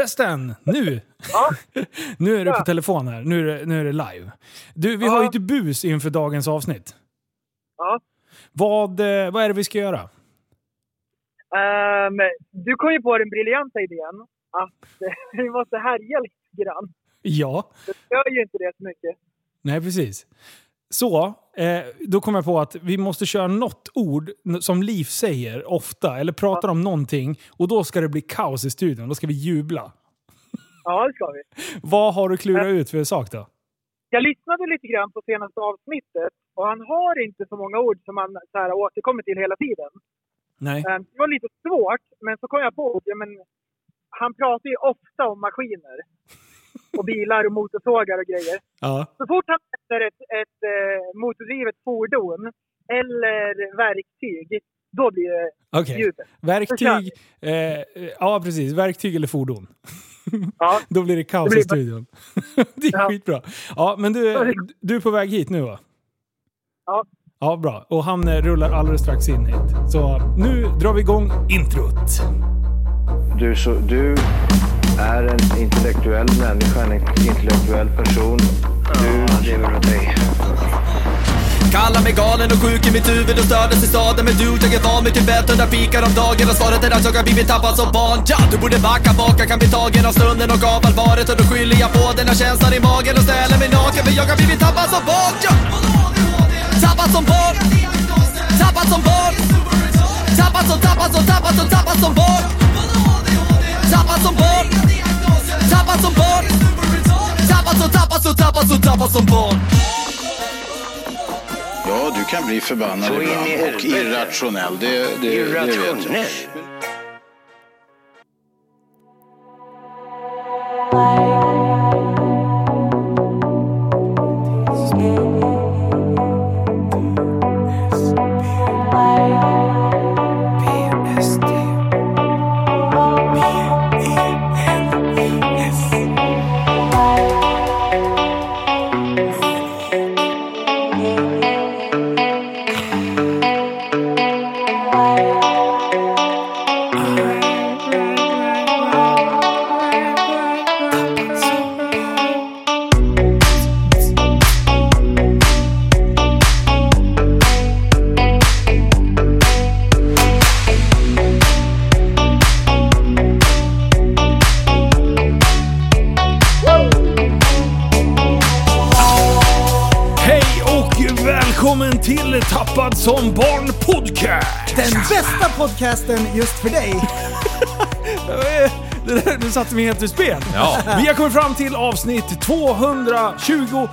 Prästen, nu! Ja. nu är du på telefon här. Nu är det, nu är det live. Du, vi har ju Ja. lite bus inför dagens avsnitt. Ja. Vad, eh, vad är det vi ska göra? Ehm, du kom ju på den briljanta idén att vi måste härja lite grann. Ja, Det gör ju inte det så mycket. nej precis. Så, eh, då kom jag på att vi måste köra något ord n- som Liv säger ofta, eller pratar om någonting, och då ska det bli kaos i studion. Då ska vi jubla. Ja, det ska vi. Vad har du klurat ut för sak då? Jag lyssnade lite grann på senaste avsnittet och han har inte så många ord som han så här, återkommer till hela tiden. Nej. Ehm, Det var lite svårt, men så kom jag på ja, men han pratar ju ofta om maskiner och bilar och motorsågar och grejer. Ja. Så fort han sätter ett, ett eh, motordrivet fordon eller verktyg, då blir det Okej. ljudet. Försök. Verktyg. Eh, eh, ja, precis. Verktyg eller fordon. Ja. Då blir det kaos Det blir i studion. det är Ja. skitbra. Ja, men du, du är på väg hit nu va? Ja. Ja, bra. Och han eh, rullar alldeles strax in hit. Så nu drar vi igång introt. Du, är så, du är en intellektuell människa, en intellektuell person. Du lever av dig. Kallar mig galen och sjuk i mitt huvud och stördes i staden Men du, jag är van vid Tibet, hundra fikar om dagen Och svaret är att jag har blivit tappad som barn ja! Du borde backa bak, jag kan bli tagen av stunden och av allvaret Och då skyller jag på den här känslan i magen och ställer mig naken För jag har blivit tappad som barn ja! Tappad som barn Tappad som barn Tappad som, tappad som, tappad som, tappad som barn Tappad som barn Tappad som barn Tappad som, tappad som, tappad som, tappad som barn Ja, du kan bli förbannad Så in i ibland och helvete. irrationell. Det, det, det vet jag. Irrationell. Hej och välkommen till Tappad som barn podcast! Den bästa podcasten just för dig. Det där, du satte mig helt ur spel. Vi har kommit fram till avsnitt 222.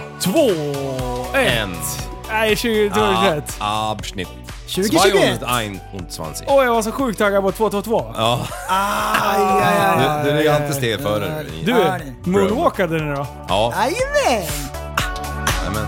Ett. Nej, 20, 21. Abschnitt. 2021. 2021. Åh, jag var så sjukt taggad på 222. Ja, Aj, aj, aj. du, du är anti för det. Du, Ja, moonwalkade ni då? Ja, Jajamän! men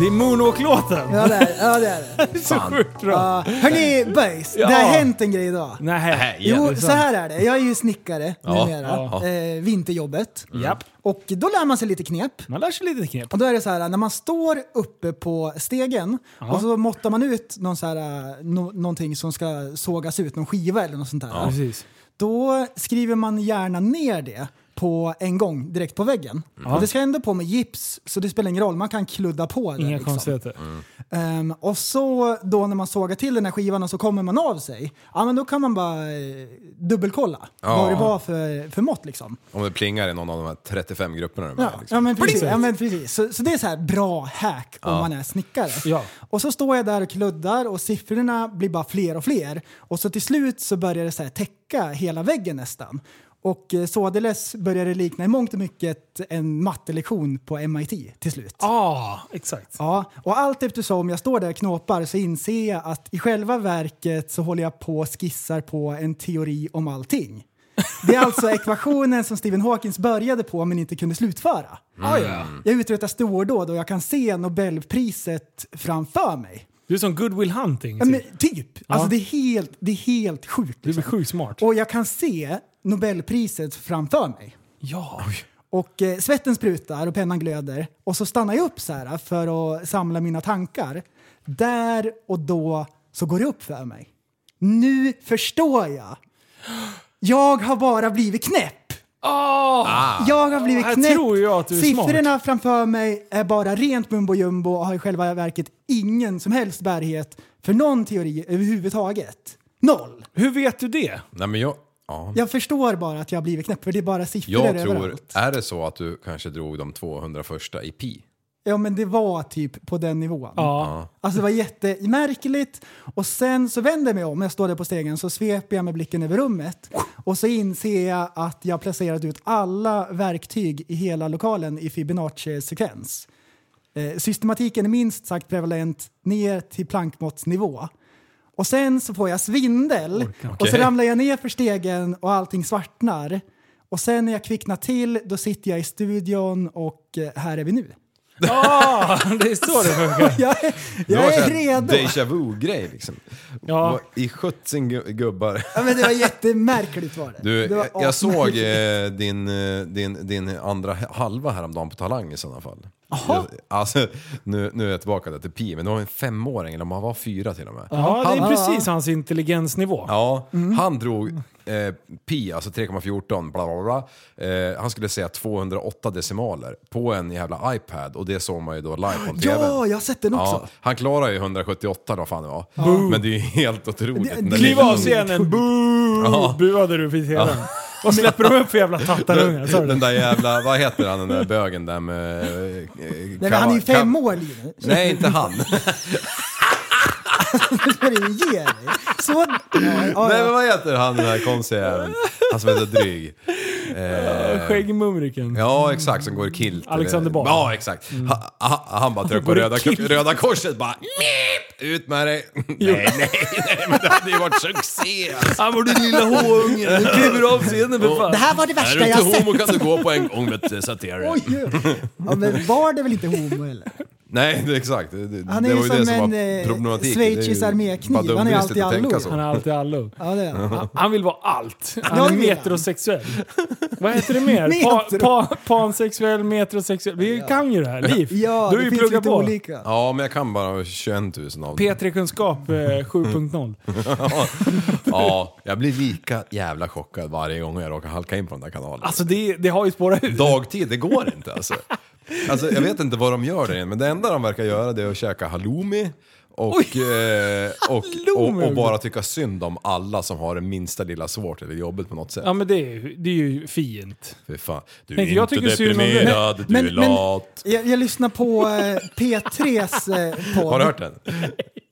Det är moonwalk-låten. Ja, det är det. ja, det. Är det. så sjukt bra. Ja, hörni böjs, det Ja. har hänt en grej idag. Nej. Nej, Jo, sant. så här är det. Jag är ju snickare Ja, numera. ja. Eh, vinterjobbet. Japp. Och då lär man sig lite knep. Man lär sig lite knep. Och då är det så här, när man står uppe på stegen och så måttar man ut någon så här, eh, nå- någonting som ska sågas ut, någon skiva eller något sånt där. Precis. Då skriver man gärna ner det på en gång, direkt på väggen. Och det ska jag ändå på med gips, så det spelar ingen roll. Man kan kludda på det. Inga liksom. konstigheter. Ehm, och så då när man sågar till den här skivan och så kommer man av sig, ja men då kan man bara eh, dubbelkolla vad det var för, för mått liksom. om det plingar i någon av de här 35 grupperna du är med Ja, i, liksom. ja men precis. Precis. Ja, men precis. Så, så det är så här bra hack om man är snickare. Ja. Och så står jag där och kluddar och siffrorna blir bara fler och fler. Och så till slut så börjar det så här täcka hela väggen nästan. Och eh, således börjar det likna i mångt och mycket en mattelektion på MIT till slut. Ah, exakt. Ja, och allt eftersom jag står där och knåpar så inser jag att i själva verket så håller jag på och skissar på en teori om allting. Det är alltså ekvationen som Stephen Hawkins började på men inte kunde slutföra. Ah, Mm. Jag uträttar stordåd och jag kan se Nobelpriset framför mig. Du är som Goodwill Hunting. Ja, men, typ. typ! Alltså det är helt, det är helt sjukt. liksom. Du är sjukt smart. Och jag kan se Nobelpriset framför mig. Ja. Och eh, svetten sprutar och pennan glöder. Och så stannar jag upp så här eh, för att samla mina tankar. Där och då så går det upp för mig. Nu förstår jag Jag har bara blivit knäpp. Ah! jag har blivit här knäpp. tror jag att du är Siffrorna framför mig är bara rent mumbo jumbo och har i själva verket ingen som helst bärighet för någon teori överhuvudtaget. Noll. Hur vet du det? Nej men jag... Ja. Jag förstår bara att jag har blivit knäpp för det är bara siffror Jag tror... överallt. Är det så att du kanske drog de 200 första i pi? Ja men det var typ på den nivån. Ja. Alltså det var jättemärkligt. Och sen så vänder jag mig om, jag står där på stegen, så sveper jag med blicken över rummet. Och så inser jag att jag har placerat ut alla verktyg i hela lokalen i Fibonacci-sekvens. Eh, systematiken är minst sagt prevalent ner till plankmåttsnivå. Och sen så får jag svindel och så Okej. ramlar jag ner för stegen och allting svartnar. Och sen när jag kvicknar till, då sitter jag i studion och eh, här är vi nu. Ah, det är så det funkar. Jag är, Det var jag så är här redo! Deja vu-grej liksom. Ja. I sjutton gu- gubbar. Ja, men det var jättemärkligt var det. Du, det var jag, jag såg asmärkligt. eh, din, eh, din, din andra halva häromdagen på Talang i sådana fall. Aha. Alltså, nu, nu är jag tillbaka där till Pi, men det var en femåring, eller om han var fyra till och med. Ja, det är Han- precis hans intelligensnivå. Ja, han drog eh, pi, alltså 3,14, bla bla bla. Eh, han skulle säga 208 decimaler på en jävla iPad och det såg man ju då live på TVn. Ja, jag har sett den också. Ja, han klarar ju 178 då fan det var. Men det är ju helt otroligt. Det- Den Kliv lilla av scenen! Boo! Buade du vid tvn. Vad släpper de upp för jävla tattarungar? Sa du Den det? där jävla, vad heter han den där bögen där med... eh, eh, Nej, men kavaj- han är ju fem kav- år Linus. Nej, inte han. Det får du ge dig. Så... Ja, ja, Nej, men ja. vad heter han den där konstiga jäveln? Han som heter Dryg. Skäggmumriken. Ja, exakt. Som går i kilt. eller- Alexander Bard. Ja, exakt. Mm. Ha, ha, han bara tryckte på Går i röda, kilt. röda korset bara "Mip! Ut med dig! nej, nej, nej, men det hade ju varit succé! alltså. Han var Ah, du lilla håungen. Du kliver av scenen för fan. Det här var det Är värsta du jag har inte sett. homo kan du gå på en gång vet du, så att det är Oj! Ja, men var det väl inte homo eller? Nej, det är exakt. Det, det, Han är ju det var ju som det som en, var eh, problematiken. schweizisk Det är ju armékniv. bara Han är dumdristigt alltid att tänka allo. så. Han är alltid allo. Ja, det är han. Han vill vara allt. Ja, Han det är vill han. metrosexuell. Vad heter det mer? Pa, Metro. pa, pansexuell, metrosexuell. Vi kan ju det här. Liv. Ja, du har det ju finns lite pluggat på. olika. Ja, men jag kan bara 21 000 av dem. P3-kunskap eh, 7.0. Ja, jag blir lika jävla chockad varje gång jag råkar halka in på den där kanalen. Alltså det, det har ju spårat ut. Dagtid, det går inte alltså. alltså. Jag vet inte vad de gör där inne, men det enda de verkar göra det är att käka halloumi och, eh, och, och, och bara tycka synd om alla som har det minsta lilla svårt eller jobbigt på något sätt. Ja men det är, ju- det är ju fint. Fy fan. Du är Tänk, jag inte tycker synd om dig. deprimerad, du är lat. jag, jag lyssnar på eh, P3s eh, podd. Har du hört den?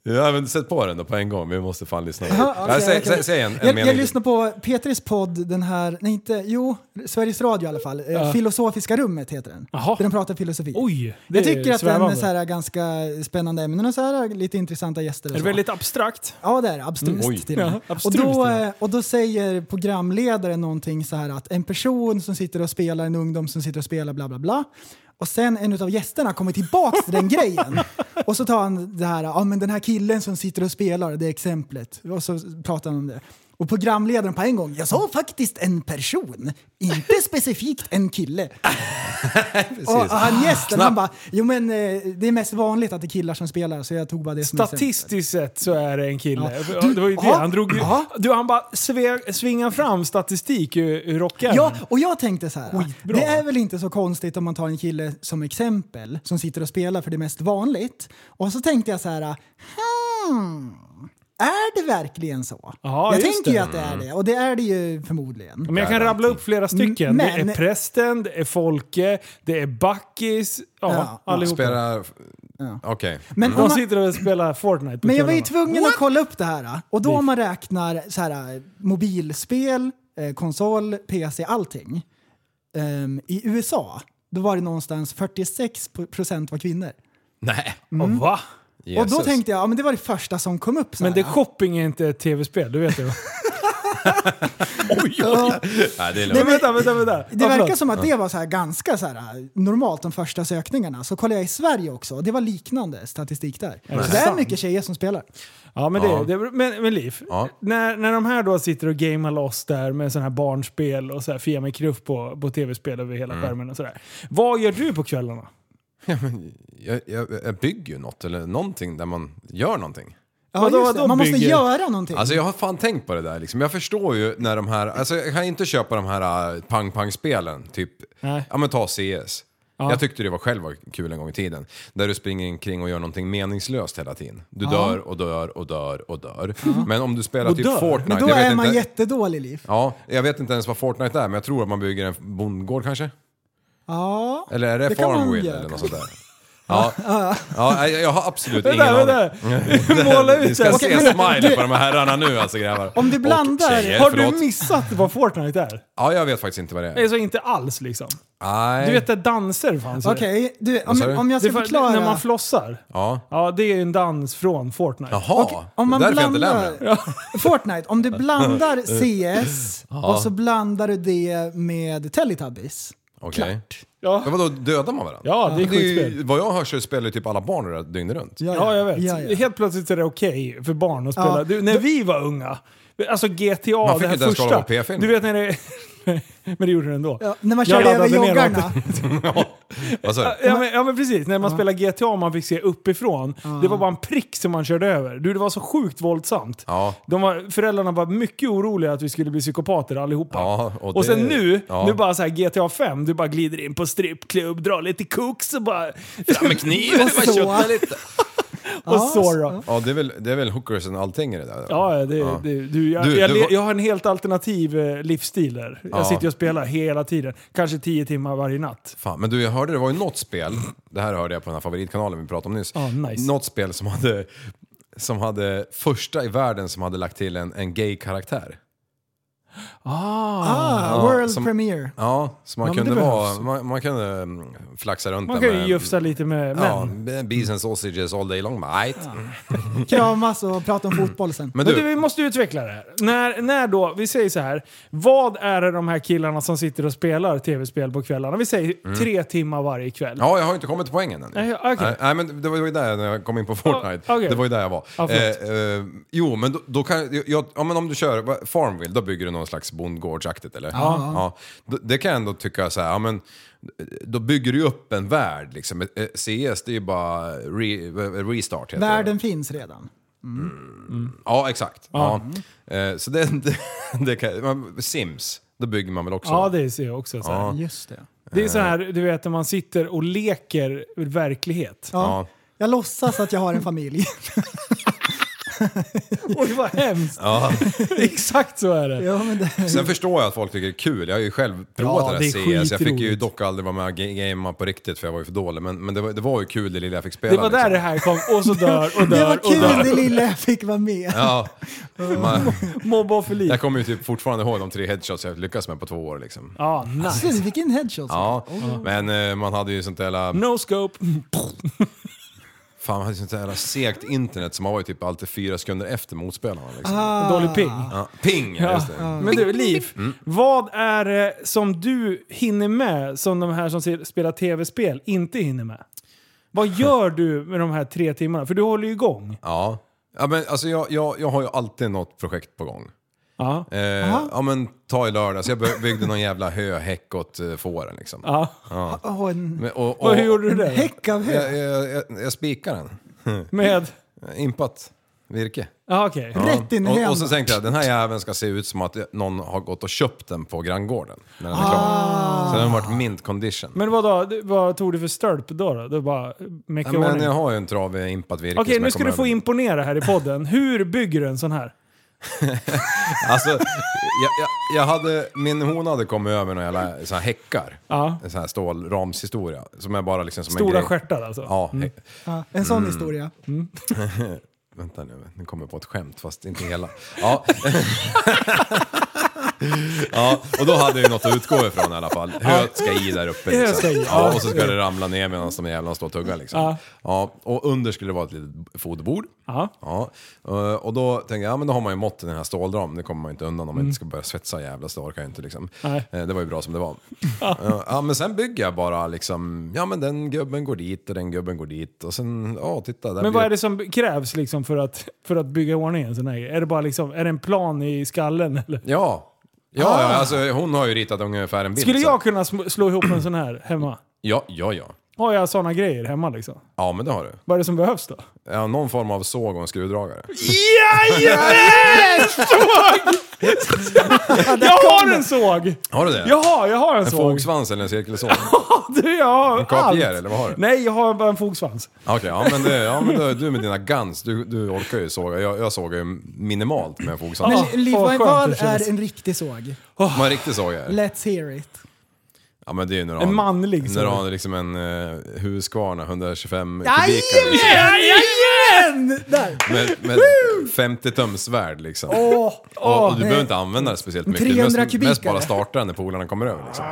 Ja, men sätt på den då på en gång, vi måste fan lyssna. Jaha, Ja, okej, säg, okej. säg, säg en, en jag, mening. jag lyssnar på Petris podd, den här, nej inte, jo, Sveriges Radio i alla fall. Eh, Filosofiska rummet heter den. Jaha. Där de pratar filosofi. Oj, det jag är tycker att den är svävande. så här, ganska spännande ämnen och så här, lite intressanta gäster och Är det så. väldigt abstrakt? Ja det är det. abstrust Oj. till och med. Ja, abstrust och, då, till och med. eh, och då säger programledaren någonting så här att en person som sitter och spelar, en ungdom som sitter och spelar bla bla bla. Och sen en av gästerna kommer tillbaks till den grejen. Och så tar han det här, ja men den här killen som sitter och spelar, det är exemplet. Och så pratar han om det. Och programledaren på en gång, jag sa faktiskt en person, inte specifikt en kille. och, och han gästen, han bara, jo men eh, det är mest vanligt att det är killar som spelar så jag tog bara det som exempel." Statistiskt sett så är det en kille. Ja. Du, det var ju det. Ja. Han, drog, ju- Ja. du, han bara sve, svingade fram statistik ur, ur rockärmen. Ja, och jag tänkte så här. ah, Skitbra. Det är väl inte så konstigt om man tar en kille som exempel som sitter och spelar för det är mest vanligt. Och så tänkte jag så här. Hmm, är det verkligen så? Ja, jag just tänker det. ju att det är det och det är det ju förmodligen. Men jag kan rabbla upp flera stycken. det men- är prästen, det är Folke, det är Backis. Ja, Ja, ja. allihopa. Spela... Okej. Men, om De man, sitter och spelar Fortnite på men jag var ju kvällarna. tvungen att kolla upp det här. ah, Och då om man räknar så här, ah, mobilspel, eh, konsol, PC, allting. ehm, I USA, då var det någonstans 46 procent var kvinnor. Nej. Och Va? Och då Jesus. tänkte jag, ja men det var det första som kom upp. Så Men här. ah. det, shopping är inte ett tv-spel, du vet det va? Oj, oj, oj. Nej, det är lugnt. Men vänta, vänta, vänta. Det Ja, verkar förlåt. som att det var så här ganska så här eh, normalt de första sökningarna. Så kollade jag i Sverige också och det var liknande statistik där. Så det är sant? mycket tjejer som spelar. Ja, men, det, det, men, men Liv, Ja. när, när de här då sitter och gamar loss där med sådana här barnspel och så här fia med kruff på, på tv-spel över hela skärmen och sådär. Vad gör du på kvällarna? jag, jag, jag bygger ju något eller någonting där man gör någonting. Ja, Vadå, just det. vadå Man måste bygger? göra någonting. Alltså jag har fan tänkt på det där liksom. Jag förstår ju när de här, alltså jag kan inte köpa de här äh, pang-pang-spelen, typ, Nej. ja men ta CS. Jag tyckte det var själv var kul en gång i tiden. Där du springer omkring och gör någonting meningslöst hela tiden. Du dör och dör och dör och dör. Men om du spelar Och typ dör. Fortnite. men då jag vet är man inte, jättedålig, Liv. Ja, jag vet inte ens vad Fortnite är, men jag tror att man bygger en bondgård kanske? Ja. Eller är det, Det kan man Farmville göra, eller något sånt där? Ja, ja, nej, jag har absolut Vänta, ingen aning. vänta. Måla Vi ut det. ska här. se smiley på de här herrarna nu alltså grabbar. Om du blandar- Och tjejer, Har förlåt. du missat vad Fortnite är? Ja, jag vet faktiskt inte vad det är. Alltså inte alls liksom. Nej. Du vet att danser fanns ju. Okej, du, om, sa du? om jag Det ska är för- förklara. När man flossar. Ja. Ja, det är en dans från Fortnite. Jaha, om man det är därför jag inte lär mig. blandar Fortnite, om du blandar CS och så blandar du det med Teletubbies. Okej. Ja. Men vadå, dödar man varandra? Ja, det är Det är ju- skitspel. Vad jag hör så spelar ju typ alla barn det där dygnet runt. Ja, jag vet. Ja, ja. Helt plötsligt är det okej för barn att spela. Ja. Du, när vi var unga, alltså GTA, Man fick det här inte ens kolla första. på P-film. Du vet när det... Men det gjorde det ändå. Ja, när man Jag körde över laddade ner joggarna. Vad sa du? Ja men, ja men precis, när man spelar GTA och man fick se uppifrån. Det var bara en prick som man körde över. Du, det var så sjukt våldsamt. Ja. De var, föräldrarna var mycket oroliga att vi skulle bli psykopater allihopa. Ja, och och det- sen nu, ja. nu bara så här GTA 5, du bara glider in på strippklubb, drar lite koks och bara... Fram med kniven, bara kötta lite. och så då. Ja, det är väl, det är väl hookers och allting i det där. Ja, det, Det, du, jag, Du, jag, det le- var- jag har en helt alternativ eh, livsstil där. Ja. Jag sitter ju och spelar hela tiden. Kanske tio timmar varje natt. Fan, men du jag hörde det var ju något spel, det här hörde jag på den här favoritkanalen vi pratade om nyss. Ja, nice. Något spel som hade, som hade första i världen som hade lagt till en, en gay-karaktär. Ah, world som- premiere. Ja, så man Ja, men kunde det vara, behövs. man, man kunde mm, flaxa runt Man där kan ju med- jufsa lite med män. Ja, bees and sausages all day long. Right. Kramas och prata om fotboll sen. Men Men du, du, vi måste utveckla det här. När, när då, vi säger så här. Vad är det de här killarna som sitter och spelar tv-spel på kvällarna? Vi säger Mm. tre timmar varje kväll. ja, jag har inte kommit till poängen än. Nej, okej. nej, nej, men det var ju där när jag kom in på Fortnite. Ja, okej. Det var ju där jag var. Ja, förlåt. eh, eh, jo, men då, då kan jag, ja, men om du kör vad, Farmville, då bygger du någon slags bondgårdsaktigt eller? Ja. D- det kan jag ändå tycka så här, ja men eh, då bygger du ju upp en värld liksom. Eh, CS, det är ju bara re, restart heter det. Världen finns redan. Ja, exakt. Ja. Eh, så det, det, det kan, man- Sims, då bygger man väl också? Ja, det ser jag också. Så här. Just det. Det är så här, du vet när man sitter och leker verklighet. Ja. Ja. Jag låtsas att jag har en familj. Oj, vad hemskt! Exakt så är det. ja, men det, Sen förstår jag att folk tycker det är kul. Jag har ju själv provat Ja, det det där är CS. Jag fick ju skitroligt. dock aldrig vara med och ga- gamea på riktigt för jag var ju för dålig. Men, men det, var, det var ju kul det lilla jag fick spela. Det var där liksom. det här kom, och så dör, och det dör, var och dör. kul det lilla jag fick vara med. Ja. Man, Mobba för liv. jag kommer ju typ fortfarande ihåg de tre headshots jag lyckats med på två år liksom. Ja, nice. Så du fick in headshot. Ja, men eh, man hade ju sånt jävla... No scope. Fan, man hade ju sånt jävla segt internet som man var ju typ alltid fyra sekunder efter motspelarna liksom. Ah. Dålig ping. Ja. Ping! Ja. Mm. Just det. Men du, Liv. Vad är det som du hinner med som de här som ser- spelar tv-spel inte hinner med? Vad gör du med de här tre timmarna? För du håller ju igång. Ja. Ja, men alltså jag, jag, jag har ju alltid något projekt på gång. Ja. Eh, ja men ta i lördags, jag by- byggde någon jävla höhäck åt eh, fåren liksom. ja. Och en Men, och, och, Och hur gjorde du en det? häck av hö. Jag, jag, jag, jag spikade den. Med... Impat virke. Ja, okej. Rätt in i Och, och händerna. så tänkte jag den här jäveln ska se ut som att någon har gått och köpt den på granngården när den är klar. Så den har varit mint condition. Ah. Men vadå, du- vad tog du för stölp då? då? Det bara mecka Ja, men ordning. jag har ju en trave impat virke Okej, som nu jag ska kommer du få över. imponera här i podden. Hur bygger du en sån här? Alltså, jag, jag, jag hade, min hona hade kommit över några jävla såna här häckar. Ja. En sån här stålramshistoria. Som är bara liksom som en Stora grej. stjärtar alltså? Ja, hä- Ja, en sån historia. Vänta nu, nu kommer jag på ett skämt fast inte hela. Ja. ja, och då hade jag ju något att utgå ifrån i alla fall. Höet ska i där uppe Höet ska liksom. i, Ja, ja. och så ska det ramla ner medan de jävlarna står och tuggar liksom. Ja. Ja, och under skulle det vara ett litet fodbord. Ja. Ja, eh, och då tänkte jag, ja men då har man ju mått i den här stålramen, det kommer man ju inte undan om man inte ska börja svetsa jävla så orkar jag inte liksom. Nej. Eh, Det var ju bra som det var. Eh, Ja, men sen bygger jag bara liksom, ja men den gubben går dit och den gubben går dit och sen, ja titta. Där Men blir vad det- är det som krävs liksom för, att, för att bygga ordning en sån här grej? Är det bara liksom, är det en plan i skallen eller? Ja. Ja, ja, alltså hon har ju ritat ungefär en bild. Ah. Skulle så- jag kunna sm- slå ihop en sån här hemma? Ja, ja, ja. Har jag såna grejer hemma liksom? Ja, men det har du. Vad är det som behövs då? Ja, någon form av såg och en skruvdragare. Jajamän! Såg! Jag har en såg! Har du det? Jag har, jag har en, En såg. fogsvans eller en cirkelsåg? Du, jag har En kapier, allt. eller vad har du? Nej, jag har bara en fogsvans. Okej, ja men, det, ja, men du, du med dina guns, du, du orkar ju såga. Jag, jag sågar ju minimalt med en fogsvans. Ja, Men Liv, åh, vad skönt vad det känns. är en riktig såg? Man riktigt sågar. Let's hear it. Ja, men det är ju när du En har- manlig När såg. du har liksom en uh, Husqvarna 125 kubikare. Jajamän! Jajamän! Där. Med, med 50 tums-svärd liksom. Åh, och, och du nej. behöver inte använda det speciellt mycket. 300 mest, mest bara kubikare. starta den när polarna kommer över liksom.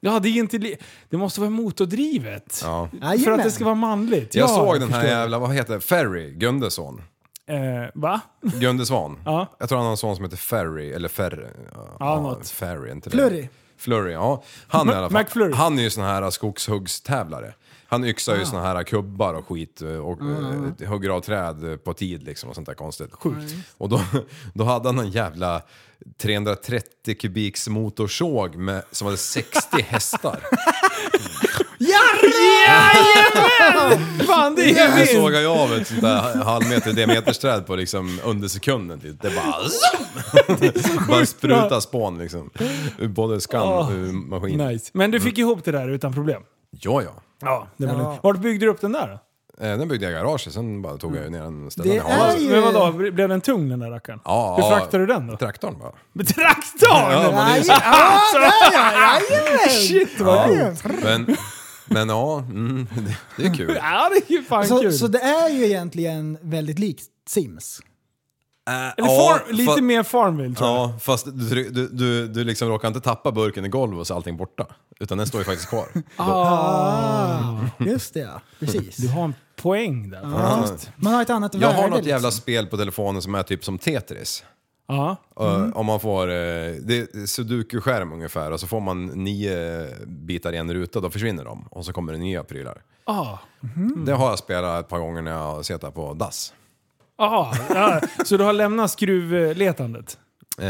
Ja, det är inte... Li- det måste vara motordrivet. Ja. För Jajamän. att det ska vara manligt. Jag Ja, såg den här förstår. jävla, vad heter det? Ferry, Gundes son. Eh, va? Gunde Svan. Ja. Jag tror han har en son som heter Ferry, eller Ferry. Ja, något. Ferry, inte Flurry. Det. Flurry, ja. Han, är i alla fall, McFlurry. han är ju sån här skogshuggstävlare. Han yxar ju såna här kubbar och skit och eh, hugger av träd på tid liksom och sånt där konstigt. Sjukt. Och då, då hade han en jävla 330 kubiks motorsåg med, som hade 60 hästar. Fan, det är Här helt såg jag ju av ett sånt där halvmeter diameters träd på liksom under sekunden. Typ. Det bara... bara spruta spån liksom. Ur Både skam Åh, ur maskin. nice. Men du fick ihop det där utan problem? Ja, Mm. ja. Ja, det var Ja. lugnt. Vart byggde du upp den där då? Eh, Den byggde jag i garaget, sen bara tog jag ju ner den och ställde Det den i hagen. är ju- Men vadå, blev den tung den där rackaren? Ja, Hur ja. fraktade du den då? Traktorn bara. Med traktorn! Ah, Ja, man är ju så- Shit vad Ja. men, men ja, mm, det, det är kul. Ja, det är ju fan Så, kul. så det är ju egentligen väldigt likt Sims. Eller Ja, farm, lite fa- mer Farmville tror jag. Ja, fast du, tryck- du, du, du liksom råkar inte tappa burken i golvet och så är allting borta. Utan den står ju faktiskt kvar. Just det, ja. Precis. Du har en poäng där. Ja. Man har ett annat Jag värde. har något jävla liksom. spel på telefonen som är typ som Tetris. Ja. Och Om man får, eh, det är sudoku-skärm ungefär och så får man nio bitar i en ruta, då försvinner de och så kommer det nya prylar. Ah. Det har jag spelat ett par gånger när jag har suttit på dass. Ah. Ja. Så du har lämnat skruvletandet? Eh,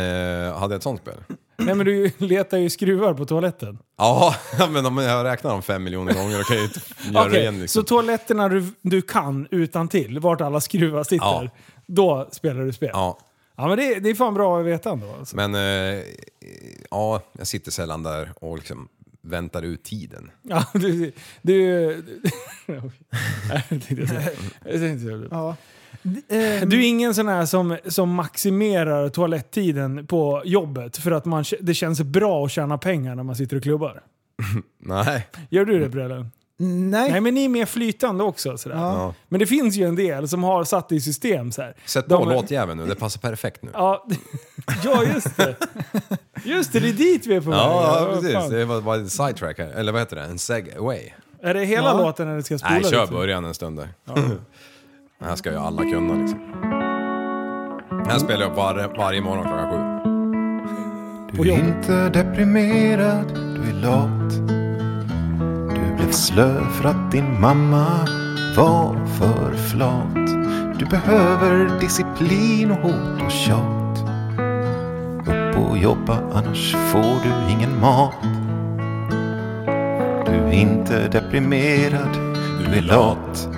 hade jag ett sånt spel? Nej men du letar ju skruvar på toaletten. Ja, men om jag räknar dem fem miljoner gånger då kan jag ju inte göra det Okej, igen Så liksom. toaletterna du, du kan utan till vart alla skruvar sitter, Ja. då spelar du spel? Ja, Ja, men det, det är fan bra att veta ändå. Alltså. men eh, ja, jag sitter sällan där och liksom väntar ut tiden. Ja, du... du Nej, jag tänkte säga- jag tänkte säga- Ja. D- eh, Du är ingen sån här som, som maximerar toalettiden på jobbet för att man, k- det känns bra att tjäna pengar när man sitter och klubbar? Nej, Gör du Mm. det Brellen? liksom. nej. Nej men ni är mer flytande också. Sådär. Ja. Men det finns ju en del som har satt det i system. Så här. sätt på De- låtjäveln nu, det passar perfekt nu. Ja, ja, just det. Just det, det är dit vi är på väg. Ja, vad precis. fan. Det var bara en sidetrack här. Eller vad heter det? En segway. Är det hela Ja. låten eller ska jag spola Nej, kör lite? början en stund där. Det här ska ju alla kunna liksom. Den här spelar jag var, varje morgon klockan sju. På Du är jobbet. inte deprimerad, du är lat. Du blev slö för att din mamma var för flat. Du behöver disciplin och hot och tjat. Upp och jobba, annars får du ingen mat. Du är inte deprimerad, du är lat.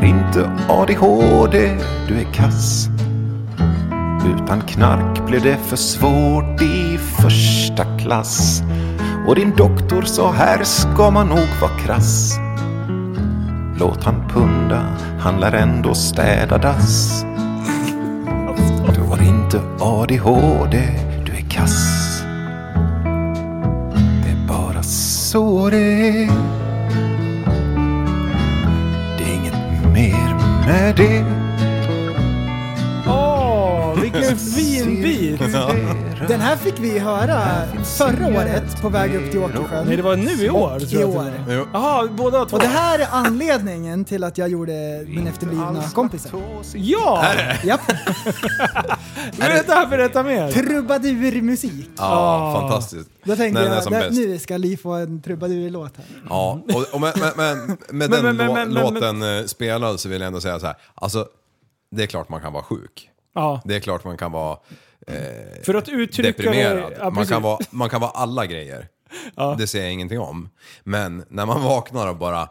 Du är inte ADHD, du är kass. Utan knark blev det för svårt i första klass. Och din doktor sa här ska man nog vara krass. Låt han punda, han lär ändå städa dass. Du har inte ADHD, du är kass. Det är bara så det är. Det är inget mer med det. Åh, vilken fin bit! Den här fick vi höra förra året på väg upp till Åkersjön. Nej, det var nu i år. Och i tror jag till år. och med. Jaha, båda två. Och det här är anledningen till att jag gjorde min efterblivna kompisen. Ja! Japp, Berätta, berätta mer! trubadurmusik. Ja, Ah. fantastiskt. Då tänkte När den är jag, som där- bäst. nu ska Li få en trubadurlåt här. Ja, och, och med, med, med, med Men- den men- men- lå- men- men- låten eh, spelad så vill jag ändå säga så här. Alltså, det är klart man kan vara sjuk. Ja, Det är klart man kan vara för att uttrycka det- deprimerad. Ja, man, precis. kan vara, man kan vara alla grejer. Det säger jag ingenting om. Men när man vaknar och bara,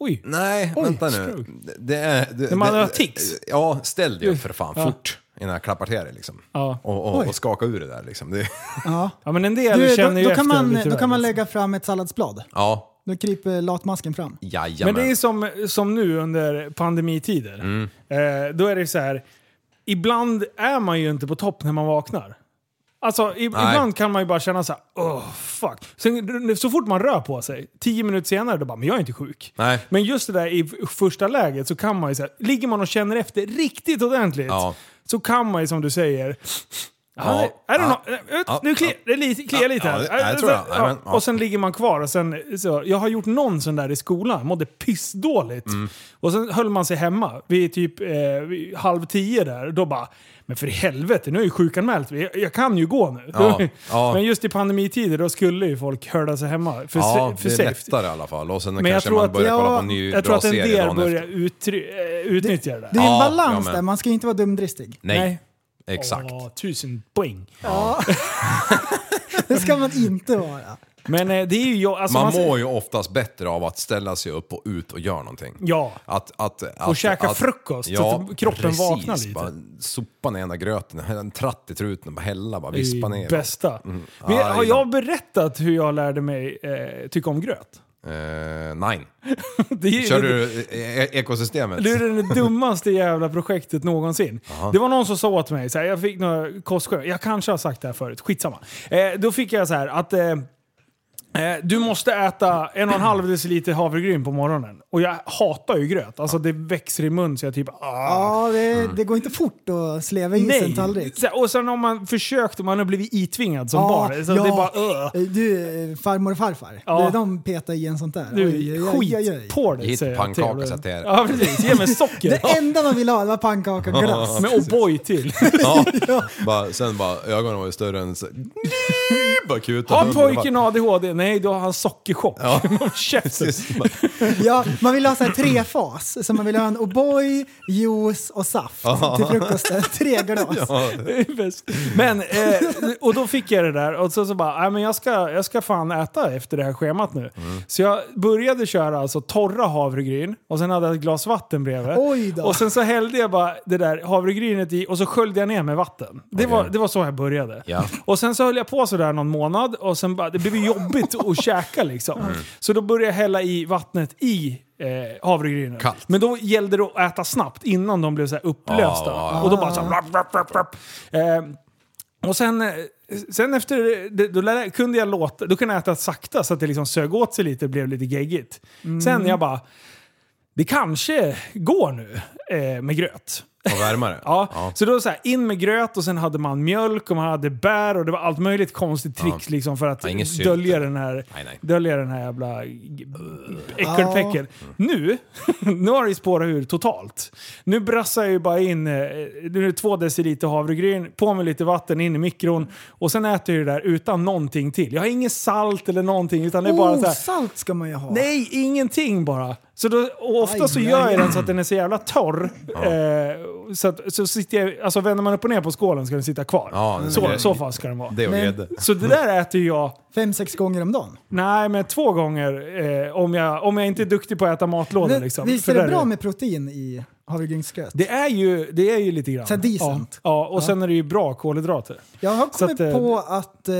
Oj. nej Oj, vänta nu. stroke. Det är, det, När man det- har tics. Ja, ställ dig upp för fan fort innan jag klappar till dig liksom. Ja. Och, och, Oj. och skaka ur det där liksom. Det, Ja. Ja, men en del Du, känner då, ju då, efter kan man, lite då väl. kan man lägga fram ett salladsblad. ja, Då kryper latmasken fram. jajamän. Men det är som, som nu under pandemitider. Mm. Eh, då är det så här, ibland är man ju inte på topp när man vaknar. Alltså i, ibland kan man ju bara känna så här, oh fuck. Sen, så fort man rör på sig, tio minuter senare, då bara, men jag är inte sjuk. Nej. Men just det där i f- första läget så kan man ju så här, ligger man och känner efter riktigt ordentligt Ja. så kan man ju som du säger, Ja. är det Ja. nå- eh, Ja. nu kliar det är lite, kliar Ja. lite här. Ja, det- nej, det tror jag. Ja, Nej, men, ja. Och sen ligger man kvar och sen, så, jag har gjort någon sån där i skolan, mådde pissdåligt. Mm. Och sen höll man sig hemma vid typ eh, vid halv tio där, då bara men för helvete, nu är ju sjukanmält. Jag, jag kan ju gå nu. Ja, ja. Men just i pandemitider då skulle ju folk hörda sig hemma. För, ja, se, för det är safety. lättare i alla fall. Och sen jag kanske tror man att- börjar kolla på ja, en ny Jag tror bra att en serie del dagen börjar efter. utry- eh, utnyttja det där. Det är en Ja, balans ja, men- där, man ska inte vara dumdristig. Nej, Nej. exakt. Åh, tusen poäng. Det ska man inte vara. Men eh, det är ju jag... Alltså, man man- mår ju oftast bättre av att ställa sig upp och ut och göra någonting. Ja. Att, att, att, käka frukost, så att kroppen vaknar lite. Bara sopa ner den där gröten, hälla en tratt i truten, bara hälla, bara Det vispa är ju ner. Bästa. Men, Ja, har Mm. Ah, ja. jag berättat hur jag lärde mig eh, tycka om gröt? Eh, nej. Det är, Kör det, du eh, eh, ekosystemet? det är det dummaste jävla projektet någonsin. Det var någon som sa åt mig, så här, jag fick några kostskämt, jag kanske har sagt det här förut, skitsamma. Eh, då fick jag så här att eh, Eh, Du måste äta en och en halv deciliter havregryn på morgonen. Och jag hatar ju gröt. Alltså det växer i mun så jag typ... Ah. Ja, det, det går inte fort att sleva i sig en tallrik. Så här, Och sen har man försökt och man har blivit itvingad som barn. Så det är bara... "Ugh." Du, eh, farmor och farfar, Ja. Det- de petar i en sånt där. Du, Oj, oj, oj, oj, oj. skit på dig Hit säger jag pannkaka, till dig. så att det är- Ja precis, ge mig socker. Det enda man ville ha var pannkaka och glass. Med O'boy till. Ja. bara, sen bara, ögonen var ju större än... så- bara kutan. Har pojken ADHD? Nej, då har han sockerchock. Ja. Käften. Precis. Bara- Ja, man ville ha så här trefas. Så man ville ha en O'boy, juice och saft till frukosten. Tre glas. Det är bäst. Men, eh, och då fick jag det där och så, så bara, "Nej, men jag ska, jag ska fan äta efter det här schemat nu. Så jag började köra alltså torra havregryn och sen hade jag ett glas vatten bredvid. Oj då. Och sen så hällde jag bara det där havregrynet i och så sköljde jag ner med vatten. Det, var, det var så jag började. Ja. Och sen så höll jag på sådär någon månad och sen bara, det blev ju jobbigt att käka liksom. Mm. Så då började jag hälla i vattnet i Eh, havregrynen. Kallt. Men då gällde det att äta snabbt innan de blev så här upplösta. Ja, ja, Och då bara så här, rapp, rapp, rapp, rapp. Eh, och sen, eh, sen efter det, då lär- kunde jag låta, då kunde jag äta sakta så att det liksom sög åt sig lite och blev lite geggigt. Mm. Sen jag bara, det kanske går nu eh, med gröt. Och värmare. Ja, Så då så här, in med gröt och sen hade man mjölk och man hade bär och det var allt möjligt konstigt tricks liksom för att Ja, ingen sylt. dölja den, här, Nej, nej. dölja den här jävla g- äckelpäckel. Mm. Nu, nu har det ju spårat ur totalt. Nu brassar jag ju bara in eh, nu är det två deciliter havregryn, på med lite vatten, in i mikron och sen äter jag det där utan någonting till. Jag har inget salt eller någonting utan det är bara så Oh, här, salt ska man ju ha. Nej, ingenting bara. Så då, och ofta Aj, så aj, gör aj. jag den så att den är så jävla torr. Eh, så, att, så sitter jag, alltså vänder man upp och ner på skålen ska den sitta kvar. Ja, den så, är- så fast ska den vara. Det och Men- grädde. Så det där äter jag, Fem, sex gånger om dagen. nej men två gånger eh, om, jag, om jag inte är duktig på att äta matlådor. Men Liksom. Visst För är det där bra med protein i havregrynsgröt? Det är ju, det är ju lite grann. Så här decent. Ja, ja och sen är det ju bra kolhydrater. Jag har Så kommit att, eh, på att eh,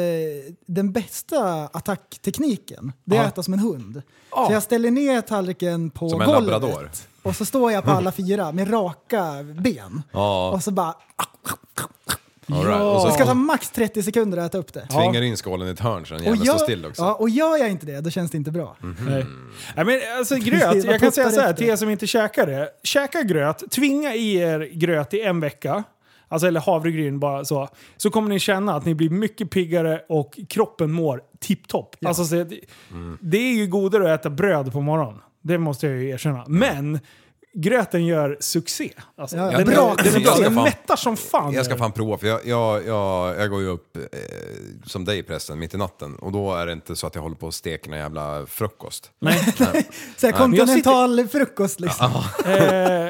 den bästa attacktekniken, det är att äta som en hund. Så jag ställer ner tallriken på Som en golvet. labrador. Och så står jag på alla fyra med raka ben. Ja. Och så bara... All right. Och Det så ska ta max 30 sekunder att äta upp det. tvingar in skålen i ett hörn så den Och jäveln står still också. Mm. Ja, och gör jag inte det, då känns det inte bra. Nej. Nej, men alltså gröt, Precis, vad jag kan säga puttar så här efter? till er som inte käkar det. Käka gröt, tvinga i er gröt i en vecka. Alltså eller havregryn bara så. Så kommer ni känna att ni blir mycket piggare och kroppen mår tipptopp. Alltså, så Mm. det, det är ju godare att äta bröd på morgonen. Det måste jag ju erkänna. Men gröten gör succé. Alltså, Ja, ja. Den, Bra är, den är Jag bra, ska den fan- mättar som fan. Jag ska fan prova, för jag, jag, jag, jag går ju upp eh, som dig prästen mitt i natten och då är det inte så att jag håller på och steker någon jävla frukost. Nej. Såhär Men jag sitter- kontinental frukost liksom. Eh,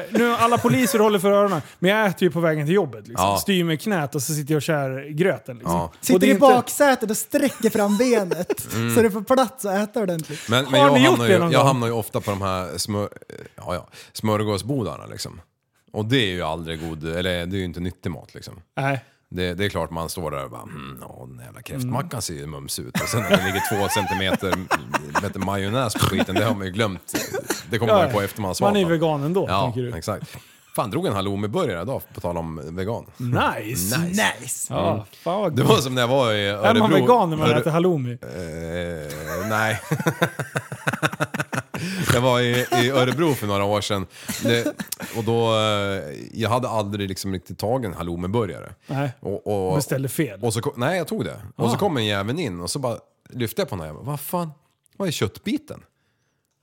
nu alla poliser håller för öronen, men jag äter ju på vägen till jobbet. Liksom. Ja. Styr med knät och så sitter jag och kär gröten. Liksom. Ja. Och det Sitter är i inte- baksätet och sträcker fram benet Mm. så du får plats att äta ordentligt. Men, men Har jag, ni gjort hamnar det ju, någon jag gång? hamnar ju ofta på de här smör, eh, ja, ja, smörgåsbodarna liksom. Och det är ju aldrig god, eller det är ju inte nyttig mat liksom. Nej. Det, det är klart man står där och bara mm, åh, den jävla kräftmackan ser ju mums ut. Och sen när det ligger två centimeter meter majonnäs på skiten, det har man ju glömt. Det kommer man ju på efter man har Man svalt är den. vegan ändå, Ja, tänker du. exakt. Fan, drog en halloumiburgare idag, på tal om vegan. Nice! nice. Mm. Ja, fan vad Det gott. var som när jag var i Örebro. Är man vegan när man Öre- äter halloumi? Eh, nej. jag var i, i Örebro för några år sedan. Det, och då, eh, jag hade aldrig liksom riktigt tagit en halloumiburgare. Nej. Och, och, Beställde fel. Ah. Och så, kom- nej, jag tog det. Och så kom en jävel in och så bara lyfte jag på den här jäveln. Vad fan, vad är köttbiten?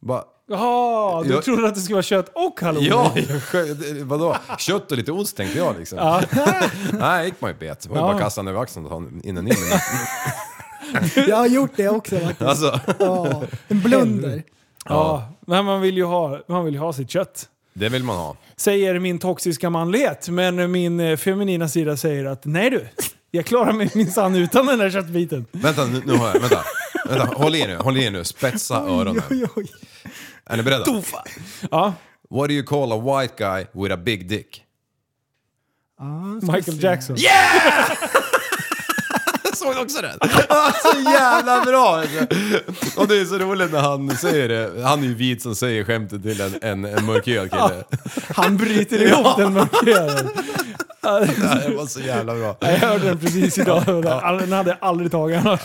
Bara, Oh. Jaha, du Jag- trodde att det skulle vara kött och halloumi? ja, jag skö- vadå? Kött och lite ost tänkte jag liksom. Ja. Nej, gick man ju bet. Det var ju Ja. bara kassan över axeln och ta den innan in. Jag har gjort det också faktiskt. Alltså, Ja, en Mm. blunder. ja. Men man vill ju ha, man vill ju ha sitt kött. det vill man ha. Säger min toxiska manlighet, men min eh, feminina sida säger att nej du, jag klarar mig minsann utan den där köttbiten. Vänta, nu, nu har jag, vänta. vänta. Håll i er nu, håll i er nu. Spetsa öronen. Oj, oj. Är ni beredda? Ja, What do you call a white guy with a big dick? Michael Jackson. Jag såg också den! så jävla bra! alltså. Och det är så roligt när han säger det. Han är ju vit som säger skämtet till en, en, en mörkhyad kille. Han bryter ihop den mörkhyade. Det var så jävla bra. Jag hörde den precis idag. Den hade jag aldrig tagit annars.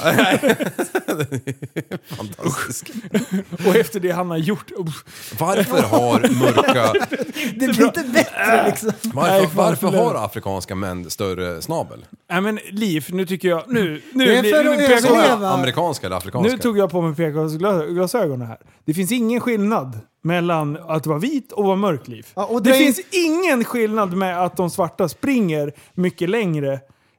Fantastisk. Och efter det han har gjort. usch. Varför har mörka... Det blir inte Äh. bättre liksom. Nej, Varför, fan, varför förlåt. har afrikanska män större snabel? Nej men Liv, nu tycker jag... Nu, nu, Det är blir- för nu att pekar- överleva. Kolla, Amerikanska eller afrikanska? Nu tog jag på mig PK-glasögonen här. Det finns ingen skillnad mellan att vara vit och vara mörk, Liv. Ja, och det det är- finns ingen skillnad med att de svarta springer mycket längre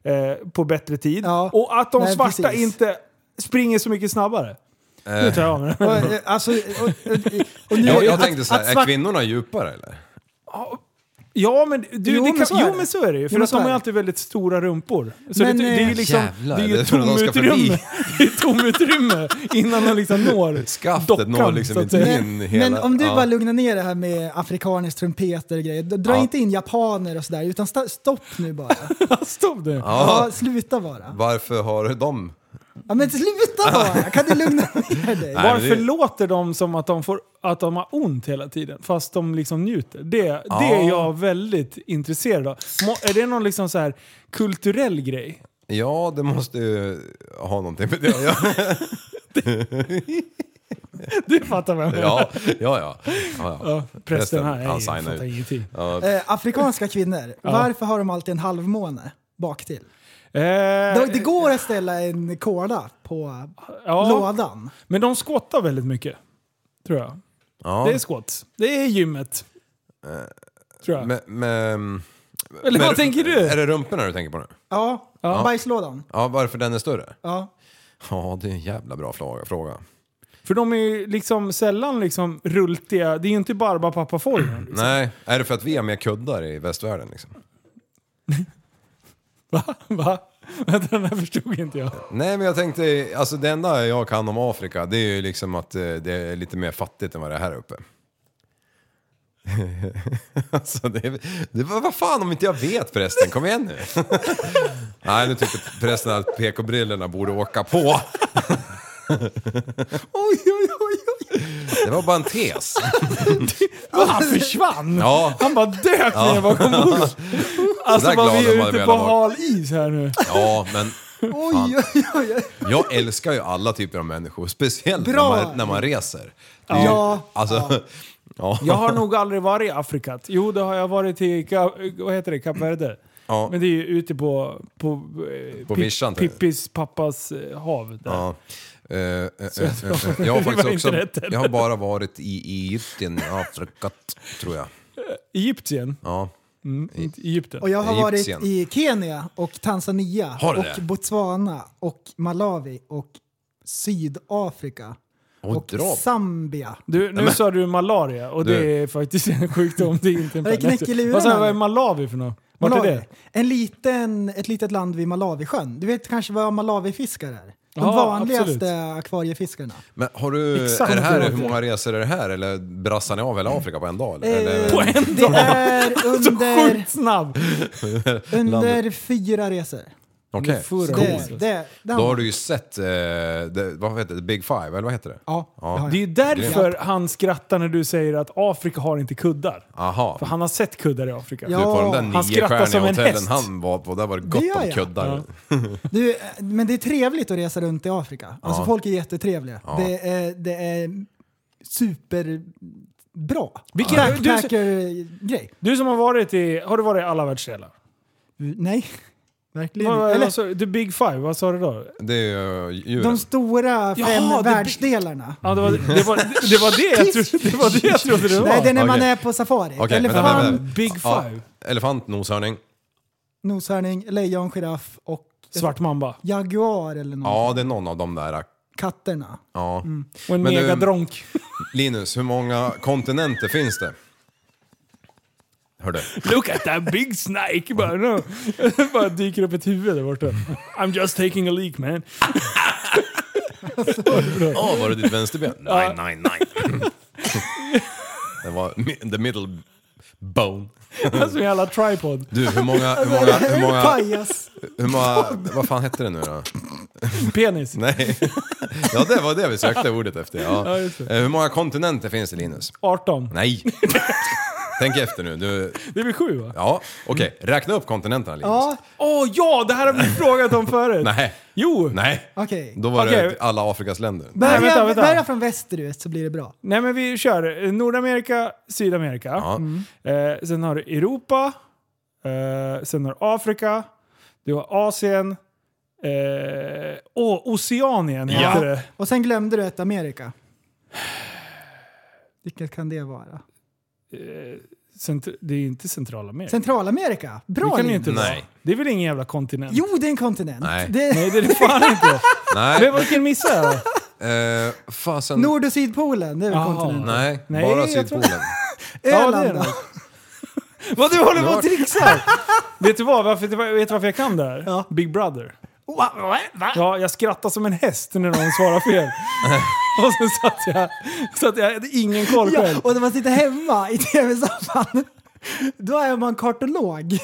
eh, på bättre tid Ja. och att de Nej, svarta precis. inte springer så mycket snabbare. Nu tar jag av mig den. Och, eh, Alltså, och, och, och nu, jag, jag tänkte så här, att är svart- kvinnorna djupare eller? Ja, men, du, Jo, det men kan, så är jo det. men så är det ju. För Jo, men att så de har är ju det. alltid väldigt stora rumpor. Så Men, det, det är ju eh, liksom... jävlar, det är det ju är för att de ska tomutrymme. förbi. Det är tomutrymme innan de liksom når Skaftet dockan, når liksom så att inte säga. in. men, hela- men om du ja. bara lugnar ner det här med afrikaners trumpeter och grejer. Dra Ja. inte in japaner och sådär, utan sta- stopp nu bara. Stopp nu. Ja, sluta bara. Varför har de... Ja, men sluta bara! Kan du lugna ner dig? Nej, men Varför det- låter de som att de, får, att de har ont hela tiden fast de liksom njuter? Det, Ja. det är jag väldigt intresserad av. Må, är det någon liksom så här kulturell grej? Ja, det måste ju ha någonting med det att göra. Du fattar vad jag menar? Ja, ja, ja. ja, ja. Ja, Prästen här, han jag signar fattar ut. ingenting. Eh, afrikanska kvinnor, varför har de alltid en halvmåne bak till? Eh, Det, det går att ställa en kola på ja, lådan. men de skottar väldigt mycket. Tror jag. Ja. Eh, Det är skott. Det är gymmet. Tror jag. Men, men, Eller vad tänker du? Är det rumporna du tänker på nu? Ja, bajslådan. Ja, varför den är större? Ja. Ja, det är en jävla bra fråga. fråga. För de är ju liksom sällan liksom rultiga. Det är ju inte Barbapapa-formen. Liksom. Mm, Nej, är det för att vi har mer kuddar i västvärlden liksom? Va? Va? Vänta, den här förstod inte jag. Nej, men jag tänkte, alltså det enda jag kan om Afrika, det är ju liksom att eh, det är lite mer fattigt än vad det är här uppe. alltså, det, är- det, vad vad fan om inte jag vet förresten, kom igen nu. Nej, nu tyckte prästen att PK-brillorna borde åka på. Oj, oj, oj, oj. Det var bara en tes. Han försvann! Ja, Han bara dök ner bakom bordet. Alltså Sådär vad glad vi hade är man ute velat på vara. hal is här nu. ja men oj, oj, oj, oj. jag älskar ju alla typer av människor, speciellt när Bra. man, när man reser. Det är ju- Ja. Alltså, ja. Jag har nog aldrig varit i Afrika. Jo, det har jag varit i Ka- vad heter det? Kap Verde. Ja. Men det är ju ute på, på, eh, På Pip- vischan, tror jag. Pippis pappas eh, hav. Där. Ja. Eh, eh, eh, eh, Jag har Det var faktiskt inte också, rätt heller. jag har bara varit i Egypten, i Afrika, tror jag. Egyptien? Ja. Inte Egypten. Och jag har varit Egyptien. i Kenya och Tanzania Har du det? och Botswana och Malawi och Sydafrika Och, och dra. Zambia. Du, nu sa du malaria och det Du. är faktiskt en sjukdom. Det är inte en Jag knäcker planet. luren Vad sa du, här vad är nu. Malawi för något? Vart är Malawi. det? En liten, ett litet land vid Malawisjön. Du vet kanske vad Malawifiskar är? De Ja, vanligaste absolut. akvariefiskarna. Men har du, Exakt är det här, det. hur många resor är det här? Eller brassar ni av hela Afrika på en dag? Eller? Eh, eller, det är under, Sjukt snabb! under fyra resor. Okej. Full Det, det, det, Eh, Då har du ju sett, eh, det, vad heter det, The Big Five, eller vad heter det? Ja, det har Det är jag. ju därför han skrattar när du säger att Afrika har inte kuddar. Aha. För han har sett kuddar i Afrika. Du, på de där han skrattar niostjärniga som en hotellen häst. han var på, där var det gott Det gör om jag. kuddar. Du, eh, men det är trevligt att resa runt i Afrika. Alltså folk är jättetrevliga. Det, är, det är superbra. Vilken- du- Backpacker-grej. Du som har varit i, har du varit i alla världsdelar? Nej, verkligen Vad- inte. vad- Eller, vad sa du? The big five, vad sa du då? Det är ju djuren. de stora fem Jaha, det- världsdelarna. Ja, det, var, det, var, det var det jag trodde det, var det, jag trodde det var. Nej, det är när man Okej. är på safari. Okej, vänta, Elefant, vänta. Big Ja, five. elefant, noshörning. noshörning, lejon, giraff och Svart mamba. jaguar eller något. Ja, det är någon av de där. Katterna. Ja. Och en Men, ehm, megadronk. Linus, hur många kontinenter finns det? Hör du? Look at that big snake! Bara, no. bara dyker upp ett huvud där borta. I'm just taking a leak man. Ja, var det ditt vänsterben? Nej, nej, nej. Det var mi- the middle bone. Mm. Alltså en jävla tripod. Du, hur många, hur många, hur många, Pajas. hur många, vad fan hette det nu då? Penis. Nej. Ja, det var det vi sökte ordet efter. Ja. Ja, just det. Eh, Hur många kontinenter finns det, Linus? 18. Nej. Tänk efter nu. Du, Det blir sju va? ja, okej. Räkna upp kontinenterna, Linus. Ja, Åh ja, det här har vi frågat om förut. Nej. Jo. Nej. okej. Då var det Okej. alla Afrikas länder. Nej, vänta, Börja vänta. börja från västerut så blir det bra. Nej men vi kör eh, Nordamerika, Sydamerika. Ja. Eh, sen har du Europa. Eh, sen har du Afrika. Du har Asien. Eh, åh, Oceanien heter det. Och sen glömde du ett Amerika. Vilket kan det vara? Cent- det är inte Centralamerika. Centralamerika? det Bra kan det Linus. inte vara. Nej. Det är väl ingen jävla kontinent? Jo, det är en kontinent. Nej. Det Nej det är det fan inte. Nej. Men vilken missade jag? Eh, fasen. Nord och Sydpolen, det är väl Ah. Jaha. kontinent. Nej, Nej, bara jag Sydpolen. tror- Ja, det är Öland det. då? Vad du håller på Snart. och trixar! vet, du vad, varför, vet du varför jag kan det här? Ja. Big Brother. Ja, jag skrattar som en häst när någon svarar fel. och sen satt jag, satt jag hade ingen koll själv. Ja, och när man sitter hemma i tv-soffan, då är man kartolog.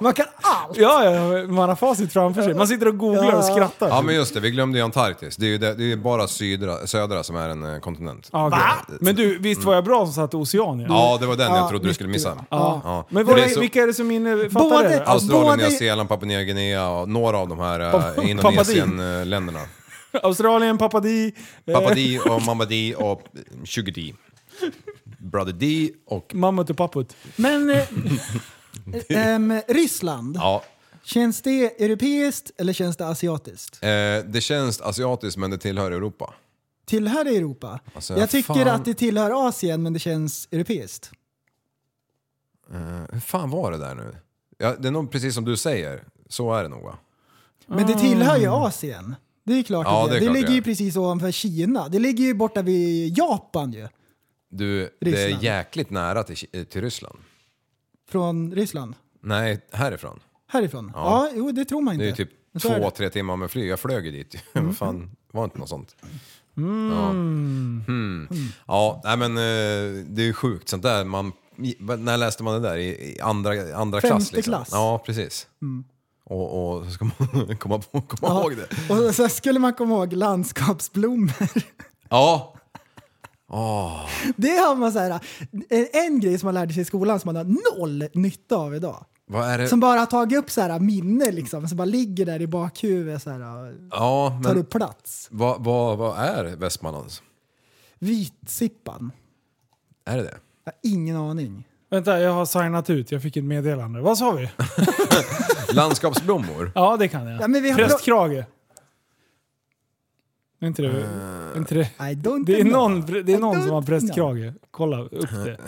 Man kan allt! Ja, ja, man har facit framför sig. Man sitter och googlar Ja. och skrattar. Ja men just det, vi glömde ju Antarktis. Det är ju, det, det är ju bara sydra, södra som är en eh, kontinent. Ja, Ah, okej. Eh, Men du, visst var jag bra som satte Oceanien? Ja, det var den Ja, Ah, jag trodde du skulle missa. Ja. Men För vad, det är så- vilka är det som innefattar Både- det? då? Australien, Både- Nya Zeeland, Papua Nya Guinea och några av de här Papua- eh, Indonesien-länderna. Australien, Papadi, Papua Di och Mamma Di och eh, Sugar Di. Brother Di och... Mammut och Papput. Men eh, ehm, Ryssland, Ja, känns det europeiskt eller känns det asiatiskt? eh, det känns asiatiskt men det tillhör Europa. Tillhör det Europa? Alltså, jag tycker fan. att det tillhör Asien men det känns europeiskt. Hur fan var det där nu? Ja, det är nog precis som du säger. Så är det nog va? Men det tillhör ju Asien. Det är klart Ja, att det, det är det, klart ligger det ju är. precis ovanför Kina. Det ligger ju borta vid Japan ju. Du, det är Ryssland. jäkligt nära till, Ki- eh, till Ryssland. Från Ryssland. Nej, härifrån. Härifrån? Ja. Ja, jo, det tror man inte. Det är ju typ Men så är två, det. tre timmar med flyg. Jag flög ju dit. Vad fan, var inte något sånt? Mm. Ja, Hmm. ja nej, men eh, det är ju sjukt sånt där. Man, i- när läste man det där? I, i andra, i andra klass? Femte Liksom. klass. Mm. Ja, precis. Och, och så ska man komma, på, komma Ja. ihåg det. Och sen skulle man komma ihåg landskapsblommor. Ja, Det har man så här, en, en grej som man lärde sig i skolan som man har noll nytta av idag. vad är det? Som bara har tagit upp så här minne liksom, som bara ligger där i bakhuvudet så här, ja, tar men upp plats. vad, vad, vad är Västmanlands? Vitsippan. Är det det? Jag har ingen aning. Vänta, jag har signat ut. Jag fick ett meddelande. Vad sa vi? Landskapsblommor? Ja, det kan jag. Ja, men vi har- Prästkrage. Är inte det? Inte det. I don't Det är know. någon, det är I någon don't som har prästkrage. Kolla upp det.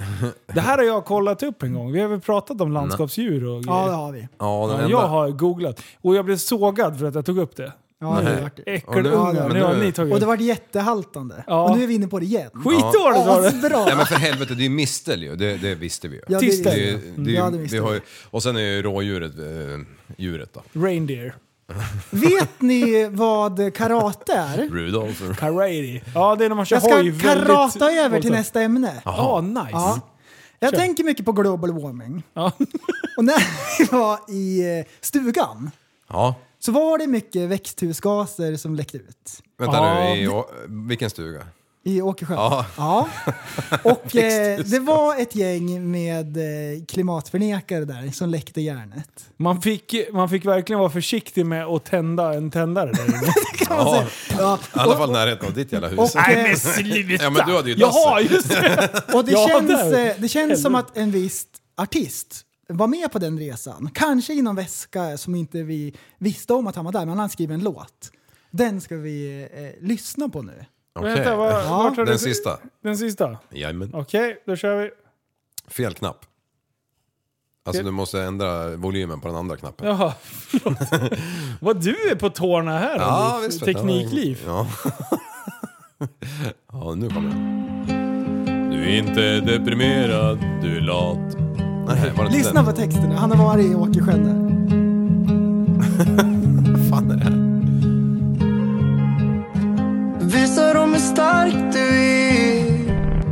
Det här har jag kollat upp en gång. Vi har väl pratat om landskapsdjur och Ja, det grejer. har vi. Ja, den Ja, enda... jag har googlat. Och jag blev sågad för att jag tog upp det. Ja, det har vi varit. Ja, det- Äckelungar. men Nu har nu- ni tagit Och upp det det. vart jättehaltande. Ja. Och nu är vi inne på det igen. Skitdåligt var det! Asbra! Nej men för helvete, det är ju mistel ju. Det, det visste vi ju. Ja, det- Tyst Det, där. är ju- det, är Ja, ju- det visste vi har ju, vi. och sen är ju rådjuret eh, djuret då. Reindeer. Vet ni vad karate är? Rudolf. Karate. Ja, det är när man kör Jag ska hoj väldigt- karata över till våldsamt. nästa ämne. Ja, nice. Ja. Jag tänker mycket på global warming. Ja. Och när vi var i eh, stugan Ja. så var det mycket växthusgaser som läckte ut Vänta Ja. nu, i, å- vilken stuga? i Åkersjön. Ja. Ja. Och eh, det var ett gäng med eh, klimatförnekare där som läckte järnet. Man, fick, man fick verkligen vara försiktig med att tända en tändare där inne. Kan man säga. Ja. I alla fall närheten av ditt jävla hus. Och, eh, sluta! Ja, men du hade ju Jaha, dasset. just det! Och det Ja, känns, där. eh, det känns som att en viss artist var med på den resan. Kanske i någon väska som inte vi visste om att han var där, men han skrev en låt. Den ska vi eh, lyssna på nu. Okej. Vänta, var, vart har du- Den sista. Den sista? Jajamän. Okej, då kör vi. Fel knapp. Alltså du måste ändra volymen på den andra knappen. Jaha, förlåt. Vad du är på tårna här Ja, Anders. visst. vet jag. Teknikliv. Ja. ja, nu kommer den. Du är inte deprimerad, du är lat. Nej, var det inte Lyssna den? på texterna, han har varit i Åkersjön där. Vad fan är det här? Visa dem hur stark du är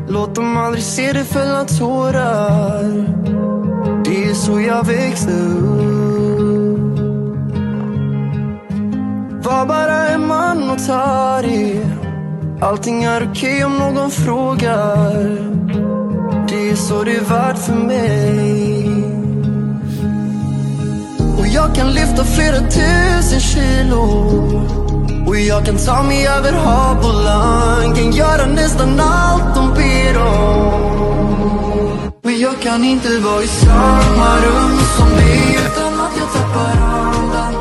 Låt dem aldrig se dig fälla tårar Det är så jag växte upp Var bara en man och ta det Allting är okej om någon frågar Det är så det är värt för mig och jag kan lyfta flera tusen kilo Och jag kan ta mig över hav och land Kan göra nästan allt de ber om Och jag kan inte vara i samma rum som dig Utan att jag tappar andan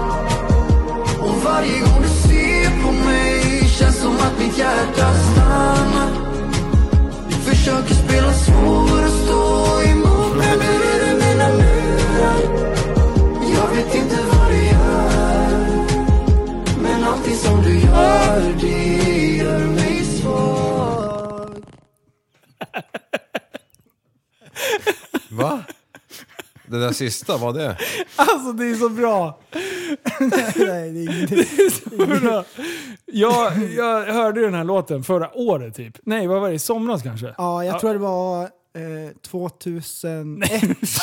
Och varje gång du ser på mig Känns som att mitt hjärta stannar Jag försöker spela svår och stå emot Men nu är det mina murar jag vet inte vad du gör Men allting som du gör det gör mig svag Va? Det där sista, vad det? Alltså det är så bra! Nej, det är ingenting. Hurra. jag, jag hörde ju den här låten förra året typ. Nej, vad var det? I somras kanske? Ja, jag tror det var eh, 2001 som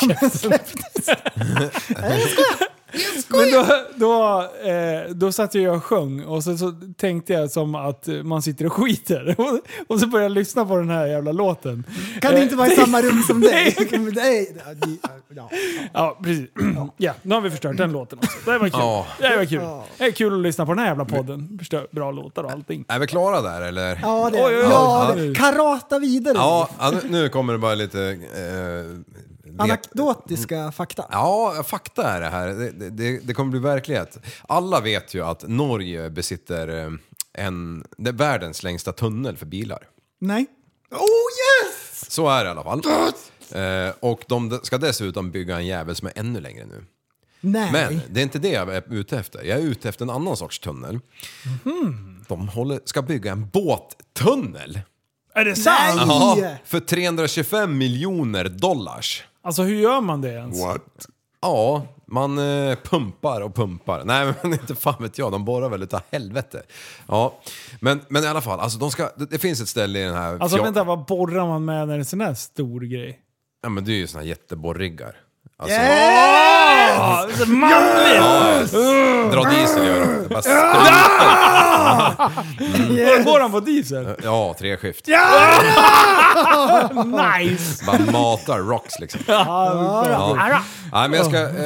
den släpptes. Men då, då, eh, då satt jag och sjöng och sen så tänkte jag som att eh, man sitter och skiter. Och, och så började jag lyssna på den här jävla låten. Kan det inte vara i samma rum som dig? Nej. Men Nej, ja, det- ja. Eh, Ja, precis. Ja, nu har vi förstört den låten också. Det var kul. Ja. Det var kul. Det är kul att lyssna på den här jävla podden. Förstör bra låtar och allting. Är vi klara där eller? Ja, det, Oj, oj, oj. ja, det. Ja. Karata vidare. Ja, ja, nu- nu kommer det bara lite... Eh, vet- Anekdotiska fakta. Ja, fakta är det här. Det, det- det, det kommer bli verklighet. Alla vet ju att Norge besitter eh, en, det är världens längsta tunnel för bilar. Nej. Oh yes! Så är det i alla fall. Eh, och de ska dessutom bygga en jävel som är ännu längre nu. Nej. Men det är inte det jag är ute efter. Jag är ute efter en annan sorts tunnel. De håller, ska bygga en båttunnel. Är det sant? Nej. Ja, för 325 miljoner dollars. Alltså hur gör man det ens? What? Ja, man eh, pumpar och pumpar. Nej, men inte fan vet jag. De borrar väl utav helvete. Ja, men, men i alla fall. Alltså, de ska, det, det finns ett ställe i den här... Alltså fjol- vänta, vad borrar man med när det är en sån här stor grej? Ja, men det är ju såna här jätteborriggar. Alltså, Ah, så manligt! dra diesel gör de. Bara sprutar. Går han på diesel? Ja, tre skift. Nice! Bara matar rocks liksom. Ja, Ja. Nej, men jag, ska, eh,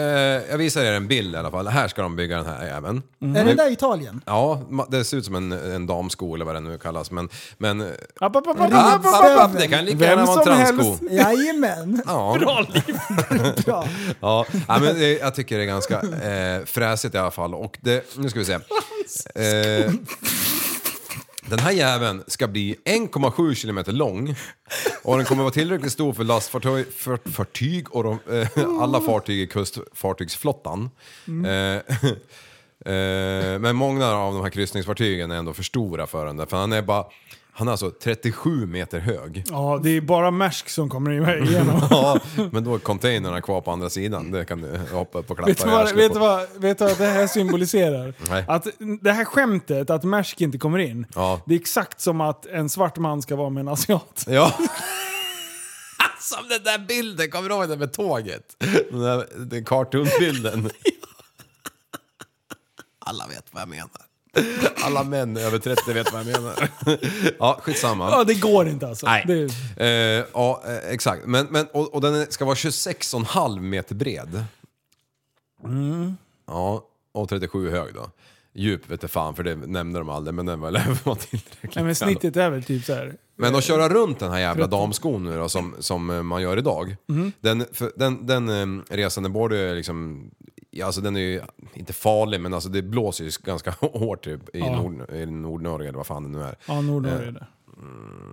jag visar er en bild i alla fall. Här ska de bygga den här jäveln. Är Mm. det där Italien? Ja, ma- det ser ut som en, en damsko eller vad det nu kallas. Men... men eh, App, app, app, app, app, app, app, app. app, det kan lika gärna Vem vara en som helst. transsko. Jajamän. Ja. Bra liv! Bra. Ja, nej, men det, jag tycker det är ganska eh, fräsigt i alla fall. Och det, nu ska vi se. Eh, Den här jäveln ska bli 1,7 kilometer lång och den kommer vara tillräckligt stor för lastfartyg för, fartyg och de, eh, alla fartyg i kustfartygsflottan. Mm. Eh, eh, men många av de här kryssningsfartygen är ändå för stora för den där, för han är bara han är alltså 37 meter hög. Ja, det är bara Maersk som kommer igenom. Ja, men då är containrarna kvar på andra sidan. Det kan du hoppa upp och klappa Vet du, i vad, arslet vet, på. du vad, vet du vad det här symboliserar? Nej. Att det här skämtet, att Maersk inte kommer in, Ja. det är exakt som att en svart man ska vara med en asiat. Ja. Som den där bilden, kommer du ihåg den med tåget? Den där den cartoon-bilden. Alla vet vad jag menar. Alla män över 30 vet vad jag menar. Ja, skitsamma. Ja, det går inte alltså. Nej. Det, Eh, ja, eh, exakt. Men, men, och, och den ska vara 26,5 meter bred. Mm. Ja, och 37 hög då. Djup vet jag fan, för det nämnde de aldrig, men den var väl var tillräckligt. nej, men snittet är väl typ så här. Men att köra runt den här jävla damskon nu då, som, som eh, man gör idag. Den, för, den, den eh, resan den borde ju liksom... ja, Alltså den är ju inte farlig men alltså det blåser ju ganska hårt typ, i, Ja. Nord, i Nordnorge eller vad fan det nu är. Ja, Nordnorge Eh. där.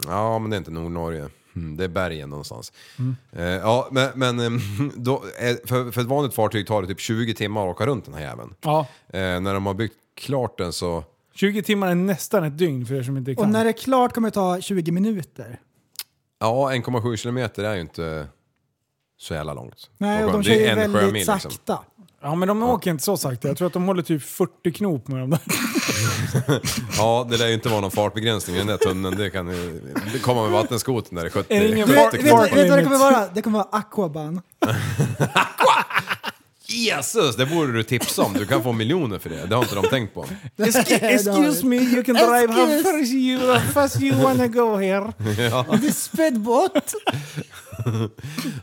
Ja, men det är inte Nordnorge. Mm, det är bergen någonstans. Mm. Eh, ja, men, men eh, då, är- för, för ett vanligt fartyg tar det typ 20 timmar att åka runt den här jäveln. Ja, Eh, när de har byggt klart den så... 20 timmar är nästan ett dygn för er som inte kan. Och när det är klart kommer det ta 20 minuter. Ja, 1,7 kilometer är ju inte så jävla långt. Nej, och Sjömil. de kör Det ju är en väldigt sjömil, liksom. sakta. Ja, men de åker inte så sakta. Jag tror att de håller typ 40 knop med de där. Ja, det lär ju inte vara någon fartbegränsning i den där tunneln. Det kan ju det komma med vattenskoten när det är 70. Är det ingen 70 fart- Vet, knop. du- vet du vad det limit. kommer vara? Det kommer vara aquaban. Jesus, det borde du tipsa om. Du kan få miljoner för det. Det har inte de tänkt på. Excuse me, you can drive how Excuse. fast you, how fast you wanna go here. The speedbåt!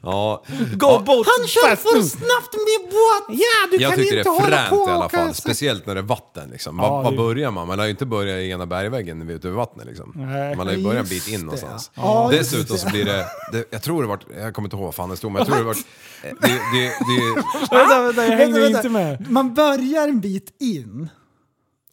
Ja, Go boat Han kör fast för nu. snabbt med båt! Ja, du Jag kan tycker inte det är hålla fränt på i alla och fall, åka så- speciellt när det är vatten. Liksom. Ja, Var, var det- börjar man? Man har ju inte börjat i ena bergväggen ute över vattnet. Liksom. Nej. Man har ju börjat en Just bit in det, någonstans. ja. Ja, just Dessutom så blir det, det, jag tror det vart, jag kommer inte ihåg vad fan det stod, men jag tror det vart, eh, det, det, det, Vänta, vänta, jag Vänta, hängde vänta. inte med. Man börjar en bit in.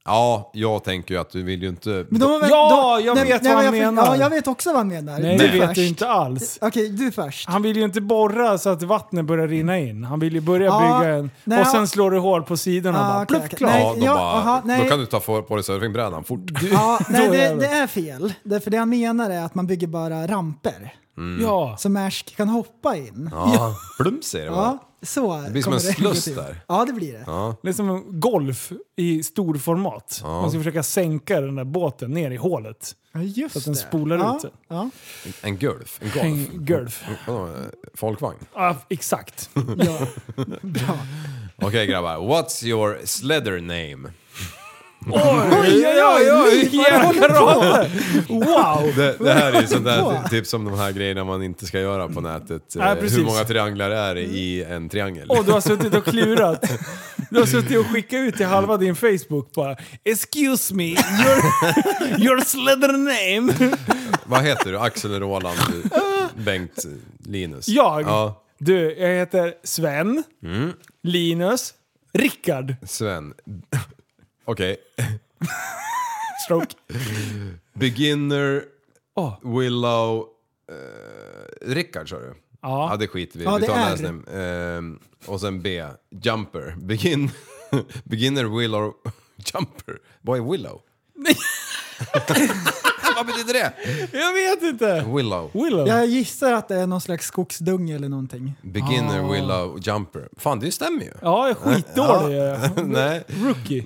ja, jag tänker ju att du vill ju inte... Men de har väl- Ja, de- jag vet vad men han jag- menar. Ja, jag vet också vad han menar. Nej, du det vet först. du inte alls. Okej, du först. Han vill ju inte borra så att vattnet börjar rinna in. Han vill ju börja Ja, bygga en nej, och sen ja. slår det hål på sidorna och Ah, bara okej, pluff, okej. klart. ja, då, ja, bara, aha, då nej. kan du ta för- på dig surfingbrädan fort. Ja, nej, Då det, jävlar. det är fel. Därför det han menar är att man bygger bara ramper Ja. som Ash kan hoppa in. Ja, Ja, plums säger det bara. så blir som kommer en sluss gå till. där. Ja, det blir det. Det är som en golf i storformat. Man ska försöka sänka den där båten ner i hålet. Ja, just Så att den det. spolar ja, ut sig. Ja, En golf, en golf. En golf. Vadå, eh, Folkvagn. Ja, exakt. ja. Bra. Okej grabbar, what's your sledder name? Oj, oj, oj, oj! Jävla rader! Wow! Det, det här är ju sånt där Bra. typ som de här grejerna man inte ska göra på nätet. Nej, Eh, precis. Hur många trianglar är det i en triangel? Och du har suttit och klurat. Du har suttit och skickat ut till halva din Facebook bara “Excuse me, your, your slither name?” Vad heter du? Axel Roland Bengt Linus? Jag? Ja, Mm. Du, jag heter Sven, Linus, Rickard. Sven. Okej. Stroke. Beginner, Åh. Willow, eh, Rickard sa du? Ja. det skiter vi i. Ja, Vi det tar är läsning. Ehm, och sen B. Jumper. Begin, beginner, Willow, Jumper. Vad är Willow? Vad betyder det? Jag vet inte! Willow. Willow? Jag gissar att det är någon slags skogsdunge eller någonting. Beginner, Willow, Jumper. Fan, det stämmer ju. Ah. Ja, jag är skitdålig. Nej. Rookie.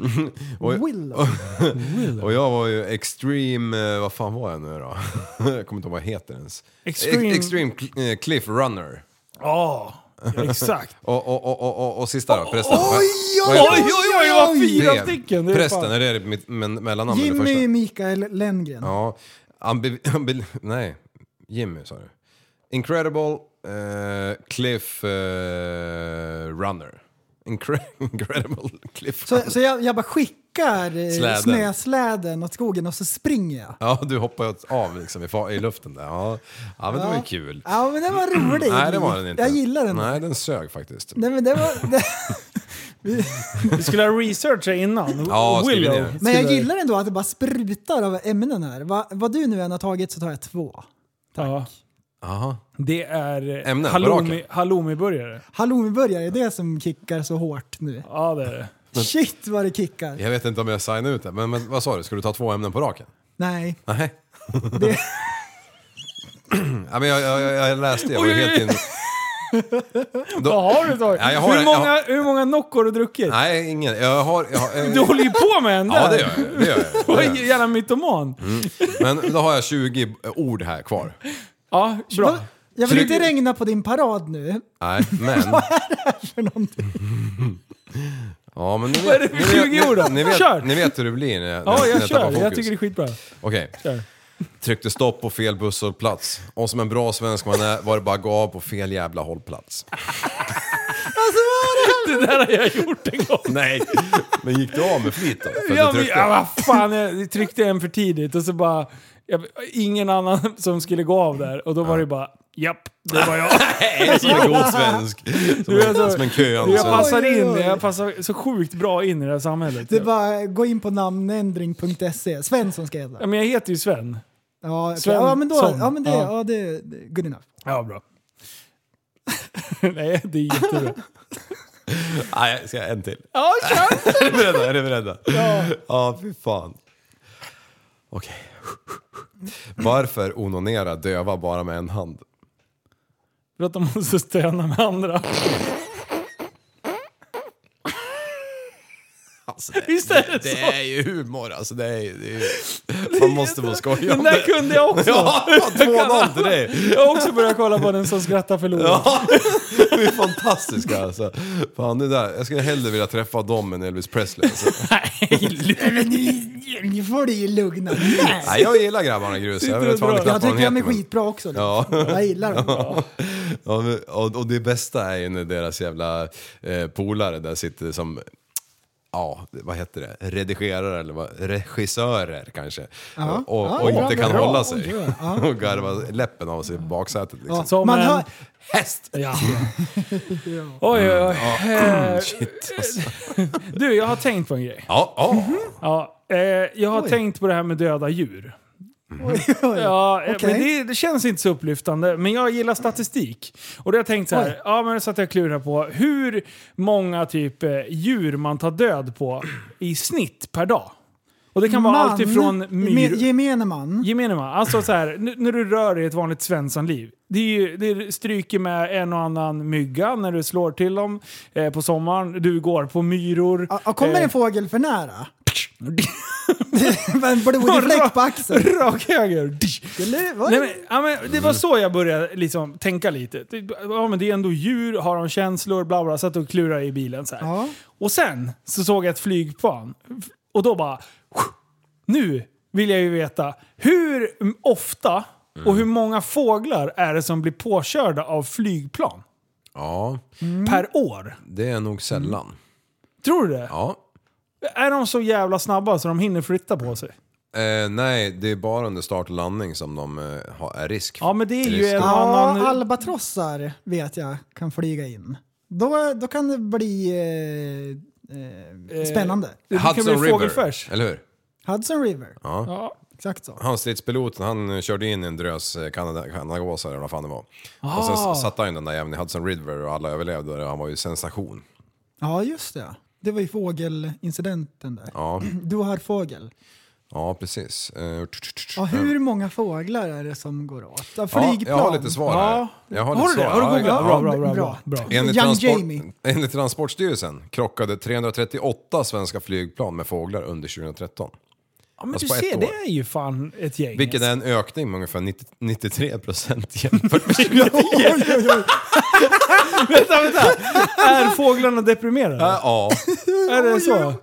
Och, Willow. och jag var ju extreme... eh, Vad fan var jag nu då? jag kommer inte ihåg vad jag heter ens. Extreme- Ex- extreme cl- eh, Cliff Runner. Ja, exakt. Och, och, och, och, och, och sista då, prästen. Oj, oj, oj, vad fyra Brev. stycken! Det är Prästen, fan- är det mitt men, mellannamn eller första? Jimmy Mikael Lenngren. Ja. Ambi, ambi, nej, Jimmy sa du. Incredible eh, Cliff eh, Runner. Incre- incredible Cliff Så, Runner. så jag, jag bara skickar eh, Släden. snösläden åt skogen och så springer jag. Ja, du hoppar ju av liksom i, fa- i luften där. Ja, ja men det var ju kul. Ja, men det var roligt. Nej, det var den inte. Jag gillar den. Nej, den sög faktiskt. Nej, men det var... Det, Vi skulle ha researchat innan. Ja, skriv Willow. ner. Men jag skulle- gillar ändå att det bara sprutar av ämnen här. Va, vad du nu än har tagit så tar jag två. Ja. Aha. Det är eh, Ämnen, halloumi- orakel. halloumiburgare. Halloumiburgare, är det som kickar så hårt nu? Ja, det är det. Shit vad det kickar! Jag vet inte om jag signar ut det, men, men vad sa du? Ska du ta två ämnen på raken? Nej. Nej. ja, men jag, jag, jag jag läste, jag var helt in... Vad Då, har du tagit? Ja, jag har hur, en- många, jag har- hur många Noccor har du druckit? nej, ingen. Jag har... Jag har eh, Du håller ju på med en där. ja, det gör jag. Det gör Du jag. är Det gör ju jag. Mm. jävla mytoman. Men då har jag 20 ord här kvar. Ja, bra. Va? Jag vill Så inte du- regna på din parad nu. Nej, men... För någonting. Ja, men ni vet, är det för ni vet- 20 ord då? ni, ni, Kör! vet, ni vet hur det blir när jag, när Ja, jag tappar kör. Jag fokus. tycker det är skitbra. Okej. Kör. Tryckte stopp på fel busshållplats. Och som en bra svensk man är var det bara att gå av på fel jävla hållplats. Det där har jag gjort en gång. Nej, men gick du av med flit då? För Ja, att du men, tryckte? ja, vad fan. Jag tryckte en för tidigt och så bara... Jag, ingen annan som skulle gå av där. Och då var det bara... Japp, det var jag. Nej, så är god svensk. Som, Du, en- alltså, som en köande Jag svensk. passar Oj, oj, in. oj. Jag passar så sjukt bra in i det här samhället. Det är bara gå in på namnändring.se. Svensson ska jag heta. Ja, men jag heter ju Sven. Ja, okay. Svensson. ja, men, då, ja, men det, Ja. ja. det, det good enough. Ja, bra. Nej, det är jättebra. Nej, ska jag en till? Ja, kör! Är ni beredda? Är ni beredda? Ja. Ja, fy fan. Okej. Varför onanera döva bara med en hand? För att de måste stöna med andra. Alltså, det, Visst är det så? är ju humor alltså. Det är, ju- det är, ju- man måste få skoja Den där kunde jag också. Ja, 2-0 till dig! Jag har också börjat kolla på den som skrattar förlorar. Ja, de är fantastiska alltså. Fan, det där. Jag skulle hellre vilja träffa dem än Elvis Presley. Alltså. Nu får du ju lugna ner Nej, jag gillar grabbarna i grus. Jag Sitter och vet fan drar. knappt Jag vad de tycker de är heter, men- skitbra också. Liksom. Ja. Jag gillar dem. Ja, men- och, och det bästa är ju när deras jävla eh, polare där sitter som, ja, vad heter det, redigerare eller vad, regissörer kanske. Ja. Och, Ja, och bra, inte kan bra. Oh, hålla sig. Ja. och garvar läppen av sig i baksätet liksom. Som Man en hör- häst. Ja. Oj, oj, oj. Eh, Shit alltså. Du, jag har tänkt på en grej. Ja, ja. Ja, eh, jag har tänkt på det här med döda djur. Oj, oj. Ja, eh, Okej. men det, det känns inte så upplyftande. Men jag gillar statistik. Och då har jag tänkt så här, Oj. ja men så att jag klurar på hur många typ eh, djur man tar död på i snitt per dag. Och det kan vara allt ifrån myr... Geme- Gemene man. Gemene man. Alltså så här, n- när du rör dig i ett vanligt svenssonliv. Det, är ju, det stryker med en och annan mygga när du slår till dem eh, på sommaren. Du går på myror. Ja, ja, kommer Eh. en fågel för nära? en blodig fläck på axeln. Rak höger. Eller vad? Nej, men, ja, men, Mm. det var så jag började liksom, tänka lite. Det- Ja, men det är ändå djur, har de känslor, bla bla. Satt och klurade i bilen så här. Ja. Och sen så såg jag ett flygplan. Och då bara... Nu vill jag ju veta hur ofta och Mm. hur många fåglar är det som blir påkörda av flygplan ja, Mm. per år? det är nog sällan. Tror du det? Ja. Är de så jävla snabba så de hinner flytta på sig? Eh, nej, det är bara under start och landning som de eh, har, är risk. Ja, men det är ju Risk. en Ja, annan... albatrossar vet jag kan flyga in. Då, då kan det bli eh, eh, spännande. det kan bli Hudson River, fågelfärs. eller hur? Hudson River. Ja. Exakt så. Han stridspiloten, han eh, körde in i en drös eh, kanada- kanadagåsare eller vad fan det var. Och sen Ah. s- satte han in den där jäveln i Hudson River och alla överlevde och han var ju sensation. Ja, just det. Det var ju fågelincidenten där. Ja, Du har fågel. ja precis. Eh, tch, tch, tch. Ja, hur många fåglar är det som går åt? Ja, Ja, flygplan. jag har lite svar här. Ja. Jag har, Har lite du det? Har svar. du Ja, googlat? Bra, ja. bra, bra. bra. Bra. bra. Enligt, Young transport, Jamie. enligt Transportstyrelsen krockade 338 svenska flygplan med fåglar under 2013. Ja, men Fast du alltså på ett ser, år. det är ju fan ett gäng. alltså. Vilket är en ökning med ungefär 90, 93 procent jämfört med Vänta, vänta! Är fåglarna deprimerade? Ja, Är det så?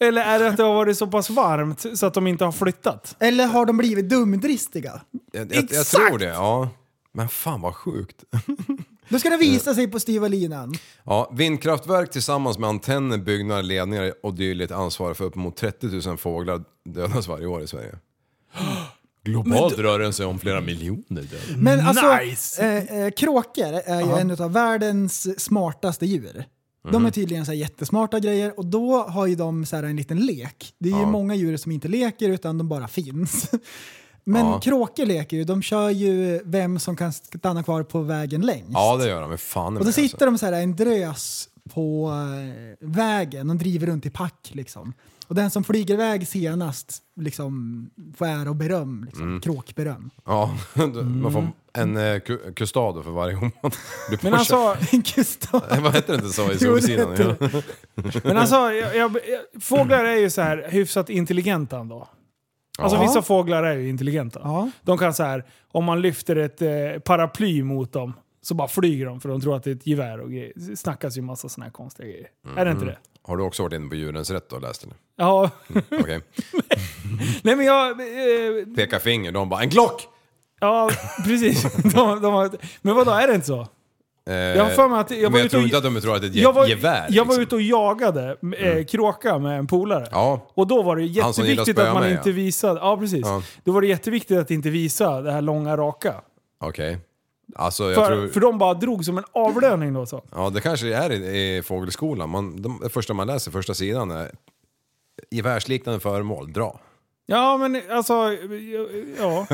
Eller är det att det har varit så pass varmt så att de inte har flyttat? Eller har de blivit dumdristiga? jag, jag, jag tror det. Ja. Men fan vad sjukt. Då ska det visa sig på styva linan. Ja, vindkraftverk tillsammans med antenner, byggnader, ledningar och dylikt ansvarar för uppemot 30 000 fåglar dödas varje år i Sverige. Globalt rör det sig om flera miljoner döda. Men alltså, Nice! eh, eh, kråkor är ju en av världens smartaste djur. De är tydligen så här jättesmarta grejer och då har ju de så här en liten lek. Det är ju många djur som inte leker utan de bara finns. Men Ja. kråkor leker ju. De kör ju vem som kan stanna kvar på vägen längst. Ja, det alltså? gör de. Men fan Och då sitter de så här en drös på eh, vägen. De driver runt i pack liksom. Och den som flyger iväg senast liksom, får ära och beröm. Liksom. Kråkberöm. Ja, du- man får en eh, ku- kustado för varje homo. Du Men alltså, Gustav. Nej, Vad heter det inte så i Jo, det Solsidan? heter men alltså jag, jag, jag, fåglar är ju så här hyfsat intelligenta ändå. Alltså Ja. vissa fåglar är ju intelligenta. Ja. De kan så här, om man lyfter ett eh, paraply mot dem så bara flyger de för de tror att det är ett gevär och grejer. Det snackas ju massa sådana här konstiga grejer. Är det inte det? Har du också varit inne på Djurens Rätt och läst den? Ja. Okej. Nej men jag... Eh, Peka finger, de bara en klock! ja, precis. De, de har, men vadå, är det inte så? Eh, Jag har för mig att... Jag men var ute jag och- tror inte att de tror att det är ett jag var, gevär. jag var liksom. Mm. ute och jagade eh, kråka med en polare. Ja. Och då var det ju Han som gillar att jätteviktigt att spöa man med, inte ja. visade... Ja, precis. Ja. Då var det jätteviktigt att inte visa det här långa raka. Okej. Alltså jag För, tror... för de bara drog som en avlöning då så. Ja, det kanske det är i, i fågelskolan. Man, de, det första man läser, första sidan är gevärsliknande föremål, dra. Ja, men alltså... Ja.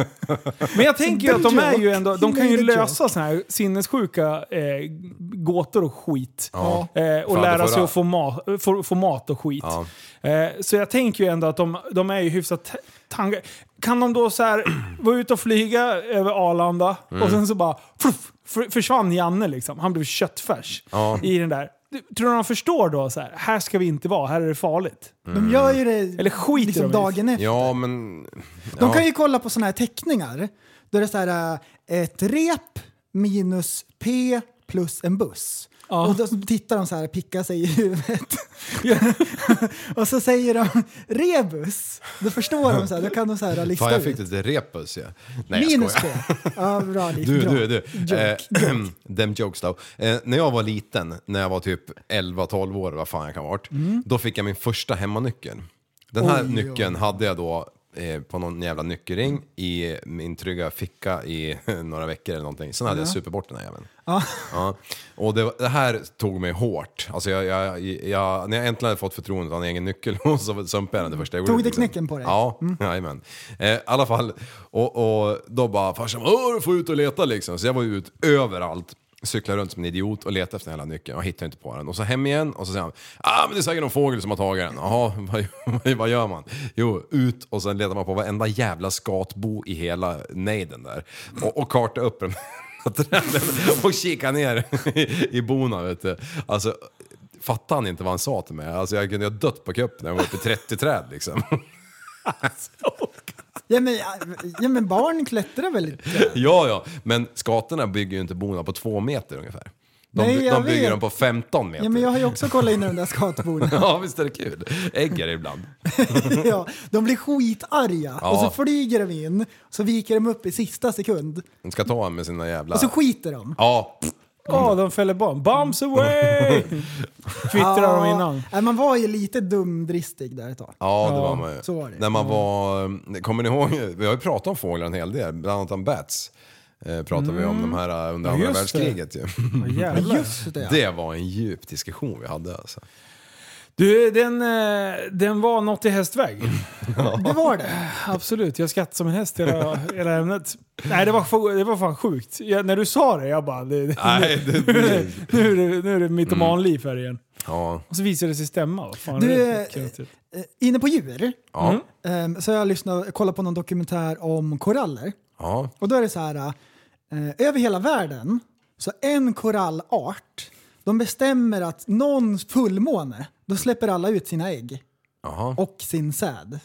Men jag tänker ju att de är ju ändå... De kan ju Made a joke. lösa såna här sinnessjuka eh, gåtor och skit. Ja. Eh, och Fan, det lära får sig ra- att få, ma- få, få mat och skit. Ja. Eh, så jag tänker ju ändå att de, de är ju hyfsat ta- tanga. Kan de då så här vara ute och flyga över Arlanda Mm. och sen så bara fluff, f- försvann Janne liksom. Han blev köttfärs Ja. i den där. Du- Tror du de förstår då så här, här ska vi inte vara, här är det farligt. Mm. De gör ju det Eller skiter liksom de i? dagen efter. Ja, men... De ja. kan ju kolla på sådana här teckningar. Då är det så här eh, ett rep minus P plus en buss. Ja. Och då tittar de så här, pickar sig i huvudet. och så säger de rebus. Då förstår de så här, då kan de så här lista Fan, jag fick ut. lite repus ja. Nej, jag Minus skojar. P. Ja, bra Liv. Du, Bra. du, du. eh, them jokes då. Eh, när jag var liten, när jag var typ 11-12 år, vad fan jag kan ha varit, då fick jag min första hemmanyckel. Den här Mm. Oj, nyckeln hade jag då eh, på någon jävla nyckelring i min trygga ficka i några veckor eller någonting. Sen hade jag super bort den här jäveln. Ja. Och det, var- det här tog mig hårt. Alltså jag, jag, jag, när jag äntligen hade fått förtroendet av en egen nyckel och så sumpade jag den det första jag Tog gjorde, det liksom. knäcken på dig? Ja, Ja, jajamän. Eh, I alla fall, och, och då bara farsan "Åh, du får ut och leta liksom. Så jag var ju ut överallt. Cyklade runt som en idiot och letade efter den här jävla nyckeln och hittade inte på den. Och så hem igen och så säger han ah, men det är säkert någon fågel som har tagit den. Jaha, vad, vad, vad gör man? Jo, ut och sen letar man på varenda jävla skatbo i hela nejden där. Och, och karta upp den här träden och kika ner i, i bona vet du. Alltså, fattar han inte vad han sa till mig? Alltså jag kunde ju ha dött på kuppen när jag var uppe i 30 träd liksom. Ja, men, ja, men barn klättrar väl lite? Ja, ja, men skatorna bygger ju inte bona på två meter ungefär. De, Nej, jag de bygger vet. dem på 15 meter. Ja, men jag har ju också kollat in i de där skatborden. Ja, visst är det kul? Äggar ibland. ja, de blir skitarga Ja. och så flyger de in, så viker de upp i sista sekund De ska ta en med sina jävla... och så skiter de. Ja, Ja, de fäller barn. Bums away! Twittrar de innan. Nej, man var ju lite dumdristig där ett tag. ja, det var man ju. så var det. När man var... eh, Kommer ni ihåg? Vi har ju pratat om fåglar en hel del, bland annat om bats. Eh, pratade vi Mm. om de här eh, under andra just det. världskriget ju. Jävlar. Ja, Just det. Det var en djup diskussion vi hade alltså. Du, den, eh, den var något i hästväg. Det var det. Absolut, jag skrattade som en häst hela, hela ämnet. Nej, det var, fa- det var fan sjukt. Jag, när du sa det, jag bara... Det, det, Nej, Mm. det nu, är det- nu, är det, nu är det mitomanliv här igen. Ja, Och så visade det sig stämma. Vad fan Du, är det för kreativt? Eh, Inne på djur ja, ehm, så har jag lyssnat, kollat på någon dokumentär om koraller. ja. Och då är det så här, eh, över hela världen, så en korallart, de bestämmer att någon fullmåne, då släpper alla ut sina ägg Jaha, och sin säd.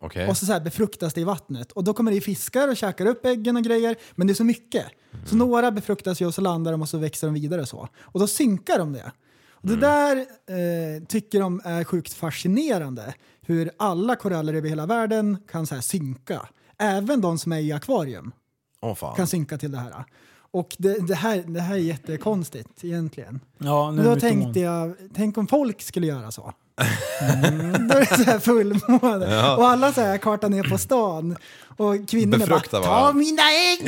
okej. Och så, så här befruktas det i vattnet. Och då kommer det ju fiskar och käkar upp äggen och grejer. Men det är så mycket. Så några befruktas ju och så landar de och så växer de vidare och så. Och då synkar de det. Och det där eh, tycker de är sjukt fascinerande. Hur alla koraller över hela världen kan så här synka. Även de som är i akvarium Åh fan. kan synka till det här. Och det, det, här, det här är jättekonstigt egentligen. Ja, nu Men är då det mitoman. tänkte jag, tänk om folk skulle göra så. Mm. då är det så här fullmåne och alla så här kartar ner på stan och kvinnorna Befruktar bara ta varandra. mina ägg!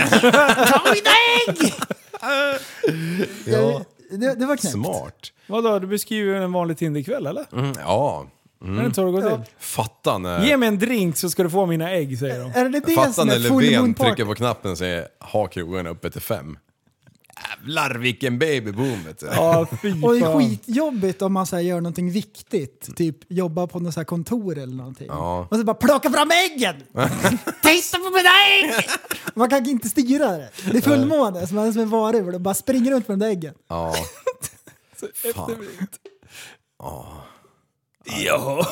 Ta mina ägg! Ja. Jag, Det, det var knäppt. Smart. Vadå, du beskriver en vanlig Tinderkväll eller? Mm, ja. Är det inte så det går till? Fatta när... Ge mig en drink så ska du få mina ägg, säger de. Är det det Fatta som när är full Löfven moon party? trycker på knappen och säger ha krogarna uppe till fem. Jävlar vilken babyboom vet du. Ja, fy Och det är fan. skitjobbigt om man så här gör någonting viktigt, typ jobbar på något så här kontor eller någonting. Ja. Och så bara plocka fram äggen! Titta på mina ägg! Man kan inte styra det. Det är fullmåne, så man är som en varulv och bara springer runt med de där äggen. Ja. Fan. Ja.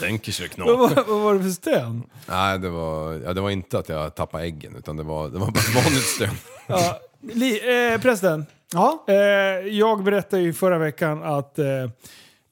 Tänker sig Vad knapen. var- Vad var det för stön? Nej det var, ja, det var inte att jag tappade äggen utan det var, det var bara ett vanligt stön. Ja, li, eh, prästen, Ja, eh, jag berättade ju förra veckan att eh,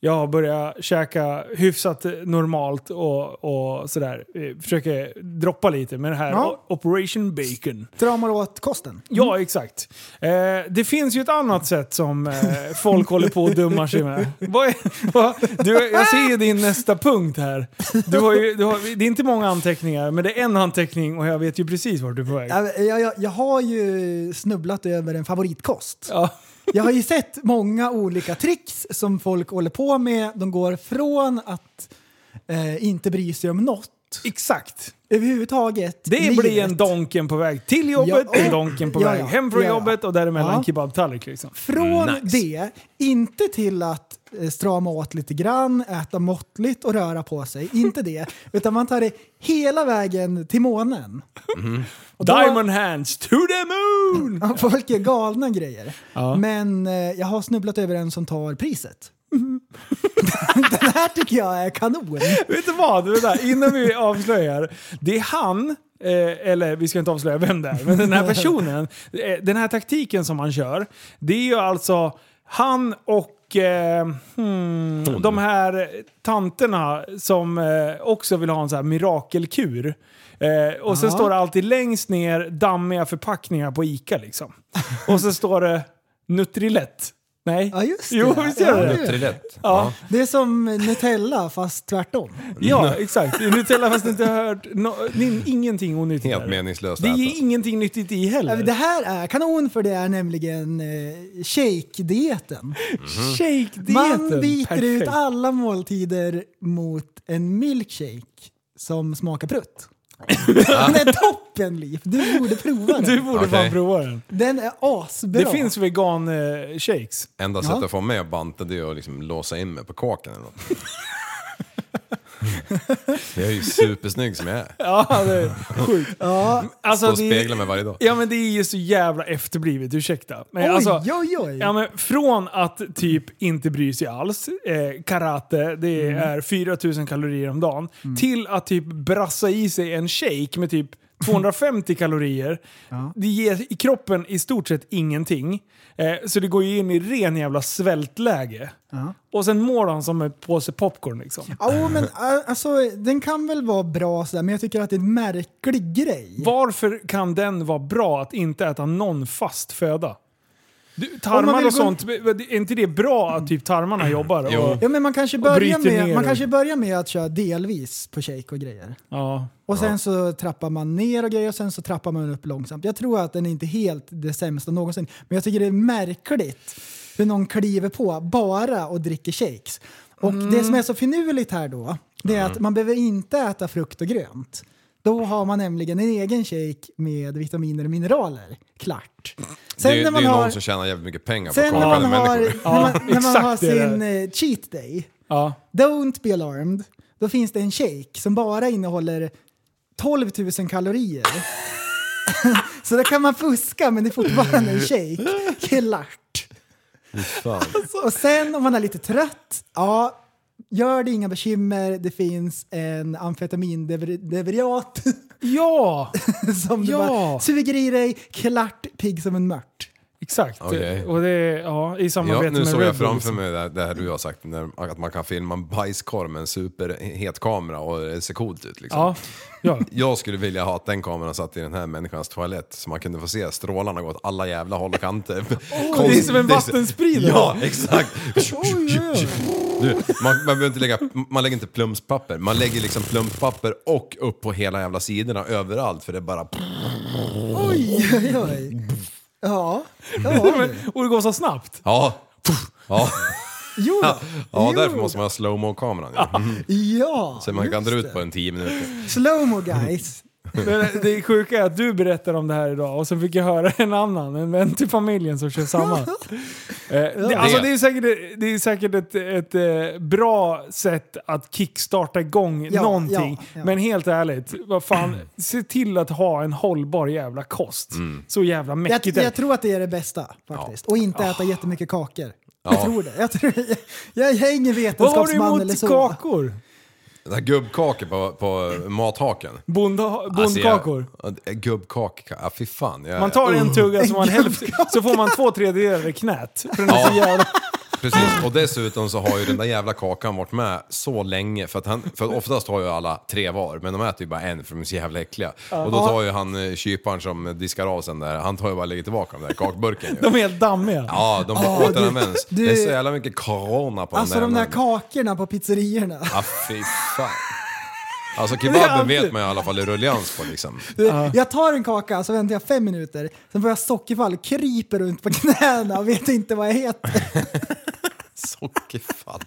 jag har börjat käka hyfsat normalt och, och sådär. Eh, försöker droppa lite med det här Ja. Mm. O- Operation Bacon. stramar åt kosten. Ja, exakt. Eh, det finns ju ett annat sätt som eh, folk håller på och dummar sig med. Vad är, vad, du, jag ser ju din nästa punkt här. Du har ju, du har, det är inte många anteckningar, men det är en anteckning och jag vet ju precis vart du är på väg. Jag, jag, jag, jag har ju snubblat över en favoritkost. Ja. Jag har ju sett många olika tricks som folk håller på med. De går från att eh, inte bry sig om något Exakt. överhuvudtaget. Det blir en donken på väg till jobbet, Ja. en donken på Ja, väg ja. hem från Ja, ja. jobbet och däremellan Ja. en kebabtallrik. Liksom. Från det, inte till att eh, strama åt lite grann, äta måttligt och röra på sig. Inte det. Utan man tar det hela vägen till månen. Och då- Diamond hands to the moon! Ja, Folk gör galna grejer. Ja. Men eh, jag har snubblat över en som tar priset. Den här tycker jag är kanon. Vet du vad? Det där, innan vi avslöjar. Det är han, eh, eller vi ska inte avslöja vem det är, men den här personen. eh, Den här taktiken som han kör. Det är ju alltså han och eh, hmm, de här tanterna som eh, också vill ha en sån här mirakelkur. Eh, och sen Ja. står det alltid längst ner dammiga förpackningar på Ica liksom. Och så står det Nutrilett. Nej? Ja, just det. Jo, visst gör Ja, det det det? gör Trilett. Ja. Det är som Nutella fast tvärtom. Ja, exakt. Nutella fast inte hört no, ni- ingenting onyttigt. Helt där. meningslöst Det att är äta. ingenting nyttigt i Ja, heller. men Det här är kanon för det är nämligen eh, shake-dieten. Mhm. Shake-dieten. Man byter ut Perfekt. alla måltider mot en milkshake som smakar prutt. Den är toppen Liv! Du borde prova Du den. borde Okej. fan prova den. Den är asbra. Det finns eh, vegan-shakes. Enda Ja. sättet att få med Bante det är att liksom låsa in mig på kåken eller något. Jag är ju supersnygg som jag är. Alltså, Ja, det är sjukt. Ja, Alltså, Står och det- speglar mig varje dag. Ja, men det är ju så jävla efterblivet, ursäkta. Men oj, alltså, oj, oj. Ja, men från att typ inte bry sig alls, eh, karate, det Mm. är 4000 kalorier om dagen, till att typ brassa i sig en shake med typ 250 kalorier. Det ger i kroppen i stort sett ingenting. Eh, så det går ju in i ren jävla svältläge. Och sen mår han som en påse popcorn liksom. Ja, men eh, alltså, den kan väl vara bra sådär, men jag tycker att det är en märklig grej. Varför kan den vara bra att inte äta någon fast föda? Du, Om man tarmar vill och gå- Mm. sånt, är inte det bra att typ tarmarna jobbar? Och, Ja, men man kanske, bryter börjar ner med, man det. kanske börjar med att köra delvis på shake och grejer. ja. Och sen så trappar man ner och grejer och sen så trappar man upp långsamt. Jag tror att den är inte helt det sämsta någonsin. Men jag tycker det är märkligt hur någon kliver på bara och dricker shakes. Och Mm. det som är så finurligt här då, det är att man behöver inte äta frukt och grönt. Då har man nämligen en egen shake med vitaminer och mineraler. Klart. Det Sen är, det när är man ju har, någon som tjänar jävligt mycket pengar på sen när man korkade har, människor. när man, när man exakt har det är sin det. eh, cheat day, Ja. Don't be alarmed. Då finns det en shake som bara innehåller 12 000 kalorier. Så där kan man fuska men det är fortfarande en shake. Klart. Fan. Och sen om man är lite trött, ja, gör det inga bekymmer. Det finns en amfetaminderivat ja, som du Ja. bara suger i dig. Klart pigg som en mört. exakt. Okej. Och det, ja, I Ja, samarbete nu med såg Red jag Bull, framför liksom. mig det här, det här du har sagt, när, att man kan filma en bajskorv med en superhet kamera och det ser coolt ut. Liksom. Ja. Ja. Jag skulle vilja ha att den kameran satt i den här människans toalett så man kunde få se strålarna gå åt alla jävla håll och kanter. Konst- det är som en det är så- vattenspridare. Ja, exakt! oj, oj. Du, man, man, behöver inte lägga, man lägger inte plumspapper, man lägger liksom plumspapper och upp på hela jävla sidorna överallt för det är bara... Oj, oj, oj. Ja, ja. Och det går så snabbt. Ja. Ja, Jo, ja. ja jo. därför måste man ha slowmo kameran ja. Ja, Så man kan just dra det. ut på en 10 minuter. Slowmo guys. Men det sjuka är att du berättar om det här idag och sen fick jag höra en annan, en vän till familjen som kör samma. Eh, det, alltså det är säkert, det är säkert ett, ett eh, bra sätt att kickstarta igång Ja, någonting. ja, ja. Men helt ärligt, vad fan, se till att ha en hållbar jävla kost. Mm. Så jävla Jag, mäckigt är jag tror att det är det bästa faktiskt. Och inte äta jättemycket kakor. Jag Ja. tror det. Jag, tror, jag, jag är ingen Vad har du vetenskapsman eller emot så. kakor? Den här Gubbkakor på, på mathaken. Bonda, Alltså, jag- bondkakor? Gubbkaka, ja, fy fan. Jag, Man tar Mm. en tugga så, man hälften, så får man två tredjedelar i knät. För den är så Ja. jävla... Precis, och dessutom så har ju den där jävla kakan varit med så länge. För, att han, för att oftast har ju alla tre var, men de äter ju bara en för de är så jävla äckliga. Och då tar ju han eh, kyparen som diskar av sen där, han tar ju bara lägger tillbaka den där kakburken ju. De är helt dammiga. Ja, de bara återanvänds. du- Det är så jävla mycket corona på Alltså den de där. där kakorna på pizzerierna. Ja, fy fan. Alltså Det är kebaben alltid- vet man i alla fall i rullians på liksom. Du, Jag tar en kaka, så väntar jag fem minuter, sen får jag sockerfall, kryper runt på knäna och vet inte vad jag heter. Sockerfall.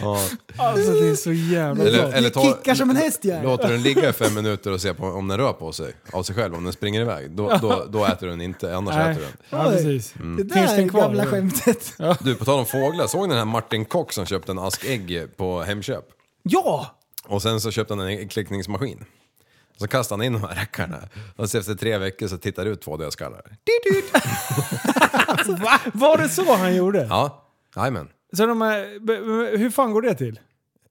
Ja. Alltså det är så jävla Eller, gott. eller ta, kickar som en häst gör. Låter den ligga i fem minuter och se på, om den rör på sig av sig själv, om den springer iväg. Då, då, då äter den inte, annars äter den. Mm. Ja, precis. Det Finns där är den det kvar? gamla skämtet. Du, på tal om fåglar, såg ni den här Martin Kock som köpte en ask ägg på Hemköp? Ja! Och sen så köpte han en klickningsmaskin. Så kastade han in de här rackarna. Och så efter tre veckor så tittar det ut två dödskallar. Var det så han gjorde? Ja, jajamän. Så de är, b- b- hur fan går det till?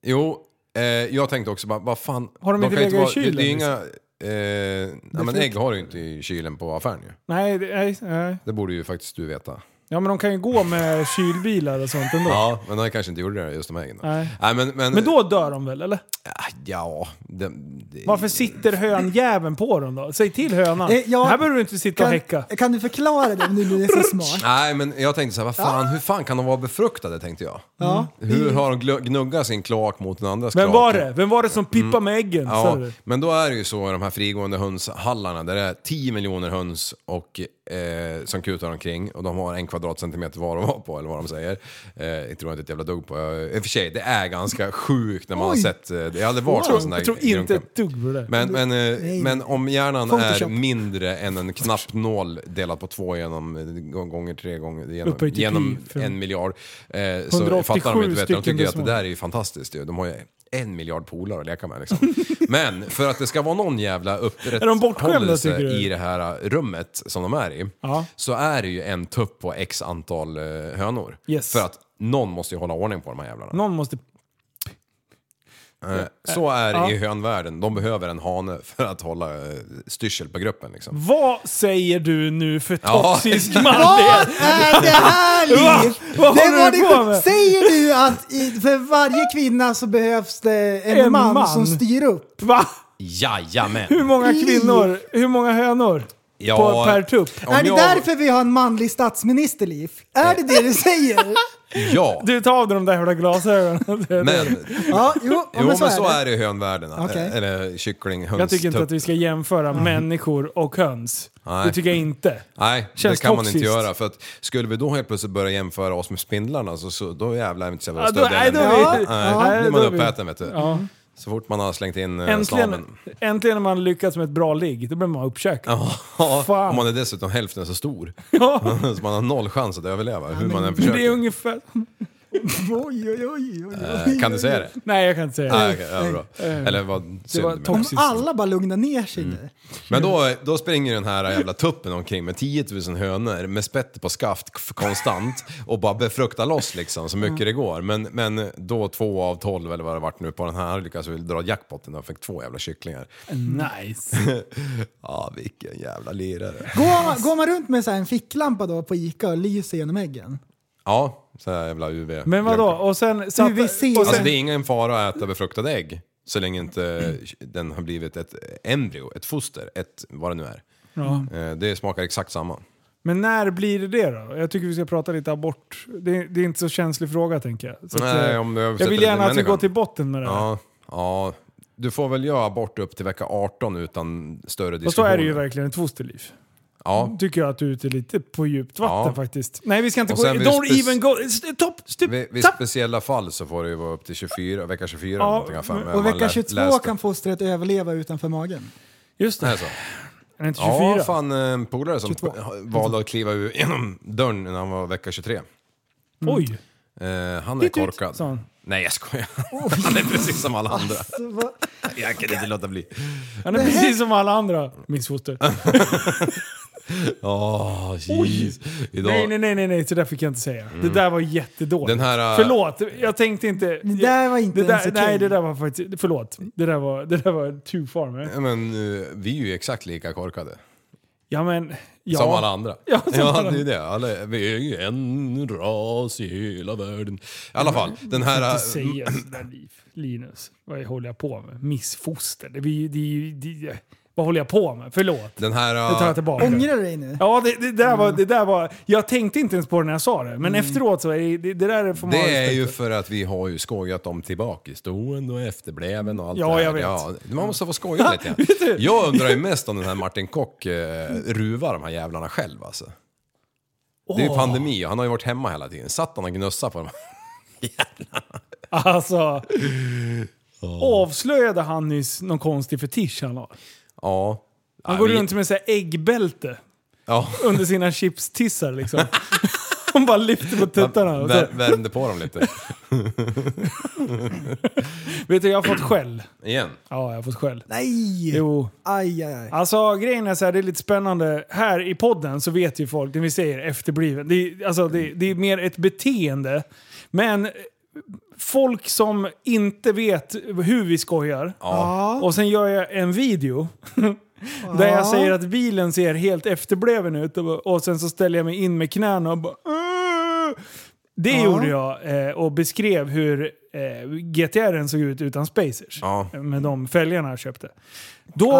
Jo, eh, jag tänkte också bara, vad fan. Har de inte kan legat i vara- Det, det är kylen, inga... Eh, nej, men ägg har du ju inte i kylen på affären ju. Nej, det- nej, nej. Det borde ju faktiskt du veta. Ja men de kan ju gå med kylbilar och sånt ändå. Ja, men han kanske inte gjorde det just de här äggen. då. Nej. men, men, Men då dör de väl eller? Ah, Ja, det, det, Varför sitter hönjäveln på dem då? Säg till hönan. Eh, ja. Här behöver du inte sitta och häcka. Kan, kan du förklara det om du nu är så smart? Nej, men jag tänkte så här, vad fan, hur fan kan de vara befruktade tänkte jag. Mm. Hur har de glö- gnuggat sin kloak mot den andras Vem kloak? var det? Vem var det som pippade med äggen? sa Mm. Ja, du? men då är det ju så i de här frigående hönshallarna där det är 10 miljoner höns och, eh, som kutar omkring och de har en kvadratcentimeter var att vara på eller vad de säger. Eh, jag tror inte ett jävla dugg på. Eh, I och för sig, det är ganska sjukt när man har sett... Eh, jag har aldrig varit på en sån där Jag tror inte grunka. ett dugg på det. Men, men, eh, men om hjärnan är Photoshop. mindre än en knappnål delad på två genom eh, gång- gånger tre gånger genom, Upphöjt till genom pi för- en miljard eh, så 187 fattar de inte bättre. De tycker stycken ju att det där är ju fantastiskt ju. De har ju en miljard polare att leka med liksom. Men för att det ska vara någon jävla de bortskämda, upprätthållelse tycker du? i det här eh, rummet som de är i Ja. så är det ju en tupp på x antal eh, hönor. Yes. För att någon måste ju hålla ordning på de här jävlarna. Någon måste... Eh, Så är det i hönvärlden. De behöver en hane för att hålla eh, styrsel på gruppen. Liksom. Vad säger du nu för Ja. toxisk manlighet? Är det här liv? Vad Det var håller du på det, med? säger du att i, för varje kvinna så behövs det en, En man, man. som styr upp? Va? Hur Jajamän! många kvinnor? Hur många hönor? Ja, På, per tupp? Om är det jag- därför vi har en manlig statsminister, Liv? Är det det du säger? Ja, Du, tar av dig de där jävla glasögonen. Det- men, det- Ja, jo, ja, jo, men så, är det. det i hönvärlden. eh, Okej. Eller kyckling, höns, Jag tycker inte tupp. att vi ska jämföra människor och höns. Nej. Det tycker jag inte. Nej, Känns det kan man toxiskt. inte göra. För att skulle vi då helt plötsligt börja jämföra oss med spindlarna så, så då jävlar är vi inte så jävla Ja, då- stöddiga nej, då längre. är vi- Nej, ja, då är man då är vi- uppäten vet du. Ja. Så fort man har slängt in eh, Äntligen, slaven. äntligen när man lyckats med ett bra ligg, då blir man uppkäkad. Ja, Fan. om man är dessutom hälften så stor. Ja. så man har noll chans att överleva hur Men man än det är försöker. ungefär... Oj, oj, oj, oj, Eh, Kan du säga det? Nej, jag kan inte säga Nej, det. okej, ja, bra. Eller vad synd Det var du menar. Om toxiskt. alla bara lugnar ner sig nu. Men då, då springer den här jävla tuppen omkring med 10 000 hönor med spett på skaft k- konstant och bara befruktar loss liksom så mycket det går. Men, men då två av 12 eller vad det vart nu på den här lyckas vi dra jackpotten och fick två jävla kycklingar. Nice. Ja, vilken jävla lirare. Går, går man runt med så här en ficklampa då på Ica och lyser genom äggen? Ja, så här jävla UV. Men vadå? Och sen... satt- UVC. och Alltså sen det är ingen fara att äta befruktade ägg så länge inte eh, den har blivit ett embryo, ett foster, ett vad det nu är. ja. Eh, Det smakar exakt samma. Men när blir det det då? Jag tycker vi ska prata lite abort. Det är, det är inte så känslig fråga tänker jag. Så att, Nej, eh, om du jag översätter vill det till gärna att vi människan. går till botten med det här. Ja, ja. Du får väl göra abort upp till vecka 18 utan större och så diskussioner. är det ju verkligen ett fosterliv. Ja. tycker jag att du är ute lite på djupt vatten Ja. faktiskt. Nej, vi ska inte Och gå sen in. vill jag Don't spec- even go... st- Topp! Stup, Vid, vid tapp. speciella fall så får det ju vara upp till 24, vecka 24 Ja, eller någonting. har jag för mig. Man Och vecka lä- 22 läste- kan fostret överleva utanför magen. Just Nej, det. så. Är det inte 24? Ja, fan eh, en polare som 22. valde att kliva ur genom dörren när han var vecka 23. Oj! Eh, han är Titt, titt, korkad. Mm. Typ, sa han. Nej jag skojar. Han är precis som alla andra. Alltså, Så vad- Jag kan inte låta bli. Han är precis som alla andra. Min foster. Åh, jeez. Idag... Nej, nej, nej, nej, nej, så där fick jag inte säga. Det där var jättedåligt. Mm. Den här, äh, Förlåt, jag tänkte inte... Det där var inte det där, ens okej. Nej, det där var faktiskt... Förlåt. Det där var, det där var too far. Men, Ja, Men eh, vi är ju exakt lika korkade. ja, men... Ja. Som alla andra. Ja, som alla det andra. är det. Alla, vi är ju en ras i hela världen. I alla fall, den Du här... inte säga sådär, Liv. Linus. Vad håller jag på med? Missfoster. Det, är ju- det, är ju- det, vad håller jag på med? Förlåt. Den här... Det tar jag tillbaka. Ångrar du dig nu? Mm. Ja, det, det, där var, det där var... Jag tänkte inte ens på det när jag sa det, men efteråt så är det... Det, det där får man ha Det är respekt ju för. för att vi har ju skojat om tillbakastående och efterbläven och allt Ja, det här. jag vet. man måste få skoja lite Vet du? grann. Jag undrar ju mest om den här Martin Kock eh, ruvar de här jävlarna själv alltså. Det är ju pandemi och han har ju varit hemma hela tiden. Satt han och gnussade på dem? Alltså... Avslöjade han nyss någon konstig fetisch han har? Ja. Han Ja, går vi- runt med så här äggbälte Ja. under sina chipstissar liksom. han bara lyfter på tuttarna. Och så, Vär, värmde på dem lite. vet du, jag har fått skäll. Igen. Ja, jag har fått skäll. Nej! Jo. Aj, aj, aj. Alltså grejen är så här, det är lite spännande. Här i podden så vet ju folk, när vi säger efterbliven, det är, alltså, det, det är mer ett beteende. Men eh, folk som inte vet hur vi skojar, och sen gör jag en video. Där jag säger att bilen ser helt efterbliven ut och, och sen så ställer jag mig in med knäna och bara "Åh!" Det gjorde jag eh, och beskrev hur eh, GTR såg ut utan spacers. Ja. Med de fälgarna jag köpte. Då,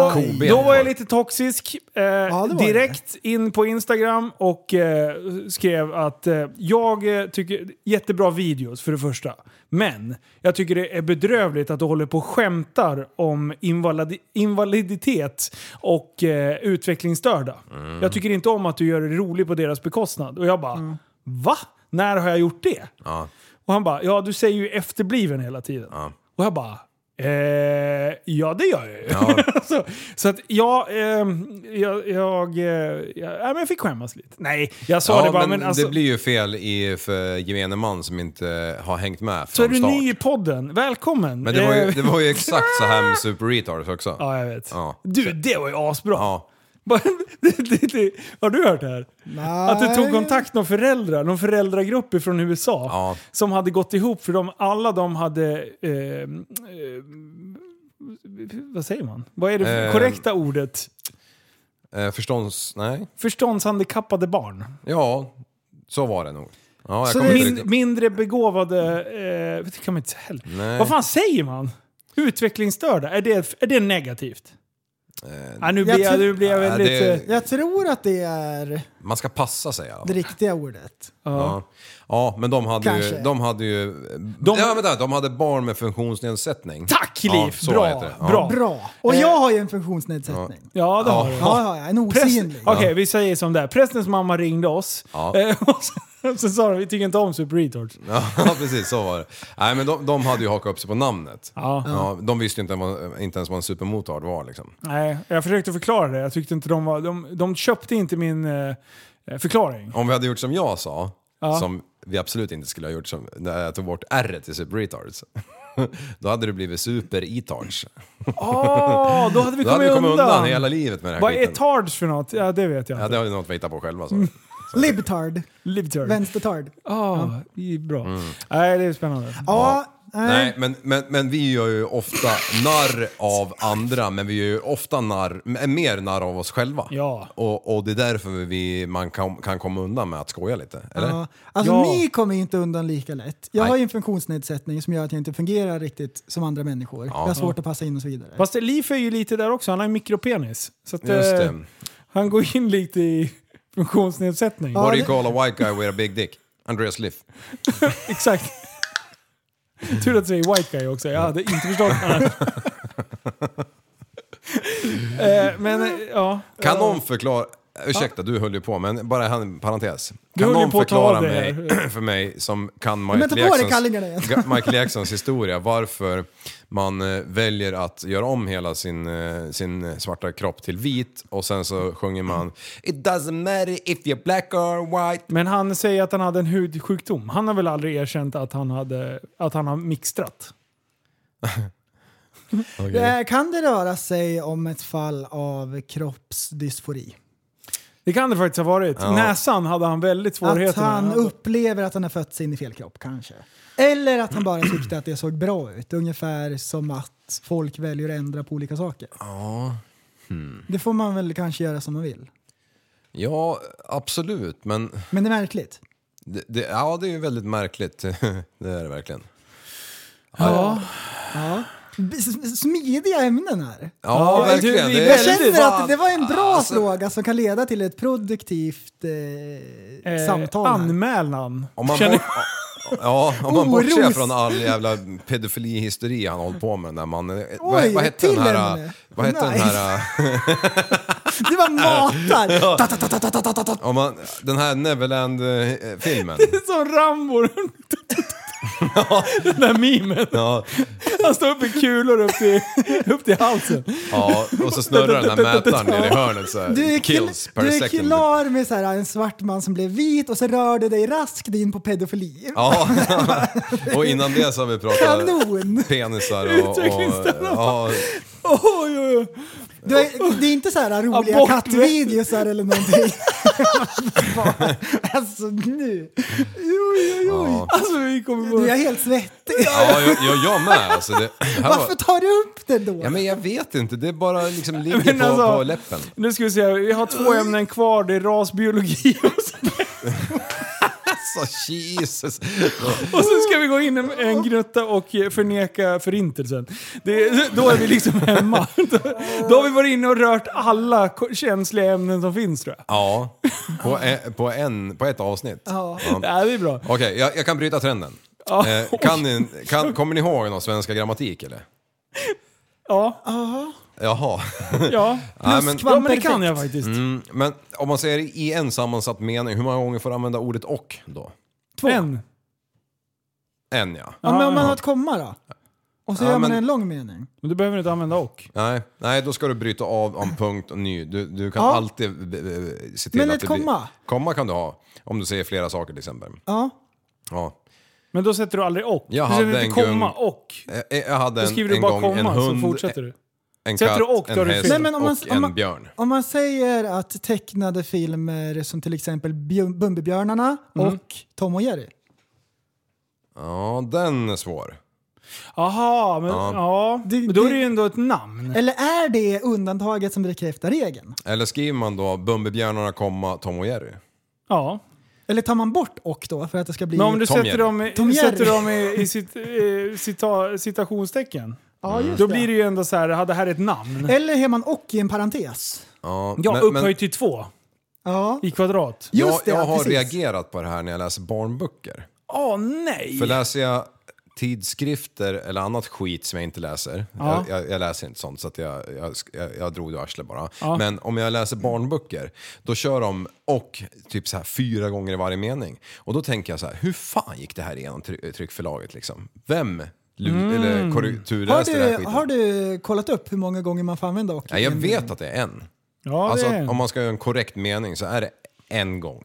då var jag lite toxisk. Eh, det var direkt in på Instagram och eh, skrev att eh, jag eh, tycker... Jättebra videos för det första. Men jag tycker det är bedrövligt att du håller på och skämtar om invalidi invaliditet och eh, utvecklingsstörda. Mm. Jag tycker inte om att du gör det roligt på deras bekostnad. Och jag bara, va? När har jag gjort det? Och han bara, ja du säger ju efterbliven hela tiden. Och jag bara, eh, ja det gör jag ju. så, så att jag, ehm, jag, jag, eh, jag, ja, men jag fick skämmas lite. Nej, jag sa Ja, det bara, men, men alltså, det blir ju fel i, för gemene man som inte har hängt med så är från du start. ny i podden, välkommen! Men det var, ju, Eh, det var ju exakt så här med Super Retards också. Ja, jag vet. Ja. Du, det var ju asbra. Ja. Bara- det, det, det, har du hört det här? Nej. Att du tog kontakt med föräldrar, någon föräldragrupp från USA Ja. som hade gått ihop för de, alla de hade... Eh, eh, vad säger man? Vad är det för Eh. korrekta ordet? Eh, förstånds... Nej. Förståndshandikappade barn. Ja, så var det nog. Ja, jag Så kommer det- inte Min, riktigt... mindre begåvade... Eh, det kan man inte säga heller. Nej. Vad fan säger man? Utvecklingsstörda, är det, är det negativt? ja, nu, Jag blir jag, tror- nu blir jag Eh, Ja, väldigt... det- eh, Jag tror att det är Man ska passa sig. Ja. det riktiga ordet. Ja. ja, men de hade Kanske. ju... De hade ju... De... Ja, vänta, de hade barn med funktionsnedsättning. Tack Liv! Ja, så bra, heter det. Ja. bra! Bra! Och Eh, jag har ju en funktionsnedsättning. Ja, det har du. Ja, ja, ja. En Prästen, osynlig. Okej, vi säger som det är. Prästens mamma ringde oss. Ja. Eh, och sen, sen sa de vi tycker inte om Super Retards. Ja, precis så var det. Nej, men de, de hade ju hakat upp sig på namnet. Ja. de visste ju inte, vad- inte ens vad en supermotard var liksom. Nej, jag försökte förklara det. Jag tyckte inte de var... De, de köpte inte min eh, förklaring. Om vi hade gjort som jag sa, Ja. som vi absolut inte skulle ha gjort som, när jag tog bort r till super retards. Då hade det blivit super etards. Åh, då hade vi kommit Då hade vi kommit undan. undan. hela livet med den här Vad är skiten. tards för något? Ja, det vet jag Ja, inte. det har ju något vi hittat på själva. Så. Libtard. Libtard. Vänstertard. Ah, det är bra. Mm. Nej, det är spännande. Ja, Nej, nej. men, men, men vi gör ju ofta narr av andra, men vi gör ju ofta narr, m- mer narr av oss själva. Ja. Och, och det är därför vi, man kan, kan komma undan med att skoja lite, eller? Ja. Alltså Ja. ni kommer ju inte undan lika lätt. Jag Nej. har ju en funktionsnedsättning som gör att jag inte fungerar riktigt som andra människor. Jag har svårt att passa in och så vidare. Fast Leif är ju lite där också. Han har en mikropenis. Så att, Just eh, det. han går in lite i funktionsnedsättning. What do det- you call a white guy with a big dick? Andreas Liff. Exakt. Tur att du säger white guy också. Jag hade inte förstått det här. Eh, Men eh, ja. Eh, Kan någon förklara... Ursäkta, du höll ju på, men bara en parentes. Du Kan höll ju någon på att ta förklara av mig, dig för mig som kan Men Michael ta på dig Jacksons, kallingarna igen. Ga- Michael Jacksons historia, varför man eh, väljer att göra om hela sin, eh, sin svarta kropp till vit och sen så sjunger man It doesn't matter if you're black or white. Men han säger att han hade en hudsjukdom. Han har väl aldrig erkänt att han, hade, att han har mixtrat? Eh, Kan det röra sig om ett fall av kroppsdysfori? Det kan det faktiskt ha varit. Näsan hade han väldigt Att svårigheter han med. upplever att han har fötts in i fel kropp kanske. Eller att han bara tyckte att det såg bra ut. Ungefär som att folk väljer att ändra på olika saker. Det får man väl kanske göra som man vill. Ja, absolut, men Men det är märkligt. det, det, ja, det är ju väldigt märkligt. det är det verkligen. Ja. ja. B- s- Smidiga ämnen här. Ja, Ja, verkligen. det- Det Jag är, känner att det var en bra Alltså- fråga som kan leda till ett produktivt eh, Eh, samtal. här. Anmälan. om man, Känner- bort, ja, om man Oros. bortser från all jävla pedofilihistorik han hållit på med den där mannen. Eh, vad, Oj, vad hette den till här... ämne. Vad hette den Nice. här... eh, Det var matar! Ta, ta, ta, ta, ta, ta, ta, ta. eh, Om man, den här Neverland-filmen. Som Rambo. Den där mimen. Ja, Han står upp i kulor upp till, upp till halsen. ja, och så snurrar den där mätaren nere i hörnet så här. Du är, kl- Kills per du är second. klar med så här, en svart man som blev vit och så rör du dig raskt in på pedofili. Ja, och innan det så har vi pratat Kanon! penisar och... och ja, Oj, oj, oj. Du är, det är inte så här roliga Abort- kattvideosar eller någonting. Bara, alltså nu. Oj, oj, oj. ja. Alltså vi kommer Du på... är helt svettig. ja jag, jag, jag med alltså. Det, det här Varför var, tar du upp den då? ja, men jag vet inte, det bara liksom ligger Men på, alltså- på läppen. Nu ska vi se, vi har två ämnen kvar. Det är rasbiologi och så, Alltså Jesus. och så ska vi gå in en, en gnutta och eh, förneka förintelsen. Det, då är vi liksom hemma. Då, då har vi varit inne och rört alla ko- känsliga ämnen som finns tror jag. Ja, på, en, på, en, på ett avsnitt. Ja. Ja, det är bra. Okej, jag, jag kan bryta trenden. Ja. Eh, kan ni, kan, kommer ni ihåg någon svenska grammatik eller? Ja, Jaha. ja. Nej, men, ja men det kan jag faktiskt. mm, men om man säger i en sammansatt mening, hur många gånger får du använda ordet och då? En. En ja. Ja, men om man har ett komma då? Och så Ja, gör man men- en lång mening. Men du behöver inte använda och. Nej, nej, då ska du bryta av om punkt och ny. Du, du kan Ja. alltid b- b- se till Men att ett det komma? Blir, komma kan du ha, om du säger flera saker till exempel. Ja. Ja. Men då sätter du aldrig och. Jag du hade sätter inte en gång- komma och. Eh, eh, Jag hade Då en, skriver du en bara gång komma en så hund, fortsätter du. en Sätter katt, du och, då har en du häst fel. Nej, men om man- och om en man- björn. Om man säger att tecknade filmer som till exempel Bjö- Bumbibjörnarna och Tom och Jerry. Ja, den är svår. Jaha, men Ja. ja. Det- men då är det det- ju ändå ett namn. Eller är det undantaget som bekräftar regeln? Eller skriver man då Bumbibjörnarna, komma, Tom och Jerry? Ja. Eller tar man bort och då för att det ska bli... Men om du Tom sätter Jerry. dem, i- Tom sätter Jerry. dem i, i cit, eh, cita, citationstecken, ja, just då det. Eh, blir det ju ändå så här, ja, det här är ett namn. Eller har man och i en parentes? Ja, Ja, men- men- upphöjt till två Ja. i kvadrat. Just jag, det, jag ja, har precis. reagerat på det här när jag läser barnböcker. Åh nej! För läser jag tidskrifter eller annat skit som jag inte läser, jag, jag, jag läser inte sånt så att jag, jag, jag, jag drog det ur arslet bara. Men om jag läser barnböcker, då kör de och typ så här fyra gånger i varje mening. Och då tänker jag så här, hur fan gick det här igenom try- tryckförlaget liksom? Vem lu- eller Mm. Har korrekturläste den här du, skiten? har du kollat upp hur många gånger man får använda och? i Nej, jag en- vet att det är en. Ja, Alltså det är. om man ska göra en korrekt mening så är det en gång.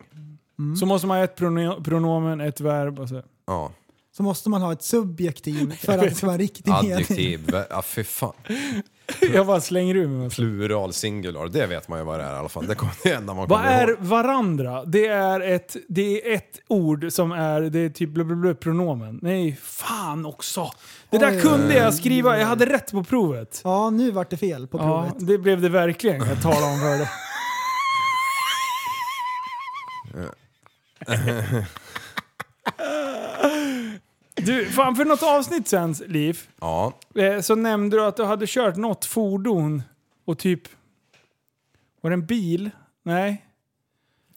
Så måste man ha ett prono- pronomen, ett verb och så. Ja. Så måste man ha ett subjektiv för att det ska vara en riktig mening. Adjektiv, vä- ja fy fan. Jag bara slänger ur mig. Plural, singular, det vet man ju vad det är i alla fall. Det kommer det enda man Vad kommer är ihåg. varandra? Det är ett, det är ett ord som är, det är typ blablabla pronomen. Nej, fan också! Det där Oj. kunde jag skriva, jag hade rätt på provet. Ja, nu vart det fel på Ja, provet. det blev det verkligen. Jag talar om för dig. Du, fan för något avsnitt sen, Liv, Ja, eh, så nämnde du att du hade kört något fordon och typ... Var det en bil? Nej?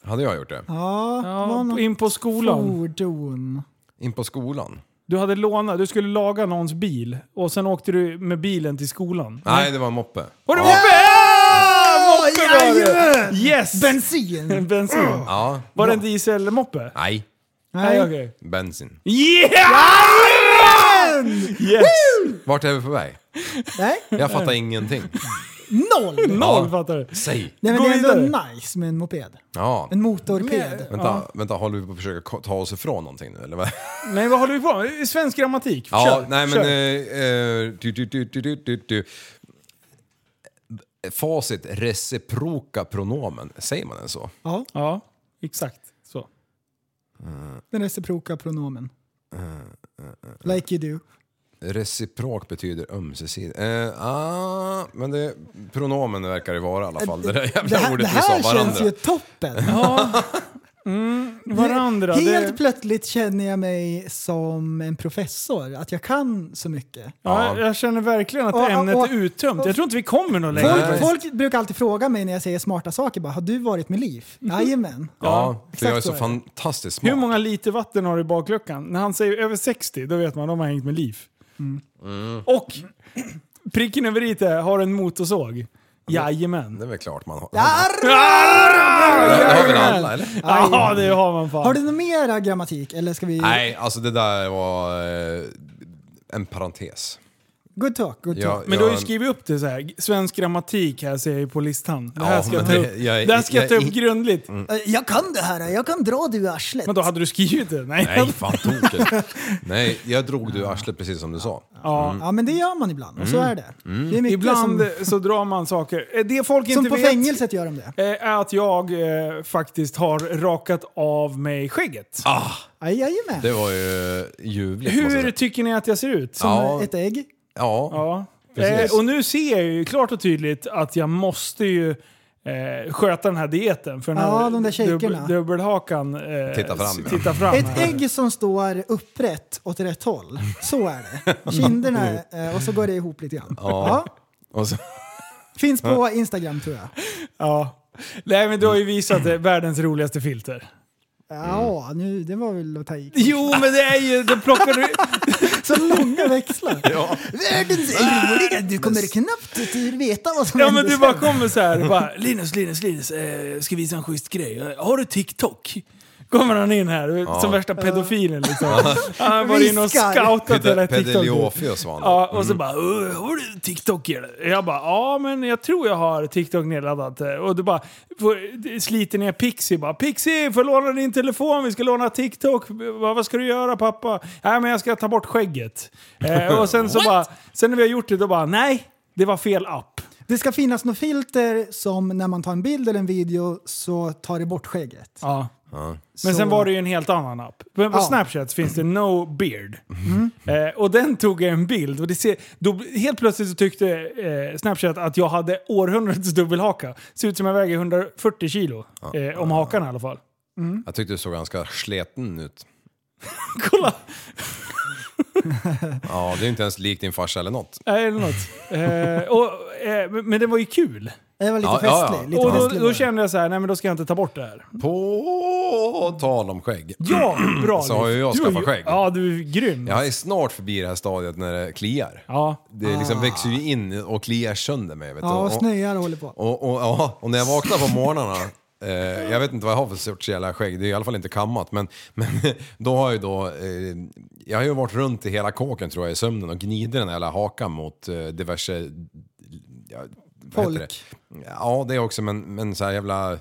hade jag gjort det? Ja, var Ja, något in på skolan. fordon. In på skolan? Du hade lånat, du skulle laga någons bil och sen åkte du med bilen till skolan. Nej, det var en moppe. Var det Ja. moppe? Ja, var det! Jajamän! Yes! Bensin! Bensin. Ja. Var det en dieselmoppe? Nej. Nej, okej. Bensin. Yeah! Yes! Vart är vi på väg? Nej, Jag fattar ingenting. noll! Noll fattar du. Säg! Nej, men Gå det är ändå vidare. nice med en moped. Ja. En motorped. Vänta, vänta, håller vi på att försöka ko- ta oss ifrån någonting nu eller? vad? Nej, vad håller vi på med? Svensk grammatik. Ja, Kör, nej men... kör. Eh, eh, du, du, du, du, du, du, du. Facit, reciproka pronomen. Säger man den så? Ja, Ja, exakt så. den reciproka pronomen. Eh, Like you do. Reciprok betyder ömsesidig. Eh, ah, men det, pronomen verkar det vara i alla fall. Det där Det jävla här, ordet det vi sa, här känns varandra. ju toppen! Varandra. Helt det, plötsligt känner jag mig som en professor, att jag kan så mycket. ja, jag känner verkligen att Och- och- ämnet och- är uttömt. Jag tror inte vi kommer någon längre. Folk, folk brukar alltid fråga mig när jag säger smarta saker, bara, har du varit med Liv? Mhm. Jajamän. Ja, för exakt jag är så så är det. fantastiskt Hur smart. många liter vatten har du i bakluckan? När han säger över 60, då vet man de har hängt med liv. Mm. Mm. Och pricken över i det, har en motorsåg. Jajamän. Det är väl klart man har. Arr! Ah! Det har väl alla eller? Ja, det har man fan. Har du något mera grammatik? Eller ska vi... Nej, alltså det där var eh, en parentes. Good talk, good talk. Men du har ju skrivit upp det så här. Svensk grammatik här ser jag ju på listan. Det här Ja, ska jag ta men upp, det- jag- det här ska jag ta jag- Mm. upp grundligt. Eh, Jag kan det här, jag kan dra du i arslet. Men då hade du skrivit det? Nej. Nej, fan token. Nej, jag drog du i arslet precis som du sa. Ja. Mm. Ja, men det gör man ibland. Och så är det. Det är mycket Ibland som, så drar man saker. Eh, Det folk som inte på vet fängelset gör de det. eh, är att jag eh, faktiskt har rakat av mig skägget. Aj, Jajamän. Det var ju ljuvligt måste jag Hur säga. tycker ni att jag ser ut? Som Ja. ett ägg. Ja, Ja. Precis. Eh, och nu ser jag ju klart och tydligt att jag måste ju eh, sköta den här dieten. För den Ja, här de där shakerna. dubbelhakan eh, Titta fram, s- titta fram Ett här. ägg som står upprätt åt rätt håll. Så är det. Kinderna, eh, och så går det ihop lite grann. Ja. och så, Finns på Instagram tror jag. Ja. Nej men du har ju visat det, världens roligaste filter. Ja, Mm. nu, det var väl att ta i. Jo men det är ju, då plockar du... Så långa växlar. ja. Världens roliga, du kommer knappt att veta vad som Ja men händer du bara sen. kommer så här, bara, Linus, Linus, Linus, eh, ska visa en schysst grej. Eh, Har du TikTok? Kommer han in här, som värsta pedofilen liksom. Han har varit inne och Viskar. scoutat hela TikTok. Pedeleofios var han. Ja, och så bara "Åh, “Har du TikTok eller?” Jag bara “Ja, men jag tror jag har TikTok nedladdat”. Och du bara får, sliter ner Pixie bara “Pixie, får jag låna din telefon? Vi ska låna TikTok. Vad, vad ska du göra pappa?” “Nej, men jag ska ta bort skägget”. Eh, och sen så bara, sen när vi har gjort det då bara “Nej, det var fel app”. Det ska finnas något filter som när man tar en bild eller en video så tar det bort skägget. Ja. Men Så- sen var det ju en helt annan app. Men på Ja. Snapchat finns det No Beard. Eh, och den tog jag en bild och det ser, då, helt plötsligt så tyckte eh, Snapchat att jag hade århundradets dubbelhaka. Ser ut som jag väger 140 kilo. Eh, om hakan i alla fall. Jag tyckte du såg ganska sleten ut. Kolla! Ja, det är inte ens likt din farsa eller något. Nej, Eller något. Eh, och, eh, men- men det var ju kul. Det var lite Ja, ja, ja. festlig. Lite Och då, festlig var då det. kände jag så här, nej men då ska jag inte ta bort det här. På tal om skägg. Ja, bra! Så har ju jag Du är skaffat skägg. Ja, du är grym. Jag är snart förbi det här stadiet när det kliar. Ja. Ah. Det liksom växer ju in och kliar sönder mig. Vet du. ja, och snöar och håller på. Och, och, ja, och när jag vaknar på morgnarna, eh, jag vet inte vad jag har för sorts jävla skägg, det är i alla fall inte kammat, men, men då har jag ju då, eh, jag har ju varit runt i hela kåken tror jag i sömnen och gnider den här jävla hakan mot eh, diverse... Ja, vad heter Folk. Det? Ja, det också, men, men så här jävla... eh,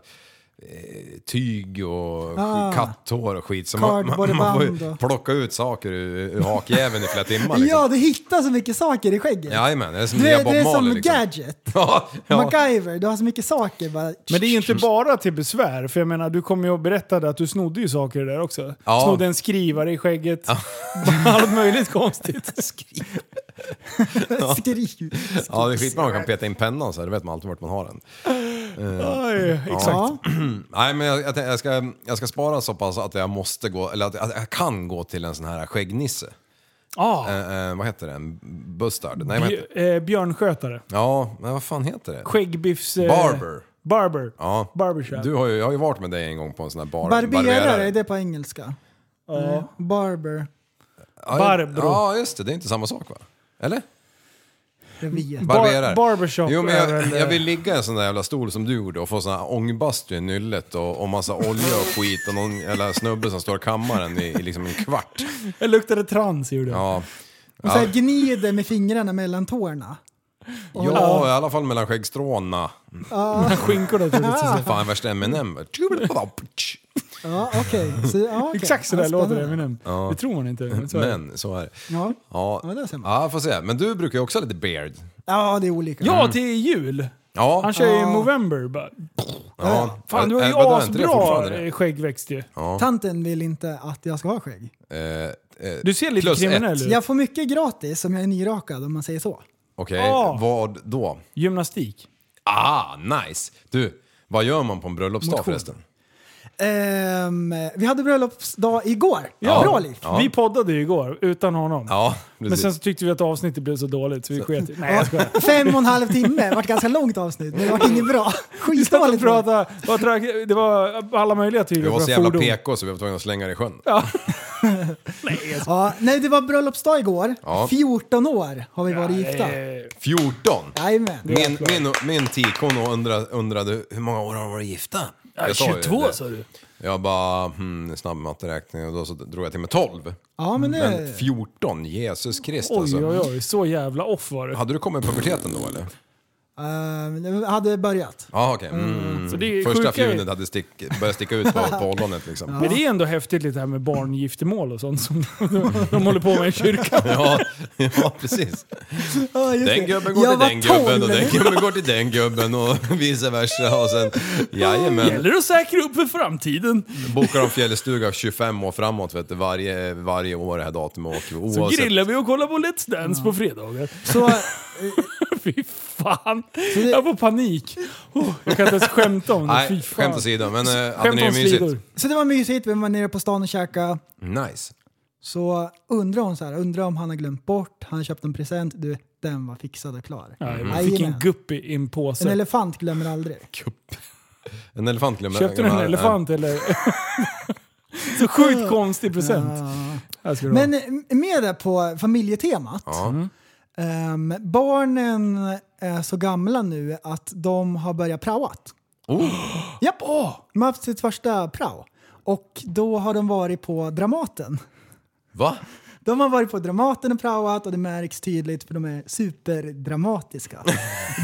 Tyg och Ah. katthår och skit. Så man, man, man får Cardboardband ju och- plocka ut saker ur, ur hakjäveln i flera timmar. Liksom. Ja, du hittar så mycket saker i skägget. Jajamän, det är som du nya är, Bob du är som Marley, liksom. Gadget. Ja, ja. MacGyver, du har så mycket saker. Bara, Men det är ju inte bara till besvär, för jag menar du kom ju och berättade att du snodde ju saker där också. Ja. Snodde en skrivare i skägget. Allt möjligt konstigt. Skriv. Ja, det är skitbra om man kan peta in pennan så här, då vet man alltid vart man har den. Aj, exakt. Ja. Nej, men jag, jag, tänkte- jag, ska, jag ska spara så pass att jag måste gå, eller att, att jag kan gå till en sån här skäggnisse. Ah. Eh, eh, vad heter den? Bustard? Nej, vad heter Bj- eh, björnskötare. Ja, men vad fan heter det? Skäggbiffs... Eh, Barber. Barber. Ja. Barbershop. Du har ju, jag har ju varit med dig en gång på en sån här bar, Barberare, är det på engelska? Ja. Barber. Ja, Barbro. Ja, just det. Det är inte samma sak va? Eller? Jag vet. Barberare. barbershop Jo, men är väl, jag, eh, jag vill ligga i en sån där jävla stol som du gjorde och få sån här ångbastu i nyllet och, och massa olja och skit och någon jävla snubbe som står i kammaren i, i liksom en kvart. Jag luktade trans gjorde jag. Ja. Och så här Ja. gnider med fingrarna mellan tårna. ja, i alla fall mellan Ah. skäggstråna. Skinkorna trodde jag skulle säga. Fan, värsta M&M. bara. Ja, okej. Så, ja, okej. Exakt sådär Ja, låter det. spännande. Eminem. Det tror man inte. Men så är det. Men så är det. Ja. Ja, Ja, där ser man. ja får se. Men du brukar ju också ha lite beard. ja, det är olika. Mm. Ja, till jul! Ja. Han kör ju Movember. Bara. ja. Fan, du har ju Äh, vadå, är inte det asbra fortfarande det? eh, skäggväxt ju. Tanten vill inte att jag ska ha skägg. Eh, eh, Du ser lite Plus kriminell ett. ut. Jag får mycket gratis om jag är nyrakad om man säger så. Okej, Ah. vad då? Gymnastik. Ah, nice! Du, vad gör man på en bröllopsdag förresten? Ehm, vi hade bröllopsdag igår. Ja. Bra liv. Ja. Vi poddade ju igår utan honom. Ja, precis. Men sen så tyckte vi att avsnittet blev så dåligt så vi sket i- Nej jag skojar. Fem och en halv timme. Vart ganska långt avsnitt, men det vart inget bra. Vi satt och Skitdåligt. var det. pratade, bara tra- det var alla möjliga typer Vi var av så jävla fordon. PK så vi var tvungna att slänga det i sjön. Ja, nej, det var bröllopsdag igår. Ja. 14 år har vi varit gifta. Eh, 14! Jajamän. Min, min, min tikon undrade, undrade hur många år har du varit gifta? Jag ju 22 det. sa du. Jag bara, hmm, snabb matteräkning och då så drog jag till med 12. Ja, Mm, men Men det... 14, Jesus Krist Eh. Oj, alltså. oj, oj. Så jävla off var det. Hade du kommit i puberteten då eller? Ehm, det hade börjat. Ja, okej. Mm. Så det är Första sjuka är- fjunet hade stick, börjat sticka ut på, på ollonet liksom. Men det är ändå häftigt lite här med barngiftermål och sånt som de, de håller på med i kyrkan. Ja, ja, precis. Ja, just Den det. gubben går Jag till var den gubben 12. och den gubben går till den gubben och vice versa. Och sen, jajamän, Gäller det att säkra upp för framtiden. bokar de fjällstuga 25 år framåt vet du, varje, varje år det här datumet. Och Så oavsett, grillar vi och kollar på Let's Dance på fredagar. Så, Fy fan. Jag får panik. Oh, jag kan inte ens skämta om det. Fy nej, fan. skämt åsido, men äh, hade Skämt ni det om mysigt? slidor. så det var mysigt. Vi var nere på stan och käkade. Nice. Så undrar hon så här, undrar om han har glömt bort, han har köpt en present, du, den var fixad och klar. Nej, Mm. jag fick en Jajamän. gupp i i en En påse. elefant glömmer aldrig. En elefant glömmer Köpte du en glömmer- elefant eller? Så sjukt konstig present. Här ska du ha. Men eh, med det på familjetemat. Mm. Ehm, barnen är så gamla nu att de har börjat praoat. Oh. Japp, de har haft sitt första prao. Och då har de varit på Dramaten. Va? De har varit på Dramaten och praoat och det märks tydligt för de är superdramatiska.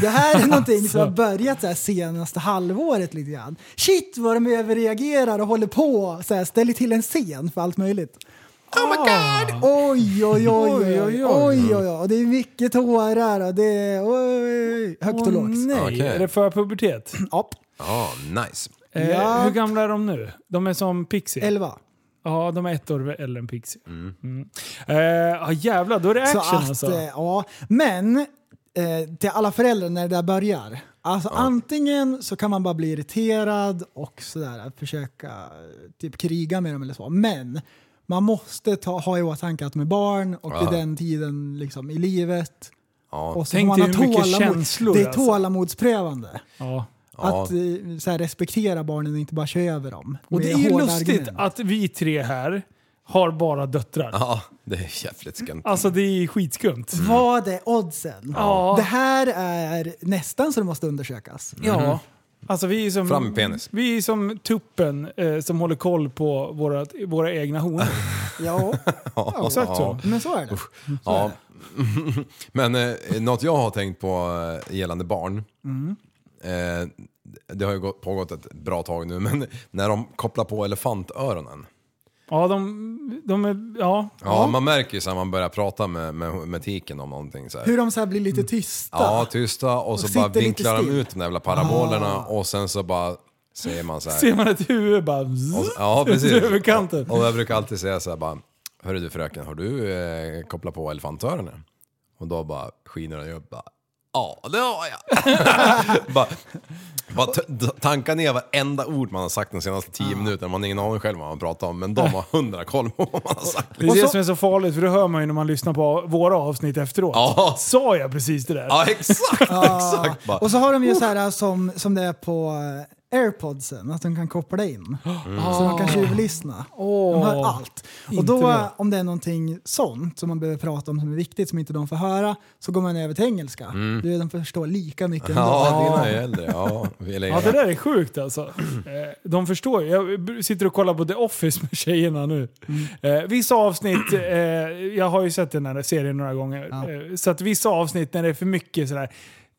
Det här är någonting som har börjat det här senaste halvåret lite grann. Shit vad de överreagerar och håller på så här, ställer till en scen för allt möjligt. Oh my god! Oj, oj, oj, oj, oj, oj, oj. Och det är mycket tårar och det är oj, högt och Åh, lågt. nej, Okej. är det för pubertet? Ja, Ja, nice. Eh, Ja. Hur gamla är de nu? De är som Pixie? elva. Ja, de är ett år äldre än Pixie. Mm. Eh, ja, jävlar. Då är det Så action att, alltså. eh, ja. Men eh, till alla föräldrar när det där börjar. Alltså antingen så kan man bara bli irriterad och sådär försöka eh, typ kriga med dem eller så. Men man måste ta, ha i åtanke att de är barn och det är den tiden liksom, i livet. Och så Tänk får dig ha hur mycket tålamod. känslor, Det är alltså. tålamodsprövande. Ja. Ja. Att eh, så här, respektera barnen och inte bara köra över dem. Och det med är ju hårda lustigt argument. att vi tre här har bara döttrar. Ja, Mm. det är jävligt skumt. Alltså det är skitskumt. Vad är oddsen? Ja. Det här är nästan så det måste undersökas. Ja. Alltså vi är som, Fram med penis. Vi är som tuppen eh, som håller koll på våra, våra egna honor. Ja, Ja, Exakt så. men så är det. Ja. Mm. Men eh, något jag har tänkt på eh, gällande barn. Mm. Eh, det har ju gått, pågått ett bra tag nu, men när de kopplar på elefantöronen. Ja, de, de är... Ja. Ja, man märker ju så här, man börjar prata med, med, med tiken om någonting. Så här. Hur de så här blir lite tysta. Mm. Ja, typ. tysta och så Och bara sitter lite vinklar de still. ut de där jävla parabolerna och sen så bara säger man så här. Ah. Ser man ett huvud bara... zzz, Och, ja, precis. Över kanten. Och jag brukar alltid säga så här bara, Hörru du fröken, har du eh, kopplat på elefantöronen? Och då bara skiner han ju upp bara, ja det har jag. bara, bara t- tanka ner varenda ord man har sagt de senaste Ah. tio minuterna, man har ingen aning själv vad man pratar om, men de har hundra koll på vad man har sagt. Det är det så- som är så farligt, för det hör man ju när man lyssnar på våra avsnitt efteråt. Ja. Sa jag precis det där? Ah. Ja exakt, exakt. Bara, Och så har de ju så här som, som det är på eh, airpodsen, att de kan koppla in. Mm. Så Ah. de kan tjuvlyssna. Åh. De hör allt. Och Inte då, eh, bra. om det är någonting sånt som man behöver prata om som är viktigt som inte de får höra, så går man över till engelska. Du, de förstår lika mycket ändå. Mm. Ja, dina är äldre. Ja, eller, Ja, det där är sjukt alltså. Eh, De förstår ju. Jag b- sitter och kollar på The Office med tjejerna nu. Mm. Eh, Vissa avsnitt, eh, jag har ju sett den här serien några gånger, Eh, så att vissa avsnitt när det är för mycket sådär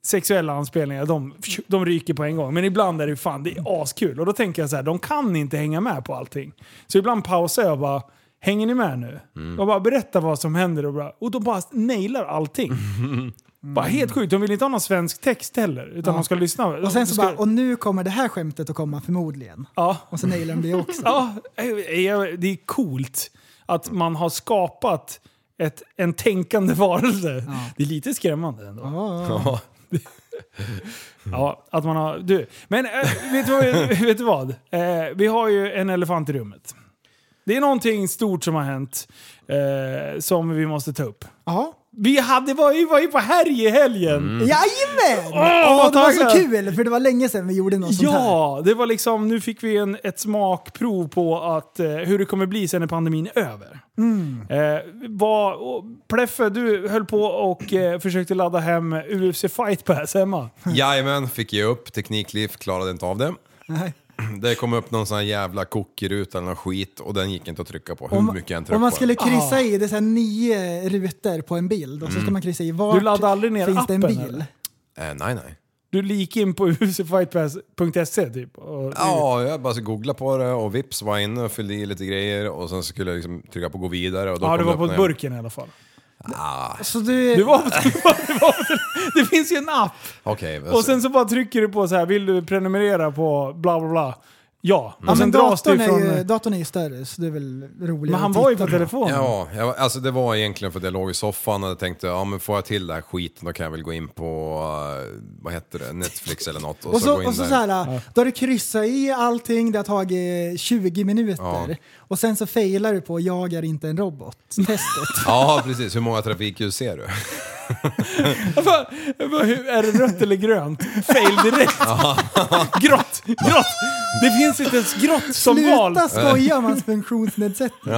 sexuella anspelningar, de, de ryker på en gång. Men ibland är det ju fan, det är askul. Och då tänker jag så här, de kan inte hänga med på allting. Så ibland pausar jag och bara, hänger ni med nu? Mm. Jag bara berättar vad som händer och, bara, och de bara nailar allting. Bara helt sjukt, de vill inte ha någon svensk text heller. Utan de ska lyssna. Och sen så ska- bara, och nu kommer det här skämtet att komma förmodligen. Ja. Och så nailar de det också. Ja, eh, eh, det är coolt att man har skapat ett, en tänkande varelse. Det är lite skrämmande ändå. Ja. Ja, att man har... Du. Men eh, vet du vad? vet du vad? Eh, vi har ju en elefant i rummet. Det är någonting stort som har hänt eh, som vi måste ta upp. Ja. Vi hade, var, ju, var ju på härj i helgen! Mm. Jajamän! Åh, Åh, vad det var så taggad! kul, för det var länge sedan vi gjorde något sånt här. Ja, det var liksom, nu fick vi en, ett smakprov på att, eh, hur det kommer bli sen när pandemin är över. Mm. Eh, vad- och Pleffe, du höll på och eh, försökte ladda hem UFC Fight Pass hemma. Jajamän, fick ge upp. Teknikliv klarade inte av det. Det kom upp någon sån här jävla cookieruta eller någon skit och den gick inte att trycka på hur mycket jag än tryckte Om man på skulle den. Ah. kryssa i, det är så här nio rutor på en bild och så Mm. ska man kryssa i vart Du laddade aldrig ner finns det en appen, bil. eller? Eh, nej, nej. Du gick in på UFCfightpass.se typ. Och, Ja, jag bara googlade på det och vips var jag inne och fyllde i lite grejer och sen skulle jag liksom trycka på gå vidare och då ja, kom du var upp på när jag- burken i alla fall. Så Alltså, du, Du var på, du var, du var på, det finns ju en app! Okej, alltså- Och sen så bara trycker du på så här, vill du prenumerera på bla bla bla? Ja. Mm. ja, Och sen men dras du datorn, är ju, ifrån... datorn är ju större så det är väl roligare Men han att var ju titta på telefonen. Ja, jag, alltså det var egentligen för att jag låg i soffan och jag tänkte, ja men får jag till den här skiten då kan jag väl gå in på, eh, vad heter det, Netflix eller något och, Och gå så, in och så, där. så här, då har du kryssat i allting, det har tagit 20 minuter. Ja. Och sen så failar du på jag är inte en robot, testet. Ja, precis. Hur många trafikljus ser du? Vad- vad- hur- Är det rött eller grönt? Fail direkt. grått, grått. Det finns inte ens grått som val. Sluta skoja om hans funktionsnedsättning.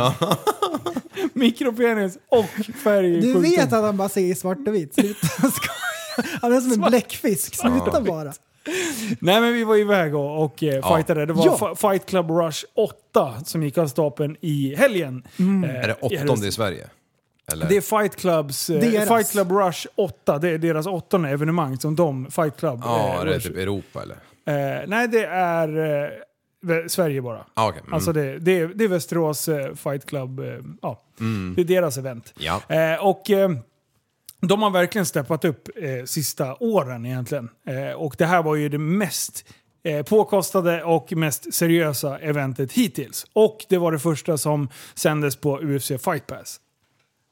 Mikropenis och färg. i Du sjukdom. vet att han bara ser i svart och vitt. Sluta skoja. Han är som en bläckfisk, sluta bara. Nej men vi var iväg och, och eh, fightade. Det var Ja. Fi- Fight Club Rush 8 som gick av stapeln i helgen. Mm. Eh, Är det åttonde i Sverige? Eller? Det är Fight Clubs... eh, Deras. Fight Club Rush 8. Det är deras åttonde evenemang som de, Fight Club... ja, eh, det är Rush- typ Europa eller? eh, nej, det är eh, vä- Sverige bara. Ah, okej. Mm. Alltså det, det, är- det är Västerås eh, Fight Club. eh, Ja. Mm. Det är deras event. Ja. Eh, och eh, de har verkligen steppat upp eh, sista åren egentligen. Eh, och det här var ju det mest eh, påkostade och mest seriösa eventet hittills. Och det var det första som sändes på UFC Fight Pass.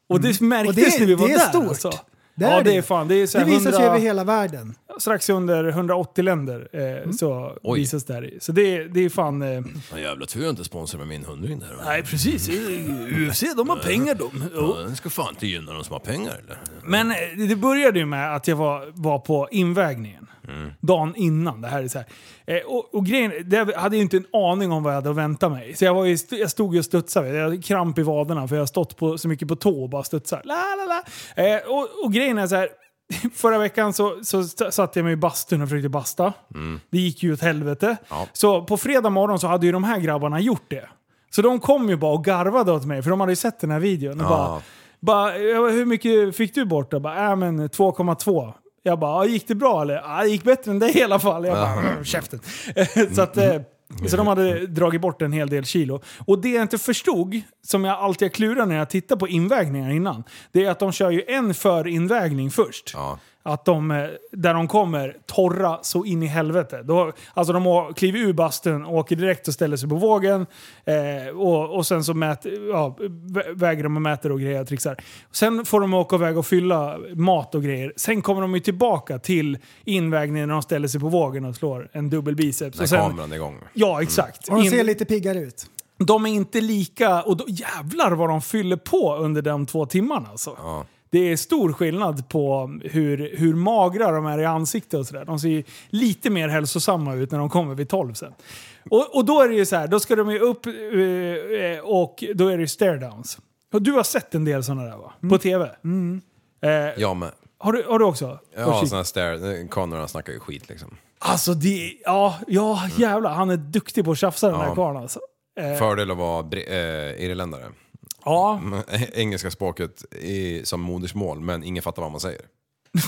Och det märktes Mm. Och det är- när vi var det är där. stort. Alltså. Det ja, är det det. är fan. Det, är så Det här visar 100, sig över hela världen. Strax under 180 länder eh, så Oj. visas det här i. Så det, det är fan... Eh, Ja, jävla tur jag inte sponsrar med min hundring där. Nej, precis. UFC, de har pengar de. den ska fan inte gynna de som har pengar eller? Men eh, det började ju med att jag var, var på invägningen. Dagen innan. Det här är så här. Eh, och, och grejen, det jag hade ju inte en aning om vad jag hade att vänta mig. Så jag, var ju, st- jag stod ju och studsade. Jag hade kramp i vaderna för jag har stått på, så mycket på tå och bara studsar. La, la, la. Eh, och, och grejen är så här. Förra veckan så, så st- satte jag mig i bastun och försökte basta. Det gick ju åt helvete. Så på fredag morgon så hade ju de här grabbarna gjort det. Så de kom ju bara och garvade åt mig, för de hade ju sett den här videon. Och bara, bara, "Ja, hur mycket fick du bort då? Bara, äh, men 2,2. Jag bara, "Ja, gick det bra eller? Ja, det gick bättre än dig i alla fall. Jag bara, "Mm, käften. så, att, eh, så de hade dragit bort en hel del kilo. Och det jag inte förstod, som jag alltid har klurat när jag tittar på invägningar innan, det är att de kör ju en förinvägning först. Ja. Att de, eh, där de kommer, torra så in i helvete. Då, alltså de å- kliver ur bastun, åker direkt och ställer sig på vågen. Eh, och, och sen så mät, ja, vä- väger de och mäter och grejer och trixar. Sen får de åka iväg och fylla mat och grejer. Sen kommer de ju tillbaka till invägningen när de ställer sig på vågen och slår en dubbel biceps. När Och sen, kameran är igång. Ja, exakt. Och de ser In- lite piggare ut. de är inte lika... Och då, jävlar vad de fyller på under de två timmarna alltså. Det är stor skillnad på hur, hur magra de är i ansiktet och sådär. De ser ju lite mer hälsosamma ut när de kommer vid 12 sen. Och, och då är det ju så här, då ska de ju upp eh, och då är det ju stare downs. Och du har sett en del sådana där va? På TV? Eh, Mm. Ja men, har, du, har du också? ja alltså. sådana här stare, kamerorna snackar ju skit liksom. Alltså det, ja, ja jävlar. Han är duktig på att tjafsa den Ja. här karln alltså. Eh, Fördel att vara bre- eh, irländare. ja, Mm, Engelska språket i, som modersmål, men ingen fattar vad man säger.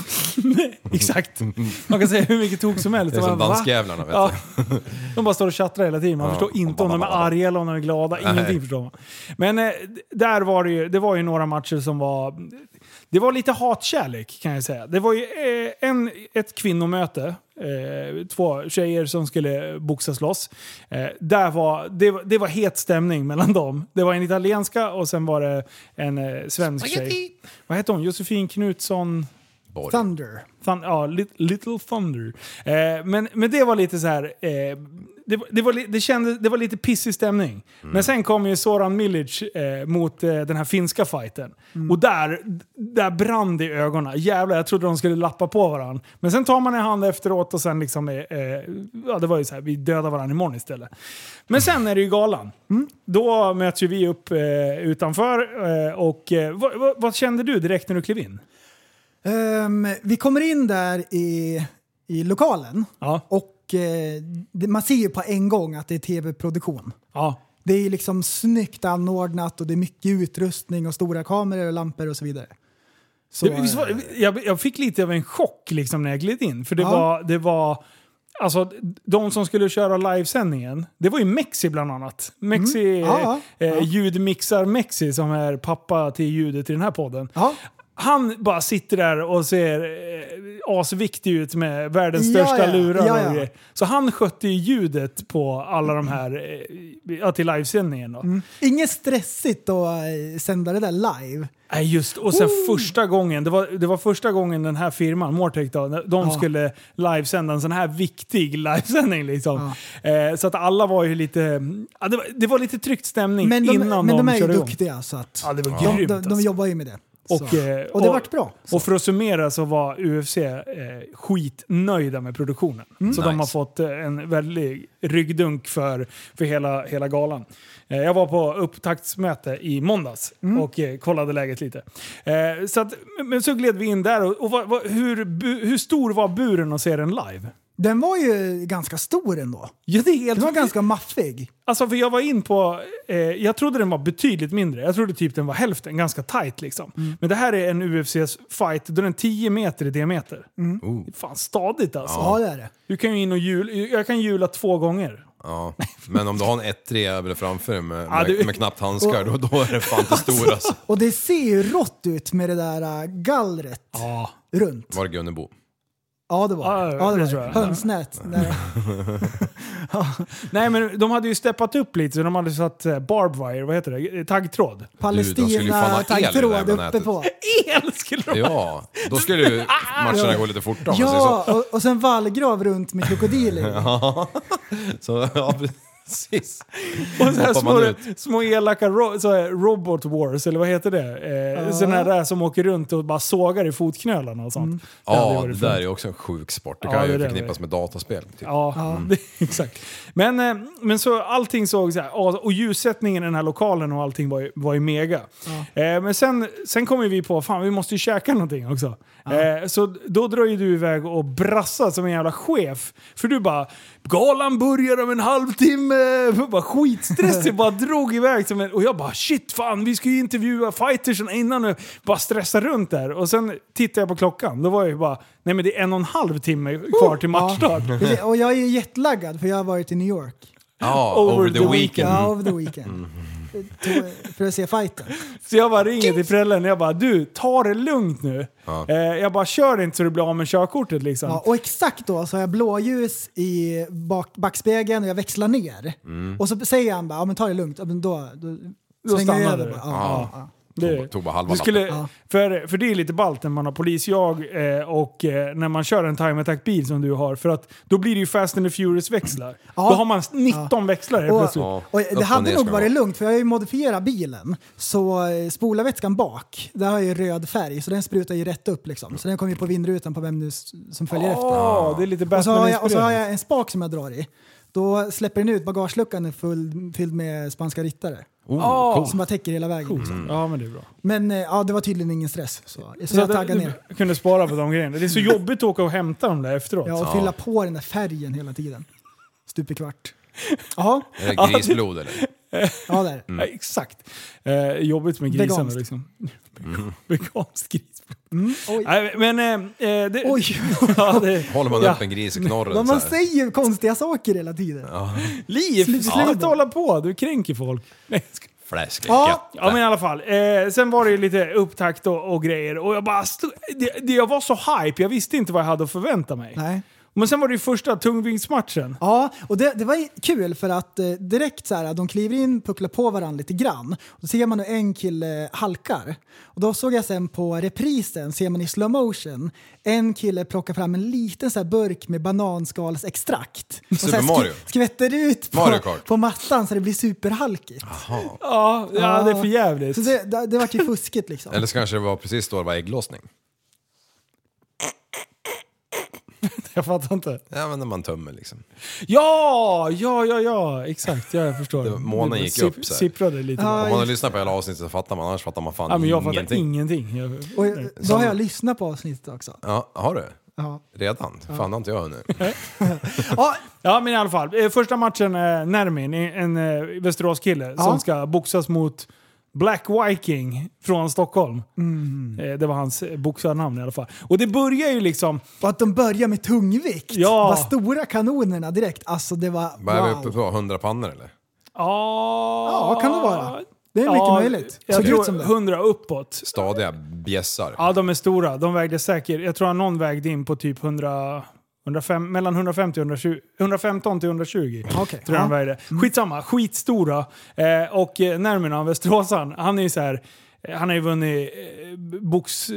exakt. Man kan säga hur mycket tok som helst. Det är som Man bara, va? danskjävlarna vet Ja. du. De bara står och tjattrar hela tiden. Man Ja. förstår inte om de är arga eller om de är glada. Ingenting Nej. förstår man. Men eh, d- där var det ju, det var ju några matcher som var... Det var lite hatkärlek kan jag säga. Det var ju eh, en, ett kvinnomöte. Eh, två tjejer som skulle boxas loss. Eh, där var, det, var- det var het stämning mellan dem. Det var en italienska och sen var det en eh, svensk tjej. Vad hette hon? Josefin Knutsson? Borg. Thunder. Thun, ja, Lit- Little Thunder. Eh, men, men det var lite så här... Eh, det, var- det, var, li- det, kändes, det var lite pissig stämning. Men sen kom ju Soran Milic eh, mot eh, den här finska fighten. Och där, där brann det i ögonen. Jävlar, jag trodde de skulle lappa på varandra. Men sen tar man i hand efteråt och sen liksom... Eh, eh, ja, det var ju så här, vi dödar varandra imorgon istället. Men sen är det ju galan. Då möts ju vi upp eh, utanför. Eh, och eh, vad, vad, vad kände du direkt när du klev in? Ehm, vi kommer in där i, i lokalen Ja. och eh, det- man ser ju på en gång att det är tv-produktion. ja. Det är liksom snyggt anordnat och det är mycket utrustning och stora kameror och lampor och så vidare. Så, Det, visst var, eh, jag, jag fick lite av en chock liksom när jag gled in. För det Ja. var... Det var Alltså de som skulle köra livesändningen, det var ju Mexi bland annat. Mexi, Mm. Ja, ja. eh, Ja. ljudmixar Mexi som är pappa till ljudet i den här podden. ja. Han bara sitter där och ser eh, asviktig ut med världens Ja, största ja. lurar Ja, och ja. grejer. Så han skötte ju ljudet på alla de här, eh, ja, till livesändningen då. Mm. Inget stressigt att eh, sända det där live. Nej just Och sen första gången, det var, det var första gången den här firman, Mortec då, de Ja. skulle livesända en sån här viktig livesändning liksom. Eh, så att alla var ju lite, ja, det, var, det var lite tryckt stämning Men de, innan men de, är ju körde igång. duktiga så att Ja, det var de, grymt de, de alltså. jobbar ju med det. Och, så. eh, och det vart bra. Och för att summera så var UFC eh, skitnöjda med produktionen. Så de har fått eh, en väldig ryggdunk för, för hela, hela galan. Eh, jag var på upptaktsmöte i måndags Mm. och eh, kollade läget lite. Eh, så att, men så gled vi in där. Och, och vad, vad, hur, bu, hur stor var buren att se den live? Den var ju ganska stor ändå. Ja, det är helt Den var ganska maffig. Alltså för jag var in på, eh, jag trodde den var betydligt mindre. Jag trodde typ den var hälften, ganska tight liksom. Mm. Men det här är en UFCs fight, då är den 10 meter i diameter. Mm. Oh. Det är Fan stadigt alltså. Ja, det är det. Du kan ju in och hjul, jag kan hjula två gånger. Ja. Men om du har en 1-3 över framför dig med, Ja, med, du- med knappt handskar, då, då är det fan inte stor alltså. Och det ser ju rått ut med det där äh, gallret Ja. runt. Var det Gunnebo? Ja, det var Ja, det. det Ja, det tror var jag. det. Hönsnät. Nej. Nej men de hade ju steppat upp lite så de hade satt eh, barb wire, vad heter det? Eh, Taggtråd. de skulle ju fan ha el i det där Palestina-taggtråd jävla uppe på. El skulle de Ja, då skulle ju matcherna gå lite fortare om man säger så. Ja, och, och sen vallgrav runt med krokodiler. så ja, precis. Och så här Hoppar man små, små elaka ro, så här robot wars, eller vad heter det? Eh, Sådana där som åker runt och bara sågar i fotknölarna och sånt. hade Mm. Ja, varit det fint. där är ju också en sjuk sport. Det Ja, kan det ju där är förknippas det. med dataspel. Typ. Ja, det- exakt. Men, eh, men så allting såg så här, ja, och ljussättningen i den här lokalen och allting var ju, var ju mega. Eh, men sen, sen kom ju vi på, fan vi måste ju käka någonting också. Eh, så då drar ju du iväg och brassar som en jävla chef. För du bara, galan börjar om en halvtimme! Jag bara skitstressig, bara drog iväg. Som en, och jag bara shit fan, vi ska ju intervjua fightersen innan. Och bara stressa runt där. Och sen tittar jag på klockan, då var jag ju bara, nej men det är en och en halv timme kvar till matchstart. Precis, Och jag är ju jetlaggad för jag har varit i New York. Ja, over the weekend. Ja, over the weekend. To- För att se fighten. Så jag bara ringer till föräldern och jag bara du, ta det lugnt nu. Ja. Eh, jag bara kör inte så du blir av med körkortet liksom. Ja, och exakt då så har jag blåljus i bak, backspegeln och jag växlar Mm. ner. Och så säger han bara, ja men ta det lugnt. Ja, men då, då, Då svänger jag stannar över du. bara. Ja, ja. ja. Det, Tog- tog bara halva du skulle, lappen. för, för det är lite ballt när man har polisjag eh, och eh, när man kör en time attack-bil som du har. För att då blir det ju Fast and the Furious-växlar. Ja. Då har man 19 växlar helt plötsligt. Ja, Och upp det och hade ner nog ska varit det lugnt för jag har ju modifierat bilen. Så eh, spolarvätskan bak, där har ju röd färg så den sprutar ju rätt upp liksom. Så den kommer ju på vindrutan på vem nu s- som följer efter. Åh, det är lite Och så, har jag, och så har Batman-inspirerat. jag en spak som jag drar i. Då släpper den ut, bagageluckan är full, fylld med spanska ryttare. Oh, Ah, Som bara täcker hela vägen. liksom. Mm. Ja, men det är bra. Men eh, ja, det var tydligen ingen stress. Så, så, Så jag att eh, taggade du- ner. du kunde spara på de grejerna. Det är så jobbigt att åka och hämta dem där efteråt. Ja, och fylla på den där färgen hela tiden. Stup i kvart. Jaha, Är det grisblod eller? ja där. Mm. Ja, exakt. Eh, jobbigt med grisarna Veganskt. Mm. liksom. Mm. Veganskt grisblod. Oj. Nej, men... Eh, eh, det, Oj. ja, det, Håller man Ja. upp en gris i knorren Vad man så här. säger ju konstiga saker hela tiden. Liv, Slut- sluta sluta. hålla på. Du kränker folk. Nej, jag skojar. Fläskigt. Ja. Ja men i alla fall. Eh, sen var det ju lite upptakt och, och grejer och jag bara... Stod, det, det, jag var så hype, jag visste inte vad jag hade att förvänta mig. Nej. Men sen var det ju första tungviktsmatchen. Ja, och det, det var kul för att eh, direkt så här, de kliver in, pucklar på varandra lite grann. Och då ser man hur en kille halkar. Och då såg jag sen på reprisen, ser man i slow motion, en kille plocka fram en liten så här burk med bananskalsextrakt. Och så här Super Mario. skv- skvätter ut på, Mario Kart. på mattan så det blir superhalkigt. Ja, ja, det är för jävligt. Så det, det, det vart ju fuskigt liksom. Eller så kanske det var precis då det var ägglossning. Jag fattar inte. Ja men när man tömmer liksom. Ja, ja, ja, ja, exakt. Ja, jag förstår. Det var- månen gick upp så här. Sipprade lite. bara. Om man har lyssnat på hela avsnittet så fattar man, annars fattar man fan Ja, men jag fattar ingenting. ingenting. Jag, Och jag- då har jag lyssnat på avsnittet också. Ja, har du? Ja. Redan? Fan, det har inte jag hunnit. Ja, ja, men i alla fall. Eh, Första matchen är Nermin, en eh, Västeråskille, som ska boxas mot Black Viking från Stockholm. Mm. Eh, Det var hans eh, boxarnamn i alla fall. Och det börjar ju liksom... och att de börjar med tungvikt. Ja. Vad stora kanonerna direkt. Alltså det var Vad är vi wow. uppe på? 100 pannor eller? Ja, Ja, kan det vara. Det är mycket möjligt. ah, Jag Såg tror ut som det. 100 uppåt. Stadiga bjässar. Ja, de är stora. De vägde säkert... Jag tror att någon vägde in på typ 100... 105, mellan 150 och 120, 115 till 120. Okej. Tror jag han Ja. Mm. vägde. Skitsamma, skitstora. Eh, och eh, Närmina, Västeråsan, han är ju så här... eh, Han har ju vunnit eh, box... Eh,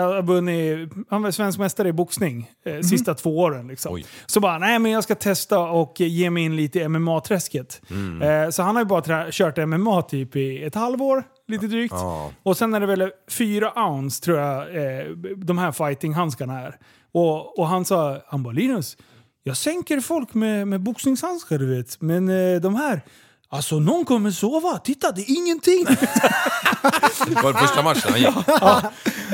har vunnit, han var svensk mästare i boxning eh, Mhm. sista två åren. Liksom. Oj. Så bara, nej men jag ska testa och eh, ge mig in lite i MMA-träsket. Eh, så han har ju bara trä- kört MMA typ i ett halvår, lite drygt. Och sen är det väl fyra ounce tror jag eh, de här fightinghandskarna är. Och, och han sa, han bara Linus, jag sänker folk med, med boxningshandskar du vet, men eh, de här Alltså någon kommer sova, titta det är ingenting! Det var första matchen han gick.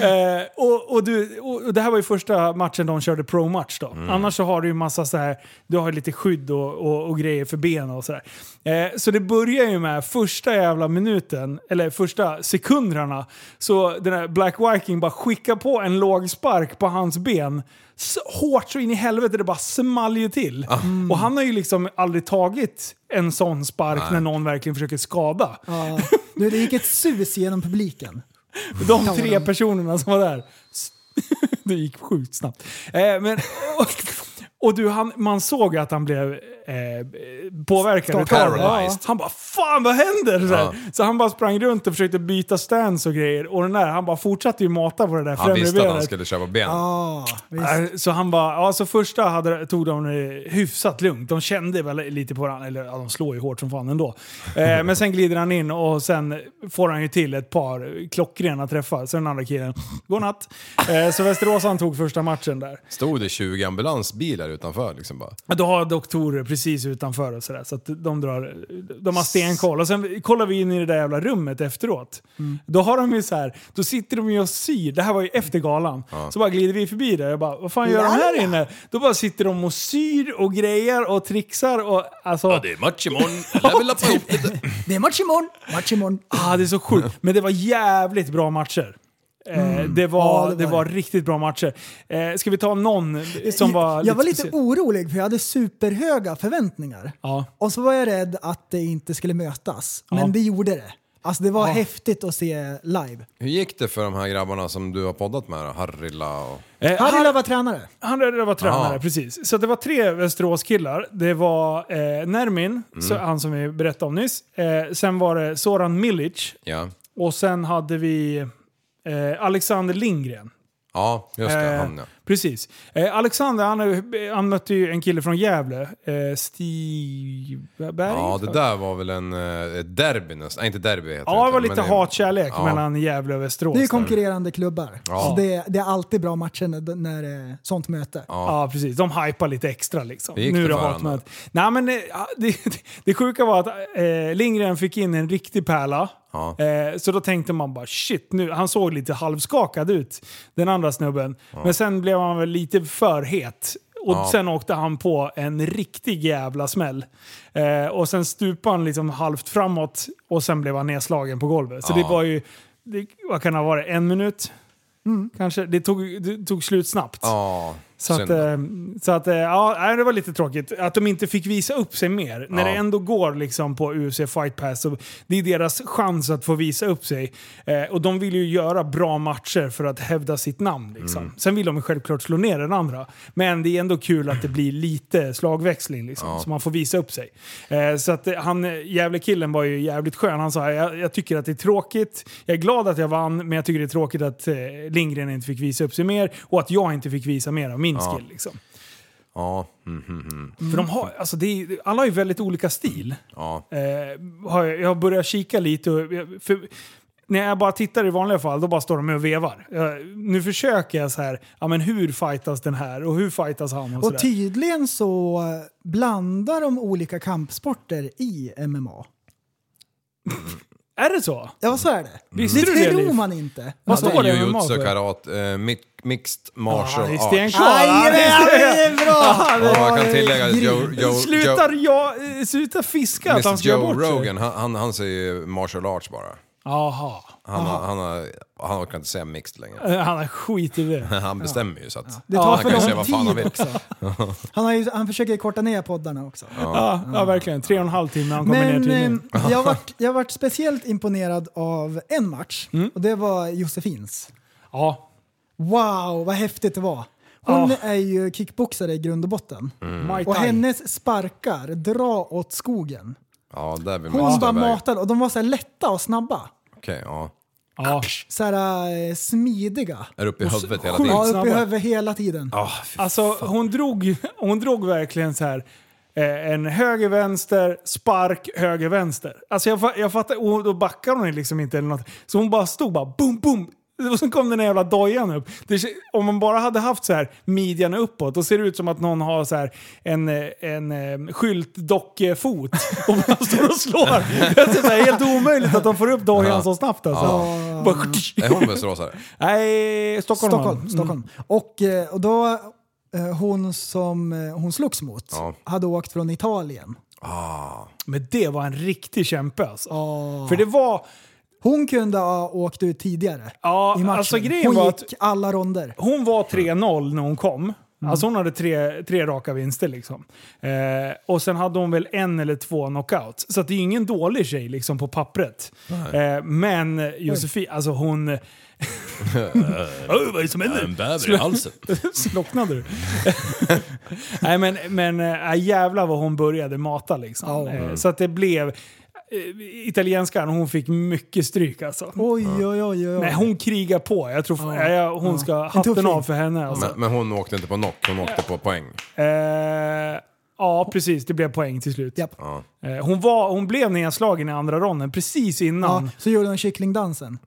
Eh, och, och, du, och och det här var ju första matchen de körde pro-match då. Annars så har du ju massa så här, du har ju lite skydd och, och, och grejer för ben och sådär. Eh, så det börjar ju med första jävla minuten, eller första sekunderna, så den här Black Viking bara skickar på en låg spark på hans ben. Så hårt så in i helvete det bara small ju till. Och han har ju liksom aldrig tagit en sån spark när någon verkligen försöker skada. Ja. Du, det gick ett sus genom publiken. De tre personerna som var där. Det gick sjukt snabbt. Eh, men, och, och du, han, man såg att han blev eh, påverkad. Stark- utav det. Paralyzed. Han bara “Fan vad händer?” så, här. så han bara sprang runt och försökte byta stance och grejer. Och den där, han bara fortsatte ju mata på det där Han främre visste att benet. han skulle köpa ben. Ja, visst. Eh, Så han bara, ja så första hade, tog de det hyfsat lugnt. De kände väl lite på varandra, eller ja, de slår ju hårt som fan ändå. Eh, men sen glider han in och sen får han ju till ett par klockrena träffar. Så den andra killen, godnatt. Eh, så Västeråsan tog första matchen där. Stod det 20 ambulansbilar utanför liksom bara? Då har doktorer precis utanför och sådär. Så att de, drar, de har stenkoll. Och sen kollar vi in i det där jävla rummet efteråt. Mm. Då har de ju så här, då sitter de ju och syr. Det här var ju efter galan. Så bara glider vi förbi där. Jag bara, vad fan gör de här inne? Då bara sitter de och syr och grejer och trixar och alltså... Ja, det är match imorgon. Jag vill lappa ihop lite. Det är match imorgon! Match imorgon. Ah, det är så sjukt. Men det var jävligt bra matcher. Eh, det, var, Mm. Ja, det det, var var riktigt bra matcher. Eh, ska vi ta någon som var jag var lite speciell? orolig för jag hade superhöga förväntningar. Ja. Och så var jag rädd att det inte skulle mötas. Men Ja. det gjorde det. Alltså det var häftigt att se live. Hur gick det för de här grabbarna som du har poddat med då? Harrila och... Eh, Harila var tränare. Han där var tränare, Ja. precis. Så det var tre Västeråskillar. Det var Mm. eh, Nermin, så, han som vi berättade om nyss. Eh, sen var det Soran Milic, Ja. Och sen hade vi eh, Alexander Lindgren. Ja, just det. Eh, Han ja. Precis. Eh, Alexander han, är- han mötte ju en kille från Gävle. Eh, Stig Berg? Ja, det där var väl en eh, ett derby nästan. Nej, inte derby heter Ja, det var men lite en- hatkärlek Ja. mellan Gävle och Västerås. Det är där. konkurrerande klubbar. Ja. Så det, det är alltid bra matcher när, när det är sånt möte. Ja, precis. De hypar lite extra liksom. Hur gick nu det är det för hat honom med. Nej, men eh, det, det sjuka var att eh, Lindgren fick in en riktig pärla. Ja. Eh, så då tänkte man bara shit, nu, han såg lite halvskakad ut, den andra snubben. Men sen blev han väl lite för het. Och Ja. sen åkte han på en riktig jävla smäll. Eh, och sen stupade han liksom halvt framåt och sen blev han nedslagen på golvet. Så det Ja. var ju, det, vad kan det ha varit, en minut? Mm, Kanske. Det tog, det tog slut snabbt. Ja, Så att, synd. eh, så att, eh, ja, nej, det var lite tråkigt. Att de inte fick visa upp sig mer. När Ja. det ändå går liksom på UFC Fight Pass, så det är deras chans att få visa upp sig. Eh, och de vill ju göra bra matcher för att hävda sitt namn. Liksom. Mm. Sen vill de ju självklart slå ner den andra. Men det är ändå kul att det blir lite slagväxling, liksom, så man får visa upp sig. Eh, så att eh, han, eh, jävla killen var ju jävligt skön. Han sa jag, jag tycker att det är tråkigt, jag är glad att jag vann, men jag tycker det är tråkigt att eh, Lindgren inte fick visa upp sig mer och att jag inte fick visa mer av min skill. Liksom. ja, mm, mm, mm, För de har, alltså det är, alla har ju väldigt olika stil. ja. Eh, har jag, jag börjar kika lite. Och, jag- för, när jag bara tittar i vanliga fall, då bara står de och vevar. Jag, nu försöker jag så här, ja men hur fightas den här och hur fightas han och, Och sådär. tydligen så blandar de olika kampsporter i MMA. Är det så? Ja, så är det. Visste du det, det tror Liv? man inte. Vad Det står är det i ju MMA jujutsu, för? karat, eh, mi- mixed Ja, martial det är arts. stenklar. Ja, det är- bra! Och man kan tillägga att Joe, Joe, Slutar Joe, jag, eh, slutar fiska att han Mr ska göra Joe bort sig? Rogan, han, han, han säger ju martial arts bara. Jaha. Han, har, han, har, han orkar inte säga mixed längre. Eh, Han har skit i det. Han bestämmer ju så att Det tar han för kan ju säga lång vad fan han tid vill. också. Han, har ju, han försöker korta ner poddarna också. Ja, ja verkligen. Tre och en halv timme han kommer ner Men till nu. eh, jag vart jag varit speciellt imponerad av en match Mm. och det var Josefins. Ja, Wow, vad häftigt det var! Hon Ja. är ju kickboxare i grund och botten. Mm. Muay Och Thai. hennes sparkar dra åt skogen. Ja, där vill man Hon inte bara ställa iväg. matade och de var så här lätta och snabba. Okej, ja. Ja. Så här eh, smidiga. Är uppe i huvudet hela sjukt tiden. Ja, Snabba. upp i huvudet hela tiden. Ah, fy Alltså hon drog, hon drog verkligen så här. eh, En höger-vänster, spark, höger-vänster. Alltså jag, fa- jag fattar, och då backar hon liksom inte eller något. Så hon bara stod bara boom, boom. Och så kom den här jävla dojan upp. Det, k- om man bara hade haft så här midjan uppåt, då ser det ut som att någon har så här en, eh, en, en skyltdockefot och bara står och slår. Det är så här, helt omöjligt att de får upp dojan så snabbt alltså. Bara, Är hon västeråsare? Nej, Stockholm. Mm. Stockholm. Stockholm. Och, eh, och då, eh, hon som eh, hon slogs mot Ja. hade åkt från Italien. Men det var en riktig kämpe alltså. Ah. För det var... Hon kunde ha åkt ut tidigare Ja, i matchen. alltså grejen hon var gick alla ronder. Hon var 3-0 när hon kom. Mm. Alltså hon hade tre, tre raka vinster liksom. Eh, och sen hade hon väl en eller två knockouts. Så att det är ingen dålig tjej liksom på pappret. Eh, men Josefin, alltså hon... Oj, vad är det som händer? bäver i halsen. Slocknade du? Nej men, men äh, jävlar vad hon började mata liksom. Ja. Eh, Så att det blev... Äh, italienskan, hon fick mycket stryk alltså. Oj, oj, oj. oj, oj. Nej, hon krigar på. Jag tror Ja. eh, hon ska En tuffing. hatten av för henne. Alltså. Men, men hon åkte inte på knock, hon åkte på poäng. Eh, ja, precis. Det blev poäng till slut. Japp. Ja. Eh, hon, var, hon blev nedslagen i andra ronden precis Ja, innan. så gjorde hon kycklingdansen.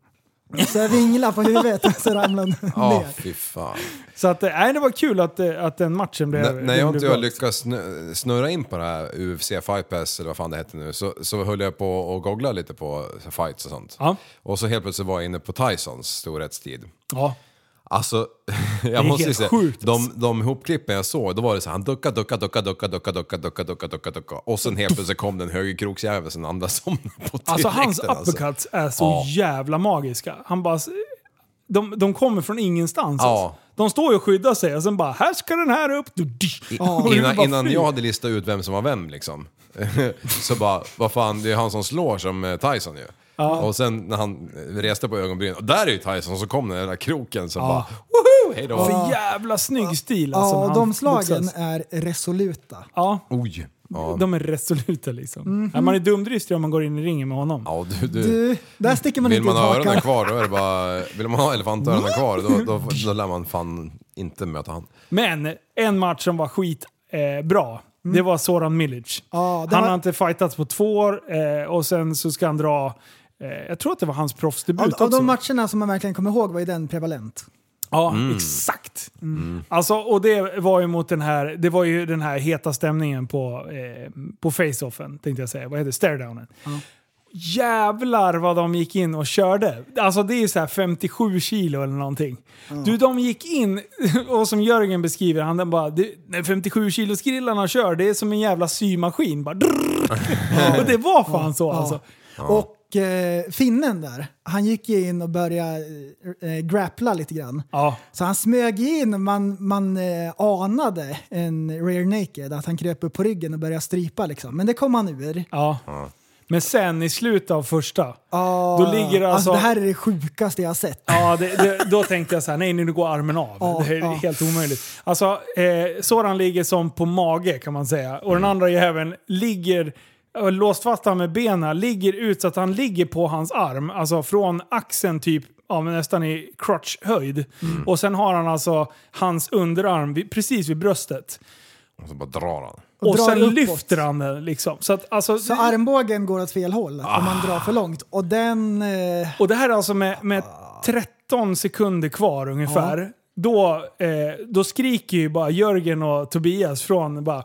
Så jag vinglade på huvudet och så ramlade hon Ja, ner. fy fan. Så att, eh, nej, det var kul att, eh, att den matchen blev... När, när jag blev inte bra. jag lyckades snö- snurra in på det här UFC Fight Pass, eller vad fan det hette nu, så, så höll jag på och googla lite på fights och sånt. Ja. Och så helt plötsligt var jag inne på Tysons storhetstid. Ja. Alltså, jag måste ju helt säga, sjukt, alltså. de, de hopklippen jag såg, då var det så här, han duckade, duckade, duckade, duckade, duckade, duckade, duckade, duckade, duckade. Och sen helt plötsligt kom den högerkroksjäveln som andra somnade på direkten. Alltså hans alltså. uppercuts är så Ja. jävla magiska. Han bara... s- De, de kommer från ingenstans. Ja. Alltså. De står ju och skyddar sig och sen bara här ska den här upp. Du, dish. Och det Innan, bara innan flyger. jag hade listat ut vem som var vem liksom. så bara, vad fan, det är han som slår som eh, Tyson ju. Och sen när han eh, reste på ögonbrynen, och där är ju Tyson, så kom den där kroken som bara, woho, hej då. För jävla snygg stil alltså. Ja, när och han de slagen boxas. är resoluta. Ja, Oj. De är resoluta liksom. Mhm. Ja, man är dumdristig om man går in i ringen med honom. Ja, du, du. Du, där sticker man vill inte ut man ha öronen hakan. kvar då är det bara... Vill man ha elefantöronen kvar då, då, då lär man fan inte möta han. Men en match som var skitbra, eh, bra, det var Soran Milic. Mm. Ja, det han var- har inte fightats på två år eh, och sen så ska han dra... Eh, jag tror att det var hans proffsdebut Av, också. av de matcherna som man verkligen kommer ihåg var ju den prevalent. Ja, exakt. Alltså, och det var ju mot den här, det var ju den här heta stämningen på, eh, på face-offen, tänkte jag säga. Vad heter det? Staredownen. Jävlar vad de gick in och körde. Alltså det är ju så här 57 kilo eller någonting. Du, de gick in, och som Jörgen beskriver, han den bara "Det- när 57 kilos grillarna kör, det är som en jävla symaskin. Bara, drrrr. och det var fan så alltså. Och eh, finnen där, han gick ju in och började eh, grappla lite grann. Ja. Så han smög in och man, man eh, anade en rear naked, att han kröp upp på ryggen och började strypa liksom. Men det kom han ur. ja. Men sen i slutet av första, Ah, då ligger alltså det här är det sjukaste jag har sett. Ja, det, det, då tänkte jag så här, nej nu går armen av. Ja, det är ja. helt omöjligt. Alltså, eh, Soran ligger som på mage kan man säga. Och Mm. den andra jäveln ligger, eh, låst fast han med benen, ligger ut så att han ligger på hans arm. Alltså från axeln typ, ja, men nästan i crotch-höjd. Mm. Och sen har han alltså hans underarm vid, precis vid bröstet. Och så bara drar han. Och, drar sen uppåt. lyfter han den liksom. Så att, alltså, Så armbågen går åt fel håll om man drar för långt. Och den... Eh, Och det här är alltså med, med 13 sekunder kvar ungefär. Då, eh, då skriker ju bara Jörgen och Tobias från bara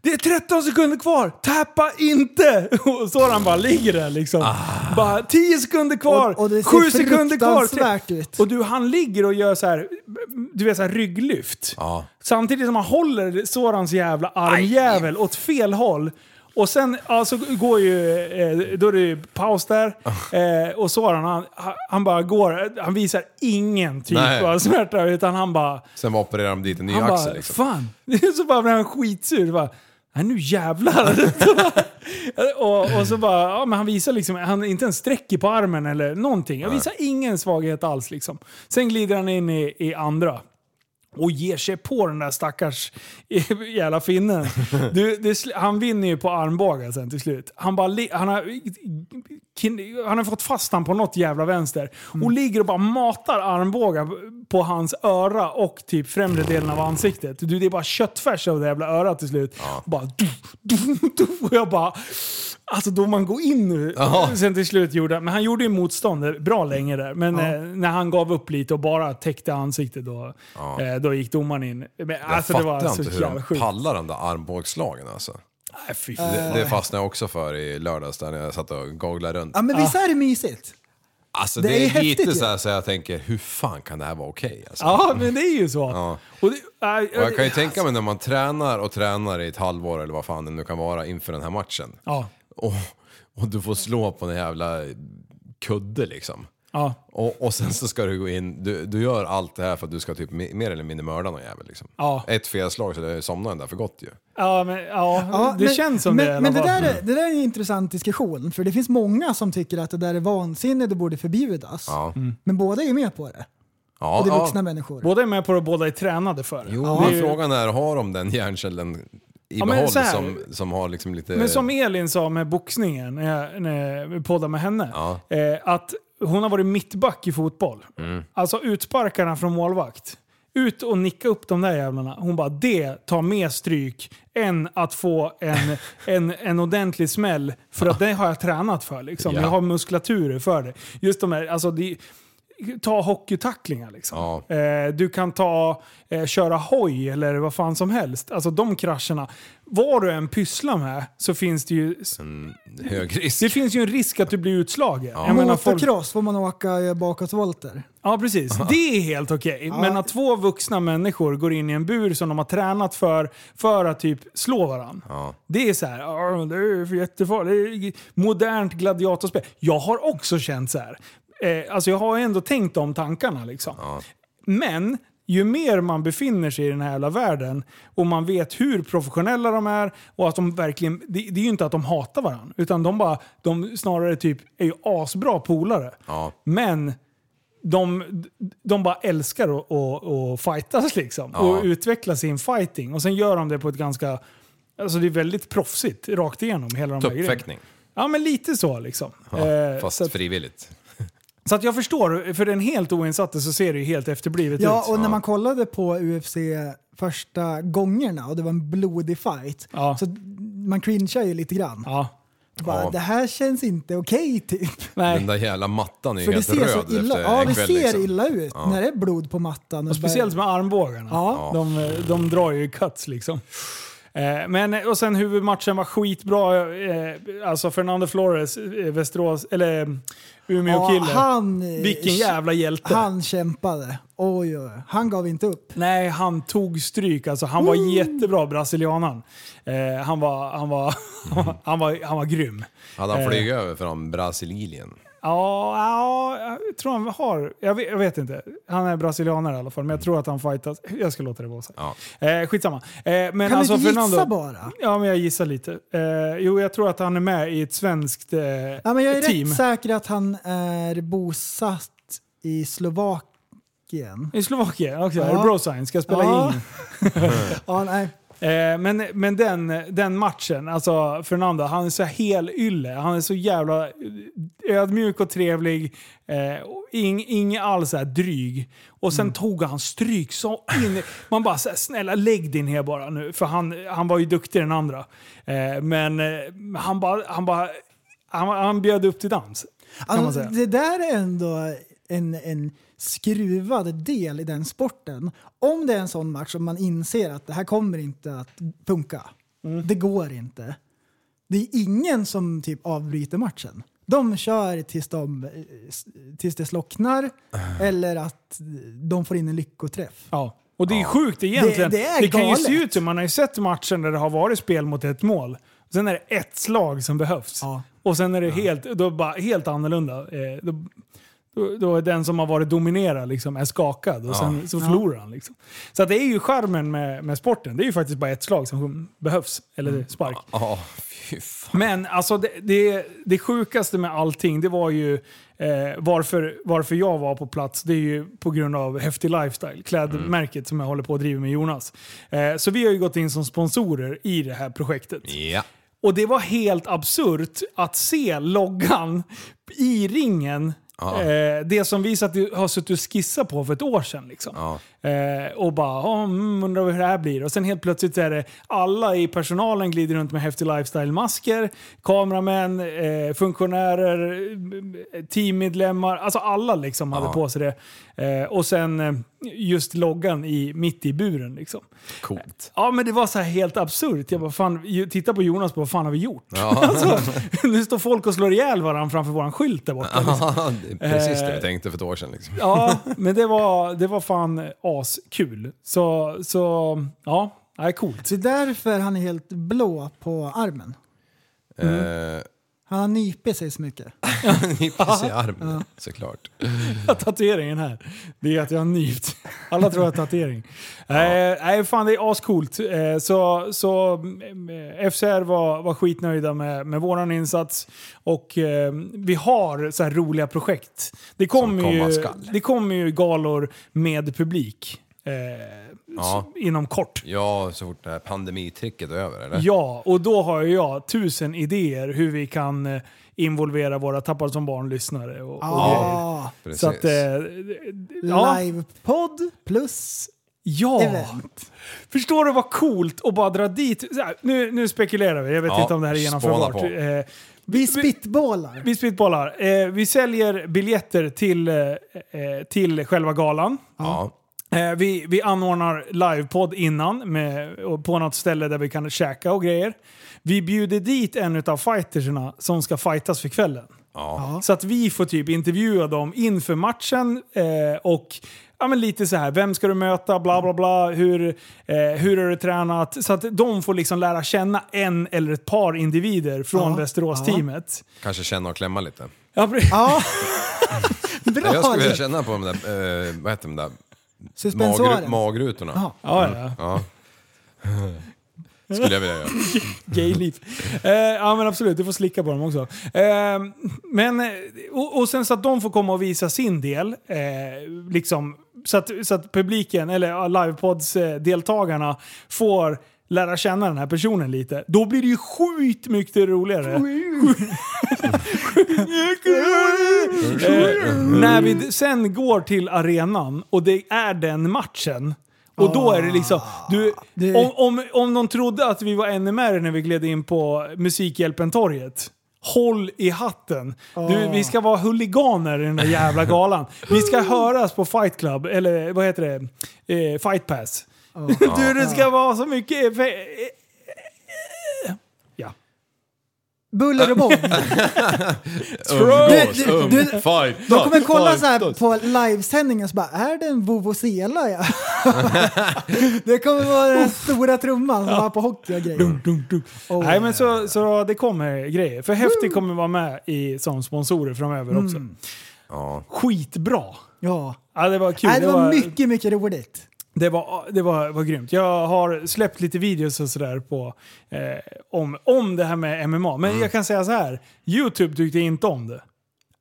det är 13 sekunder kvar! Tappa inte! Och Soran bara ligger där liksom. Bara 10 sekunder kvar! Och- och det ser 7 sekunder kvar! fruktansvärt ut. Och du, han ligger och gör så här, du vet så här rygglyft. Ja. Samtidigt som han håller Sorans jävla armjävel åt fel håll. Och sen alltså, går ju, eh, då är det ju paus där. Ah. Eh, och Soran han, han bara går, han visar ingen typ Nej. av smärta. Utan han bara, Sen bara opererar de dit en ny han axel bara liksom. fan. Så bara blir han skitsur. Bara, Nej, nu jävlar! och, och så bara, ja, men han visar liksom, han inte en sträck i på armen eller någonting. Han visar ingen svaghet alls liksom. Sen glider han in i, i andra och ger sig på den där stackars jävla finnen. Du, det, sl- han vinner ju på armbågar sen till slut. Han, bara, li- han, har, kin- han har fått fast han på något jävla vänster och ligger och bara matar armbågar på hans öra och typ främre delen av ansiktet. Du, det är bara köttfärs av det jävla örat till slut. Bara, duff, duff, duff, och jag bara... Alltså då man går in nu. Sen till slut gjorde han, men han gjorde ju motstånd bra Mm. länge där. Men eh, när han gav upp lite och bara täckte ansiktet då, eh, då gick domaren in. Men, Jag alltså det fattar var så inte hur jävla de sjukt. pallar de där armbågsslagen alltså. Nej, fy Det, det fastnade jag också för i lördags där när jag satt och googlade runt. ja men Ah. visst är det mysigt? Alltså det det, är är, häftigt lite ju. så här så jag tänker, hur fan kan det här vara okej? alltså? Ja, men det är ju så. Och det, äh, Och jag kan ju tänka mig när man tränar och tränar i ett halvår eller vad fan det nu kan vara inför den här matchen. Ja, Och, och du får slå på en jävla kudde liksom. ja. Och, och sen så ska du gå in, du, du gör allt det här för att du ska typ me- mer eller mindre mörda någon jävel liksom. Ja. Ett felslag så somnar den där för gott ju. Ja, men, ja, Ja, det men- känns som men, det i alla Men det fall. där, är, det där är en intressant diskussion, för det finns många som tycker att det där är vansinne, det borde förbjudas. Ja. Men båda är ju med på det. Ja, Mm. Och det är ja. vuxna människor. Båda är med på det och båda är tränade för det. Jo, Ja. men Det är ju- frågan är, har de den hjärnkällan i men behåll så här- som, som har liksom lite... Men som Elin sa med boxningen, när jag, när jag poddade med henne. Ja. Eh, att hon har varit mittback i fotboll. Mm. Alltså utsparkarna från målvakt. Ut och nicka upp de där jävlarna. Hon bara, det tar mer stryk än att få en, en, en ordentlig smäll. För att det har jag tränat för. Liksom. Ja. Jag har muskulaturer för det. Just de här, alltså det, ta hockeytacklingar liksom. Ja. Eh, du kan ta, eh, köra hoj eller vad fan som helst. Alltså de krascherna. Vad du än pysslar med så finns det ju, hög risk. det finns ju en risk att du blir utslagen. Jag menar, folk- Typ Motocross får man åka eh, bakåtvolter. Ja, precis. Det är helt okej. Men att två vuxna människor går in i en bur som de har tränat för, för att typ slå varandra. Det är så här, "Ah, det är för jättefarligt. Det är Modernt gladiatorspel. Jag har också känt så här. Eh, alltså jag har ändå tänkt de tankarna liksom. Men ju mer man befinner sig i den här jävla världen och man vet hur professionella de är och att de verkligen, det, det är ju inte att de hatar varandra utan de bara, de snarare typ är ju asbra polare. Ja. Men de, de bara älskar att- att att fightas liksom. Och utveckla sin fighting. Och sen gör de det på ett ganska Alltså det är väldigt proffsigt rakt igenom hela de här grejerna. Tuppfäktning. Ja men lite så liksom. Ja, Eh, så, fast att, frivilligt. så att jag förstår, för den helt oinsatte så ser det ju helt efterblivet Ja, ut. och när man kollade på UFC första gångerna och det var en blodig fight, Ja. så man cringear ju lite grann. Ja, Bara, Ja. Det här känns inte okej typ. nej. Den där jävla mattan är ju För det helt ser röd så efter illa, ja, en det kväll. ser liksom. illa ut när det är blod på mattan. Och speciellt bara, med armbågarna. Ja. De, de drar ju cuts liksom. Eh, Men, och sen huvudmatchen var skitbra. eh, Alltså Fernando Flores, eh, Västerås, eller eh, ja, Umeå-kille. han, Vilken jävla hjälte. Han kämpade. Oj, oj, oj. Han gav inte upp. Nej, han tog stryk. Alltså, han var jättebra, brasilianan. Eh, han, var, han, var, han, var, han var grym. Hade han Eh. flugit över från Brasilien? Ja, ja, jag tror han har... Jag vet, jag vet inte. Han är brasilianare i alla fall, men jag tror att han fightas. Jag ska låta det vara så. här. Eh, skitsamma. Eh, men Kan alltså, du inte Fernando, gissa bara? Ja, men jag gissar lite. Eh, jo, jag tror att han är med i ett svenskt eh, Ja, men jag är team. rätt säker att han är bosatt i Slovakien. I Slovakien? Okej, Ja. ja. Bro Science ska spela Ja. in. Ja, nej. Eh, men men den, den matchen, alltså Fernando, han är så hel ylle. Han är så jävla eh, ödmjuk och trevlig. Eh, och ing, ing alls så här dryg. Och sen tog han stryk så in Man bara så här, snälla lägg din här bara nu. För han, han var ju duktigare än andra. Eh, men eh, han bara, han bara, han, han bjöd upp till dans. Kan man Alltså, säga. det där är ändå en, en skruvad del i den sporten. Om det är en sån match som man inser att det här kommer inte att funka. Mm. Det går inte. Det är ingen som typ avbryter matchen. De kör tills, de, eh, s- tills det slocknar Ah. eller att de får in en lyckoträff. Ja. Och det är sjukt egentligen. Det- det är kan ju galet. se ut som, man har ju sett matchen där det har varit spel mot ett mål. Sen är det ett slag som behövs. Ja. Och sen är det helt, då bara, helt annorlunda. Eh, då, då, då är den som har varit dominerad liksom, är skakad och sen så förlorar han. Liksom. Så att det är ju charmen med, med sporten. Det är ju faktiskt bara ett slag som behövs, eller Mm. spark. Ja, fy fan. Men alltså det, det, det sjukaste med allting, det var ju eh, varför, varför jag var på plats. Det är ju på grund av Häftig Lifestyle, klädmärket Mm. som jag håller på att driva med Jonas. Eh, så vi har ju gått in som sponsorer i det här projektet. Ja. Och det var helt absurt att se loggan i ringen. Eh, det som vi satt, har suttit och skissat på för ett år sedan. Liksom. Eh, och bara, oh, mm, undrar hur det här blir. Och sen helt plötsligt är det alla i personalen glider runt med häftig lifestyle-masker. Kameramän, eh, funktionärer, eh, teammedlemmar. Alltså alla liksom hade på sig det. Eh, och sen eh, just loggan i, mitt i buren. Liksom. Coolt. Ja men det var så här helt absurt. Jag bara, fan, ju- titta på Jonas, bara, vad fan har vi gjort? alltså, nu står folk och slår ihjäl varandra framför våran skylt där borta. liksom. Ja, det är precis det vi tänkte för ett år sedan liksom. Ja, men det var, det var fan askul. Så, så ja, det är coolt. Så därför han är helt blå på armen. Mm. Han har nypit sig så mycket. Nippis i armen, såklart. Tatueringen här, det är att jag har nypt. Alla tror jag har tatuering. Eh, Nej, fan det är ascoolt. Eh, så så eh, FCR var, var skitnöjda med, med våran insats. Och eh, vi har så här roliga projekt. Det kommer komma ju, skall. det kommer ju galor med publik. Eh, Ja. s- Inom kort. Ja, så fort det här pandemitricket är över eller? Ja, och då har ju jag tusen idéer hur vi kan eh, involvera våra Tappad som barn-lyssnare. Och, Ah, och, Precis. så att, eh, ja, Livepodd plus ja. event. Förstår du vad coolt att bara dra dit? Så här, nu, nu spekulerar vi, jag vet Ja, inte om det här är genomförbart. spåna på. Eh, Vi spittbollar. Vi spitballar. Eh, vi säljer biljetter till, eh, eh, till själva galan. Ja. Eh, vi, vi anordnar livepodd innan med, och på något ställe där vi kan käka och grejer. Vi bjuder dit en av fightersna som ska fightas för kvällen. Så att vi får typ intervjua dem inför matchen eh, och ja, men lite så här, vem ska du möta, bla bla bla, hur, eh, hur har du tränat? Så att de får liksom lära känna en eller ett par individer från Västerås-teamet. Kanske känna och klämma lite. Ja, pre- Ja. Bra! Jag skulle vilja det. känna på de där, eh, vad heter de där, Suspensoaren. Magru, magrutorna. Ja. ja, ja. Ja. Skulle jag vilja göra. Gay-liv. Eh, ja men absolut, du får slicka på dem också. Eh, men, eh, och, och sen så att de får komma och visa sin del. Eh, liksom, så, att, så att publiken, eller ja, livepods-deltagarna får lära känna den här personen lite, då blir det ju sjukt mycket roligare. eh, när vi d- sen går till arenan och det är den matchen, och då är det liksom... Du, Det- om, om, om de trodde att vi var NMR när vi gled in på Musikhjälpen-torget, håll i hatten. Du, vi ska vara huliganer i den där jävla galan. Vi ska höras på Fight Club, eller vad heter det? Eh, fight Pass. Du, det ska vara så mycket... effe- eh. Ja. Buller och bång. Umgås, Du- um, du- fight, De kommer kolla fight, så här fight. på livesändningen så bara, är det en vuvuzela? Ja. det kommer vara den stora trumman som var på hockey och grejer. Dunk, dunk. Oh, Nej, men så, så det kommer grejer. För Mm. Häftig kommer vara med i, som sponsorer framöver också. Skitbra! Ja. Ja, det var kul. Nej, det var mycket, mycket roligt. Det var, det var, var grymt. Jag har släppt lite videos och sådär på, eh, om, om det här med MMA. Men Mm. jag kan säga så här. Youtube tyckte inte om det.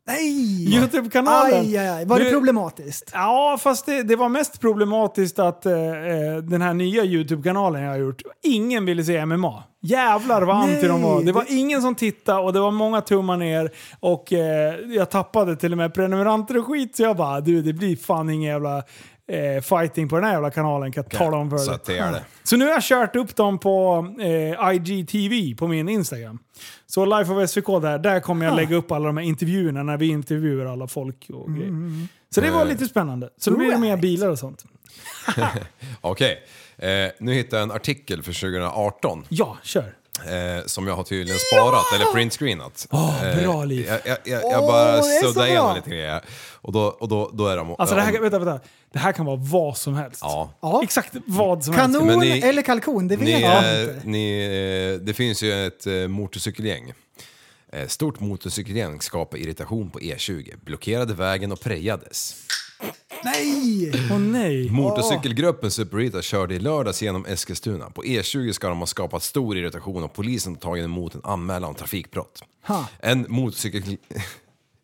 Nej! Youtube-kanalen. Aj, aj, aj. Var det Du- problematiskt? Ja, fast det, det var mest problematiskt att eh, eh, den här nya YouTube-kanalen jag har gjort, ingen ville se MMA. Jävlar vad anti de var. Det var ingen som tittade och det var många tummar ner. Och eh, jag tappade till och med prenumeranter och skit. Så jag bara, du det blir fan ingen jävla eh, fighting på den här jävla kanalen kan jag tala om för Så dig. att det är det. Så nu har jag kört upp dem på eh, IGTV på min Instagram. Så Life of SVK där, där kommer Ah. jag lägga upp alla de här intervjuerna när vi intervjuar alla folk och Mm, grejer. Så det var Eh, lite spännande. Så då blir det mer bilar och sånt. Okej, eh, nu hittade jag en artikel för 2018 Ja, kör. eh, som jag har tydligen sparat eller printscreenat. Eh, Åh, bra liv. Jag, jag, jag, jag bara Åh, det är så suddade igenom bra. lite grejer. Och då, och då, då är de... Alltså det här, om- vänta, vänta. Det här kan vara vad som helst. Ja. Ja. Exakt vad som helst. Kanon Men ni- eller kalkon, det vet Ni, jag eh, inte. ni, eh, det finns ju ett eh, motorcykelgäng. Eh, Stort motorcykelgäng skapade irritation på E20, blockerade vägen och prejades. Nej! Åh nej. Motorcykelgruppen Superita körde i lördags genom Eskilstuna. På E20 ska de ha skapat stor irritation och polisen har tagit emot en anmälan om trafikbrott. En motorcykel...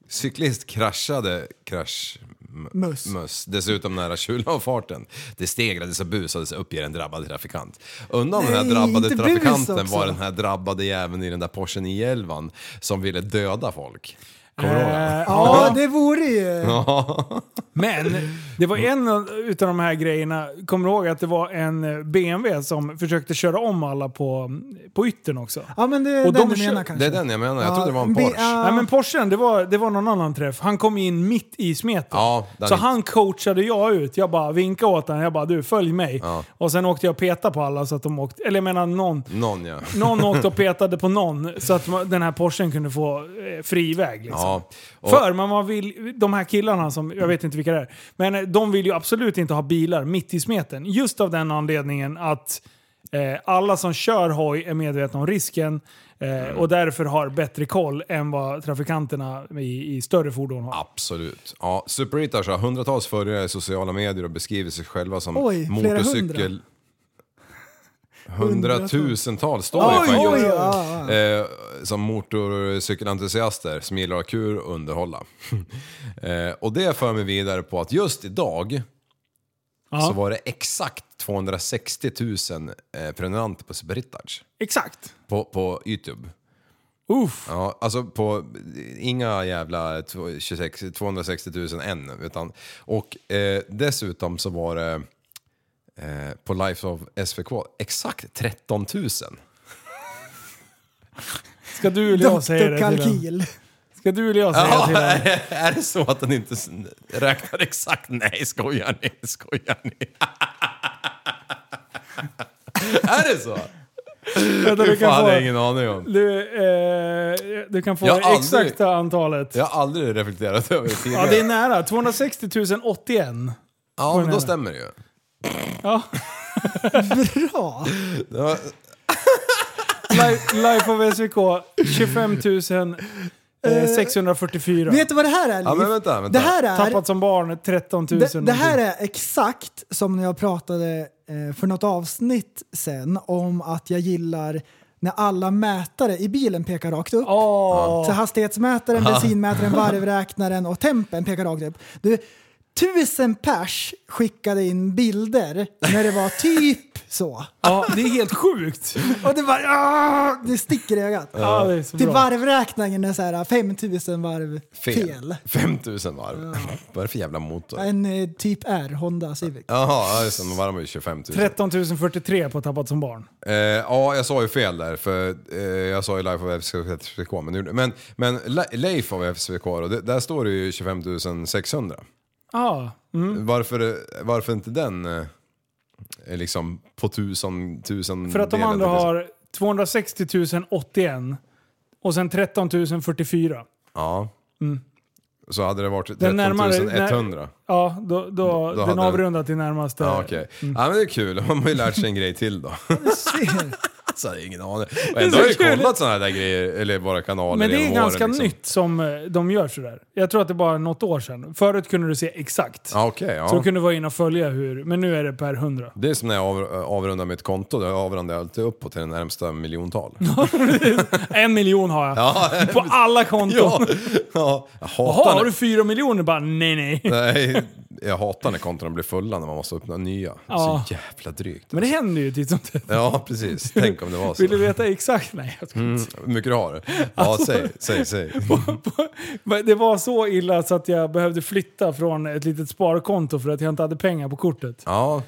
Cyklist kraschade krasch... m- Möss. möss, dessutom nära kylavfarten. Det stegrades och busades uppger en drabbad trafikant. Undan den här Nej, drabbade inte bus trafikanten också. var den här drabbade jäveln i den där Porschen i 11 som ville döda folk. Kommer du ihåg Eh, det? Ja, det vore ju... Men det var en av utav de här grejerna, kommer du ihåg att det var en eh, BMW som försökte köra om alla på, på yttern också? Ja, men det är Och den de du kö- menar kanske. Det är den jag menar, jag trodde det var en Ja, bi- Porsche. ja. Nej men Porschen, det var, det var någon annan träff. Han kom in mitt i smeten. Ja, där så mitt. han coachade jag ut. Jag bara vinkade åt honom. Jag bara du följ mig. Och sen åkte jag och petade på alla så att de åkte. Eller jag menar någon. Någon ja. Någon åkte och petade på någon så att man- den här Porschen kunde få eh, fri väg. Liksom. ja. Och- För man var vill, de här killarna, som, jag vet inte vilka det är, men eh, de vill ju absolut inte ha bilar mitt i smeten. Just av den anledningen att eh, alla som kör hoj är medvetna om risken eh, Mm. och därför har bättre koll än vad trafikanterna i, i större fordon har. Absolut. Ja, Super Itas har hundratals följare i sociala medier och beskriver sig själva som Oj, flera motorcykel... Hundratusentals står Oj, det på en oj, grupp. ja, eh, Som motorcykelentusiaster som gillar att ha kul och underhålla. eh, och det för mig vidare på att just idag Ja. så var det exakt 260 000 eh, prenumeranter på Super Itas. Exakt! På, på Youtube. Uff. Ja, alltså på inga jävla tw- 26, 260 000 än. Utan, och eh, dessutom så var det eh, på Life of SVK exakt 13 000. Ska du eller jag säga Dr. det till en? Kalkil. Ska du eller jag säga det till en? är, är det så att den inte s- räknar exakt? Nej, skojar ni? Skojar ni? är det så? Vänta, Fy du, kan fan, få, det har jag ingen aning om. du, eh, du kan få Jag har det aldrig- exakta antalet. Jag har aldrig reflekterat över det Ja, tidigare. det är nära. 260 081. ja men då nära. stämmer det ju. Ja. Bra! Det var- Life, Life of SVK, 25 eh, 644. Vet du vad det här är, Liv? Ja, men vänta, vänta. Det här är... Tappat som barn, 13 000. Det, det här är exakt som när jag pratade eh, för något avsnitt sen om att jag gillar när alla mätare i bilen pekar rakt upp. Åh. Så hastighetsmätaren, bensinmätaren, varvräknaren och tempen pekar rakt upp. Du, Tusen pers skickade in bilder när det var typ så. Ja, det är helt sjukt. Och det bara... ah, Det sticker i ögat. Ja, det är så Till bra. Typ varvräkningen är så här 5000 varv fel. 5000 varv. Vad är det för jävla motor? En eh, typ R, Honda Civic. Jaha, ja, just det, de varvar ju 25 000. 13 043 på Tappat som barn. Eh, ja, jag sa ju fel där, för eh, jag sa ju Life of FCK, men, nu gjorde- men, men La- Life of FCK, då, det, där står det ju 25 600. Ja, mm. Varför, varför inte den eh, är liksom på tusen, tusen för att de delen, liksom? andra tänkte jag har 260 081 och sen 13 044. säga. Ja. Så hade det varit 13 Mm. Den närmare- 100. Ja, då, då, hade den den- avrundar till närmaste. Ja, okej. Mm. Ja, men det är kul. Man har ju lärt sig en grej till då. Så jag har ingen aning. Och ändå har jag så ju kul. kollat sådana där grejer, eller våra kanaler Men det genom är åren, ganska liksom. nytt som eh, de gör sådär. Jag tror att det bara är något år sedan. Förut kunde du se exakt. Ja, okej. ja. Så du kunde vara inne och följa hur, men nu är det per hundra. Det är som när jag av, avrundar mitt konto, då avrundar jag alltid uppåt till det närmsta miljontal. En miljon har jag. Ja, På alla konton. ja, ja. Jag hatar Jaha, har när, du fyra miljoner? Bara nej, nej. nej, jag hatar när kontona blir fulla när man måste öppna nya. Ja. Så jävla drygt. alltså. Men det händer ju titt som tätt. Ja, precis. Tänk om det var så. Vill Mm, du veta Alltså. exakt? Nej, jag ska inte säga. Hur mycket du har? Ja, säg, säg, säg. Men Det var så illa så att jag behövde flytta från ett litet sparkonto för att jag inte hade pengar på kortet. Ja,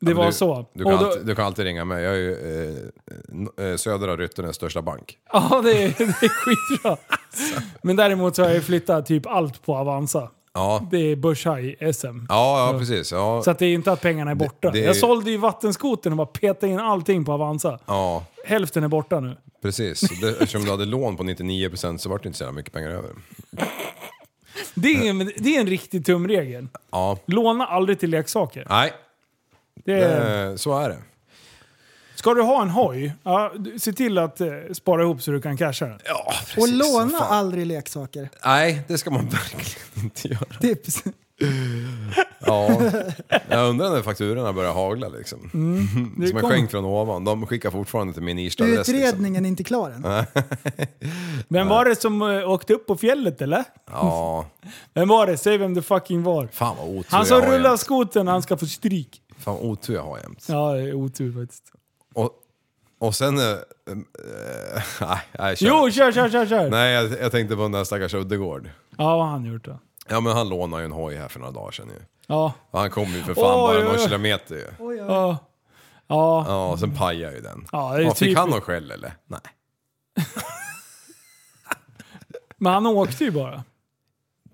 Det men var du, så. Du Och kan, då- alltid, du kan alltid ringa mig. Jag är ju eh, n- eh, Södra Ryttarens största bank. Ja, det är, det är skitbra. Men däremot så har jag ju flyttat typ allt på Avanza. Ja, Det är börshaj-SM. ja, ja precis. Ja, Så att det är inte att pengarna är borta. det är Jag ju- sålde ju vattenskoten och bara petade in allting på Avanza. ja Hälften är borta nu. precis. Det, eftersom du hade lån på 99% så var det inte så jävla mycket pengar över. Det är, en- det är en riktig tumregel. Ja, Låna aldrig till leksaker. nej, Det är, det, Eh, så är det. ska du ha en hoj, ja, du- se till att eh, spara ihop så du kan casha den. Ja, Och precis. låna Fan. aldrig leksaker. Nej, det ska man verkligen inte göra. Tips. Ja. Jag undrar när fakturorna börjar hagla liksom. Mm, Som en kommer- skänk från ovan. De skickar fortfarande till min Irsta-adress. Liksom. Utredningen är inte klar än. Vem var det som eh, åkte upp på fjället eller? Ja, Vem var det? Säg vem det fucking var. fan vad otur Han jag som har rullar jämt. skoten, han ska få stryk. Fan vad otur jag har jämt. Ja, det är otur faktiskt. Och, och sen... eh, eh, nej, nej, kör. Jo, kör, kör, kör, kör! Nej, jag, jag tänkte på den där stackars Uddegård. Ja, vad har han gjort då? Ja men han lånade ju en hoj här för några dagar sedan ju. Ja, Och han kom ju för Oj, fan bara oj, någon oj. kilometer ju. ja. Ja, Ja, och sen pajade ju den. Ja, det är fick typ- han någon skäll eller? Nej. men han åkte ju bara.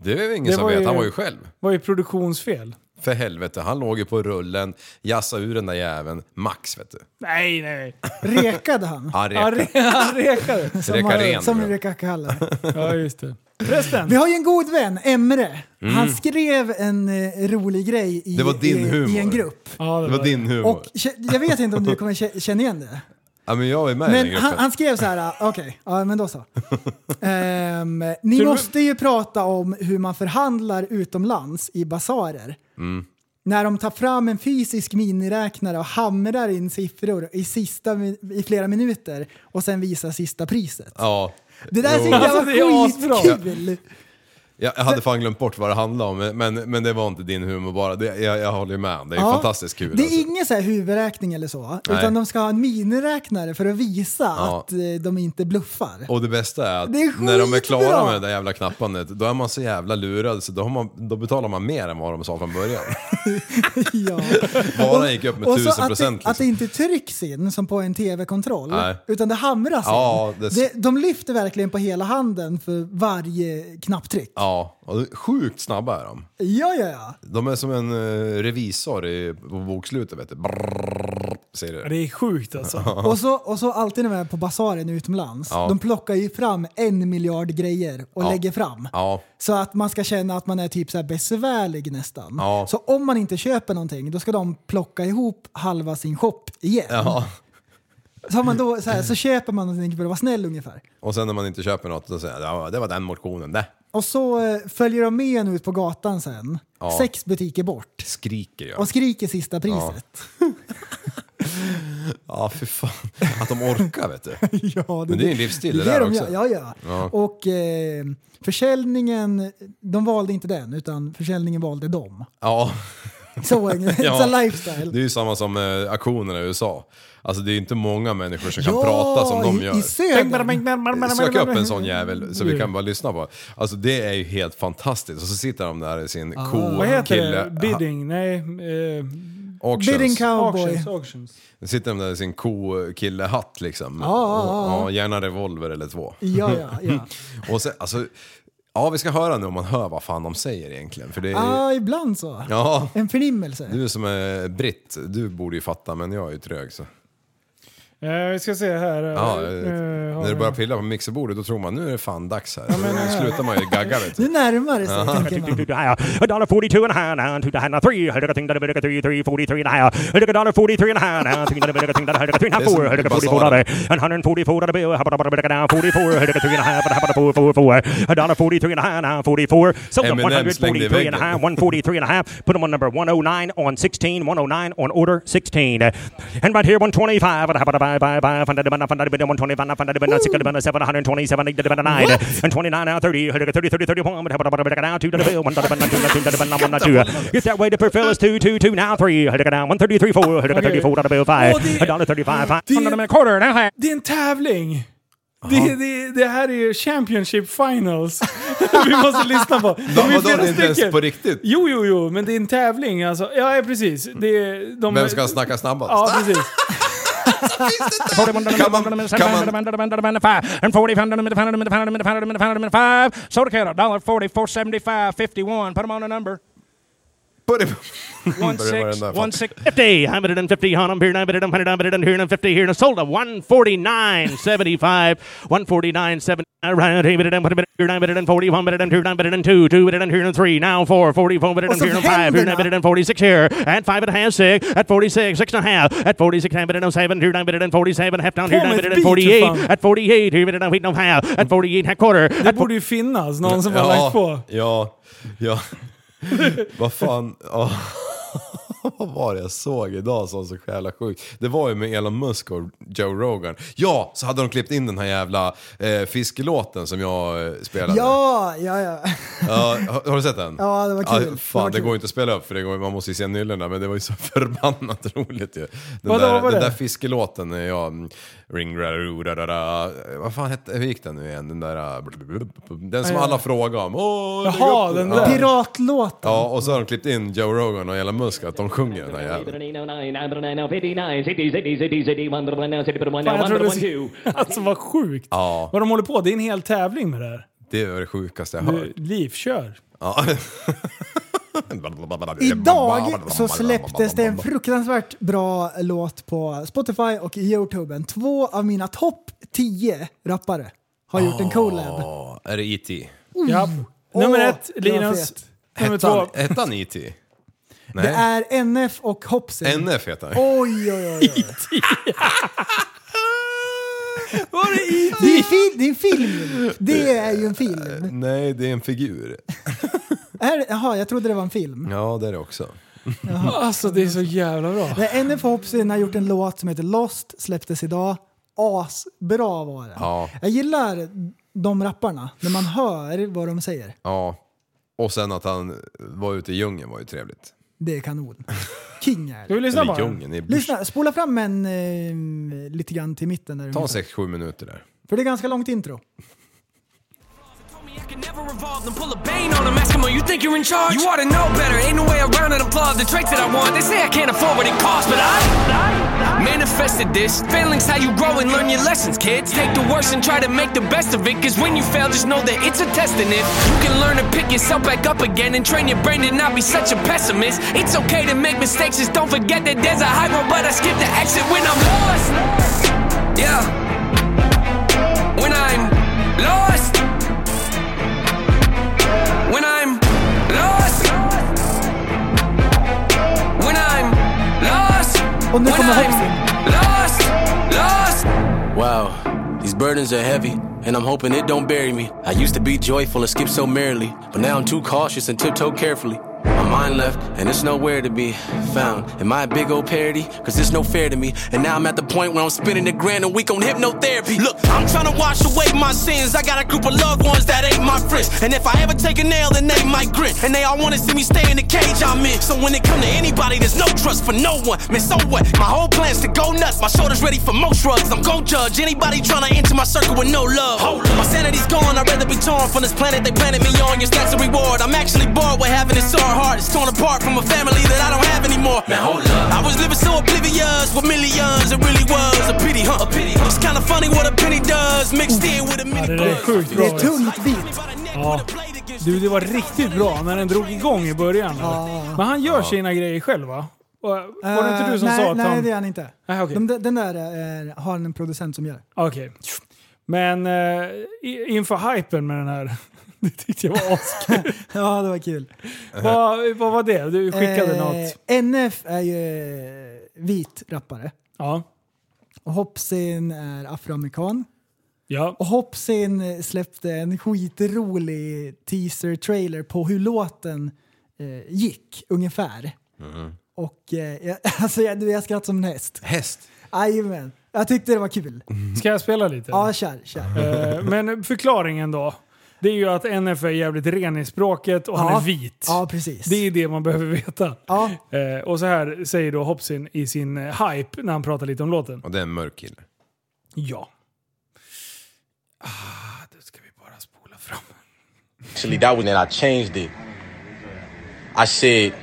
Det är ju ingen Det som var vet, ju- han var ju själv. Det var ju produktionsfel. För helvete, han låg ju på rullen, jassa ur den där jäveln, max vet du. Nej, nej, nej. Rekade han? Han Han, rekade. re- han rekade. Som, rekar har, ren, som tror jag. Rebecka kallar det. Ja, just det. Förresten, Vi har ju en god vän, Emre. Han skrev en eh, rolig grej i, Mm. Det var din i, i en humor. grupp. ja, Det var din humor. Och kä- jag vet inte om du kommer kä- känna igen det. ja, men jag är med i den Men gruppen. han, han skrev så här, ah, okej, ja men då så. Ehm, ni måste ju prata om hur man förhandlar utomlands i basarer. Mm. När de tar fram en fysisk miniräknare och hamrar in siffror i, sista, mi- i flera minuter och sen visar sista priset. Ja. Det där är så Jo. jävla Alltså, det är asbra. skitkul! Jag jag hade fan glömt bort vad det handlade om, men, men det var inte din humor bara. Det, jag, jag håller ju med, det är Ja. fantastiskt kul. Det är alltså. ingen så här huvudräkning eller så, Nej. utan de ska ha en miniräknare för att visa Ja. att eh, de inte bluffar. Och det bästa är att Det är när de är skitbra. klara med det där jävla knappandet, då är man så jävla lurad så då, har man, då betalar man mer än vad de sa från början. ja. Bara gick upp med Och så 1000 att, det, procent. att det Liksom. inte trycks in som på en tv-kontroll, Nej. utan det hamras Ja, in. det- Det, de lyfter verkligen på hela handen för varje knapptryck. Ja, och sjukt snabba är de. Ja, ja, ja. De är som en eh, revisor i, på bokslutet vet du. Brrrr, säger det. det är sjukt alltså. Och, så, och så alltid när man är på basaren utomlands, Ja. de plockar ju fram en miljard grejer och Ja. lägger fram. Ja, Så att man ska känna att man är typ så här besvärlig nästan. Ja. Så om man inte köper någonting, då ska de plocka ihop halva sin shop igen. ja. Så, har man då, så, här, så köper man någonting för att vara snäll ungefär. Och sen när man inte köper något, då säger jag ja, det var den motionen, det. Och så eh, följer de med en ut på gatan sen, Ja. sex butiker bort, Skriker jag. och skriker sista priset. Ja, för fan. Att de orkar vet du. Ja, Men det är ju en livsstil det där ger de, också. Ja, ja. ja. Ja. Och eh, försäljningen, de valde inte den, utan försäljningen valde dem. Ja. Så, it's Ja. a lifestyle. Det är ju samma som eh, auktionerna i USA. Alltså det är ju inte många människor som kan ja, prata som de i, gör. i södern. Sök upp en sån jävel så vi Mm. kan bara lyssna på. Alltså det är ju helt fantastiskt. Och så sitter de där i sin ko Vad heter kille... det? Bidding? Nej. Eh, auctions. Bidding cowboy. auctions. auctions. Sitter de där i sin ko killehatt liksom. Ja, ja, ja. Och, ja, gärna revolver eller två. Ja, ja, ja. Och sen, alltså, ja vi ska höra nu om man hör vad fan de säger egentligen. För det är, Ah, ibland så. ja, En förnimmelse. du som är britt, du borde ju fatta men jag är ju trög så. Eh, vi ska se här. eh, Ja, eh, har när vi- du börjar pilla på mixerbordet då tror man nu är det fan dags här. Då slutar man ju gagga vet Nu du. närmar det sig, tänker man. A dollar forty-two and a half, and two and a three. I took a thing that I took a three, three forty-three and a half. I took a dollar forty-three and a half, and thing that I took a thing that I took a three and a half, four. I took a forty-four dollar, and hundred and forty-four dollar bill. How about a bit of a forty-four? I took a three and a half, and how about a four, four, four? A dollar forty-three and a half, and forty-four. So the Eminem one hundred slängde i forty-three and a väggen. half, one forty-three and a half. Put them on number one oh nine on sixteen, one oh nine on order sixteen, and right here one twenty-five. And how about a five, five, five? Funded a bit, funded a bit, one twenty-five, funded a bit, six, hundred and seven, hundred twenty-seven, eight, hundred and nine, and twenty-nine now thirty. I took a thirty, thirty, thirty-one. But how about a bit of a now two to the bill? One dollar, one dollar, two dollar, one dollar, one dollar, two. Get that way to fulfill is two, two, two now three. I took a down one thirty-three, four. I took a thirty-four dollar bill five. Oh, the- A dollar thirty-five, five. the- Hundred and a quarter now. half. Det är en tävling! Det, det, det här är ju Championship Finals. Vi måste lyssna på. De Vadå, det är inte ens på riktigt? Jo, jo, jo, men det är en tävling. Alltså, ja, ja, precis. Det, är- de, Vem ska snacka snabbast? Ja, precis. Forty one dollar, Come on, one dollar, come on. seven dollar, one dollar, one dollar, five, and forty pound, one dollar, one dollar, one dollar, one dollar, one dollar, one dollar, five. Soda can, a dollar forty, four seventy-five, fifty-one. Put them on a number. Börja- One Börja med den six, där, fan. one six, fifty. I'm at it in fifty. Hunt, I'm here. I'm at it. I'm hundred. I'm at it. I'm here. I'm fifty. Here and sold a one forty nine seventy five. One forty nine seventy. Around here, but it but it here, but it forty one, but it here, but it two, two, but it here, and three. Now four, forty four, but it Och så here, and five. händer Here, det. but it forty six here. At five and a half, six. At forty six, six and a half. At forty six, but it seven. Here, but it forty seven. Half down here, På med but ett it beat, forty för fan. eight. At forty eight, here, but it eight and a half. At forty eight, half quarter. Det borde ju finnas någon som har lagt på. Ja, ja. Vad fan. Ja. Vad var det jag såg idag som var så jävla sjukt? Det var ju med Elon Musk och Joe Rogan. Ja, så hade de klippt in den här jävla eh, fiskelåten som jag eh, spelade. Ja, ja, ja. Ja, har, har du sett den? Ja, det var kul. Ah, Det fan, var det, kul. går ju inte att spela upp för det går, man måste ju se nyllorna men det var ju så förbannat roligt ju. Den, Vadå, där, var den det? där fiskelåten, eh, ja, mm, ring ra ru ra ra ra Vad fan hette, hur gick den nu igen? Den där... ah, blub, blub, blub, blub. Den som Ja, ja. alla frågar om. Åh, lägg Jaha, upp den där. Piratlåten. Ja, och så har de klippt in Joe Rogan och Elon Musk att de sjunger den här jäveln. Fan, jag trodde det Alltså vad sjukt. Ja, Vad de håller på. Det är en hel tävling med det här. det är det sjukaste jag Du, hört. Liv, kör. Ja. Idag så släpptes det en fruktansvärt bra låt på Spotify och Youtube. Två av mina topp 10 rappare har gjort Ah. en collab. Ja, Är det E E.T.? Ja. Åh, Nummer ett, det var Linus. fet. Nummer Hette han- två. hette han E.T.? Det Nej, är NF och Hopsy. NF heter han. Oj, oj, oj. oj. Var det E i? Det, är fil- det är en film. Det är ju en film. Nej, det är en figur. Är, jaha, jag trodde det var en film. Ja, det är det också. Alltså det är så jävla bra. Nej, NF och Hopsy har gjort en låt som heter Lost, släpptes idag. Asbra var den. Ja. Jag gillar de rapparna, när man hör vad de säger. Ja. Och sen att han var ute i djungen var ju trevligt. Det är kanon. King är det. Ska vi lyssna på Eller den? djungeln, i bush. Lyssna, spola fram en eh, lite grann till mitten. Där Ta ungefär. 6-7 minuter där. För det är ganska långt intro. I can never revolve and pull a bane on them. Eskimo, you think you're in charge? You ought to know better. Ain't no way around it. I'm flawed. The traits that I want, they say I can't afford what it costs, but I manifested this. Failing's how you grow and learn your lessons, kids. Take the worst and try to make the best of it. Cause when you fail, just know that it's a test in it. You can learn to pick yourself back up again and train your brain to not be such a pessimist. It's okay to make mistakes, just don't forget that there's a high road, but I skip the exit when I'm lost. Yeah. When I'm lost when I'm lost. When I'm lost. Och nu When kommer I'm Hopsy. lost. Lost. Wow, these burdens are heavy, and I'm hoping it don't bury me. I used to be joyful and skip so merrily, but now I'm too cautious and tiptoe carefully. My one left, and it's nowhere to be found. Am I a big old parody? Cause it's no fair to me. And now I'm at the point where I'm spending a grand a week on hypnotherapy. Look, I'm trying to wash away my sins. I got a group of loved ones that ain't my friends. And if I ever take a nail, then they might grit. And they all wanna see me stay in the cage I'm in. So when it come to anybody, there's no trust for no one. Man, so what? My whole plan's to go nuts. My shoulders ready for most drugs. I'm gon' judge anybody tryna enter my circle with no love. My sanity's gone. I'd rather be torn from this planet they planted me on. Your stats a reward. I'm actually bored with having this sore heart. It's torn apart from a family that I don't have anymore. Now hold up. I was living so oblivious with millions. It really was a pity, huh? A pity. It's kinda funny what a penny does mixed in with a Det mini där är buzz. sjukt bra. beat. Ja. Ah. Du, det var riktigt bra när den drog igång i början. Men han gör sina grejer själv va? Och, var det inte du som Eh, nej, sa att nej, han... Nej, det är han inte. Nej, okej. De, den där eh, har han en producent som gör. Okej. Men eh, i- inför hypen med den här. Det tyckte jag var askul. ja, det var kul. vad, vad var det? Du skickade Eh, något. NF är ju eh, vit rappare. Ja. Och Hopsin är afroamerikan. Ja. Och Hopsin släppte en skitrolig teaser-trailer på hur låten eh, gick, ungefär. Och eh, jag, alltså, jag, jag skrattade som en häst. Häst? Jajamän. Jag tyckte det var kul. Ska jag spela lite? Ja, kör. kör. Eh, men förklaringen då? Det är ju att NF är jävligt ren i språket och han Ja. är vit. Ja, precis. Det är det man behöver veta. Ja. Eh, och så här säger då Hopsin i sin eh, hype när han pratar lite om låten. Och det är en mörk kille. Ja. Ah, Actually, that was when I changed it. I said,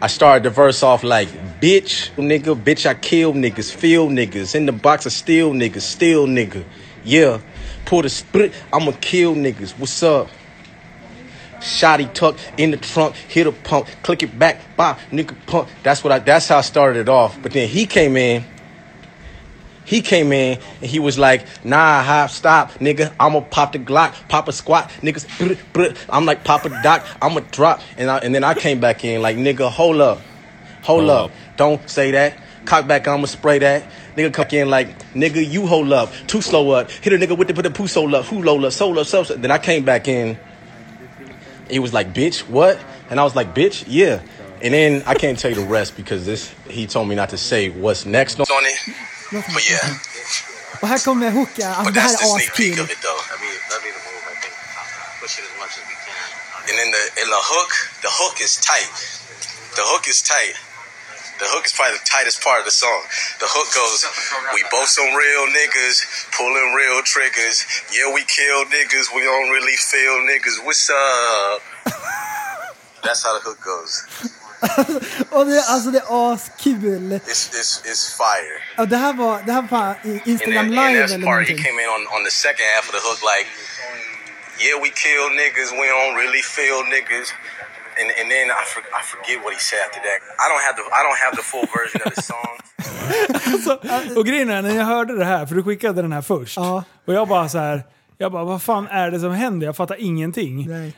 I started the verse off like, bitch, nigga, bitch, I kill niggas, feel niggas, in the box I steal niggas, steal nigga. Yeah, pull the split, I'ma kill niggas, what's up? Shotty tuck in the trunk, hit a pump, click it back, bye, nigga pump. That's what I, that's how I started it off. But then he came in, he came in and he was like, nah, hop, stop, nigga. I'ma pop the Glock, pop a squat, niggas. brr, brr. I'm like, pop a doc, I'ma drop. And, I, and then I came back in like, nigga, hold up, hold, up. Don't say that. Cock back, I'ma spray that. Nigga come in like, nigga, you hold up, too slow up. Hit a nigga with the put the poo so up, who low up, so up, so up. Then I came back in. He was like, bitch, what? And I was like, bitch, yeah. And then I can't tell you the rest because this he told me not to say what's next on it. But yeah. Och här kommer hooka. Alltså, det här that's är the sneak peek askul. of it though. That'd be, that'd be the move, I think. Push it as much as we can. And then the, and the hook, the hook is tight. The hook is tight. The hook is probably the tightest part of the song. The hook goes, We both some real niggas, pulling real triggers. Yeah, we kill niggas, we don't really feel niggas. What's up? That's how the hook goes. och det, alltså det är askul. It's, it's, it's fire. Och det här var, det här var fan i- Instagram and live then, and that's eller part, he någonting. came in on, on the second half of the hook like, yeah, we kill niggas, we don't really feel niggas. And, and then I, for, I forget what he said after that. I don't have the I don't have the full version of the song. Alltså, och grejen är, när jag hörde det här, för du skickade den här först. Och jag bara så här, jag bara vad fan är det som händer? Jag fattar ingenting.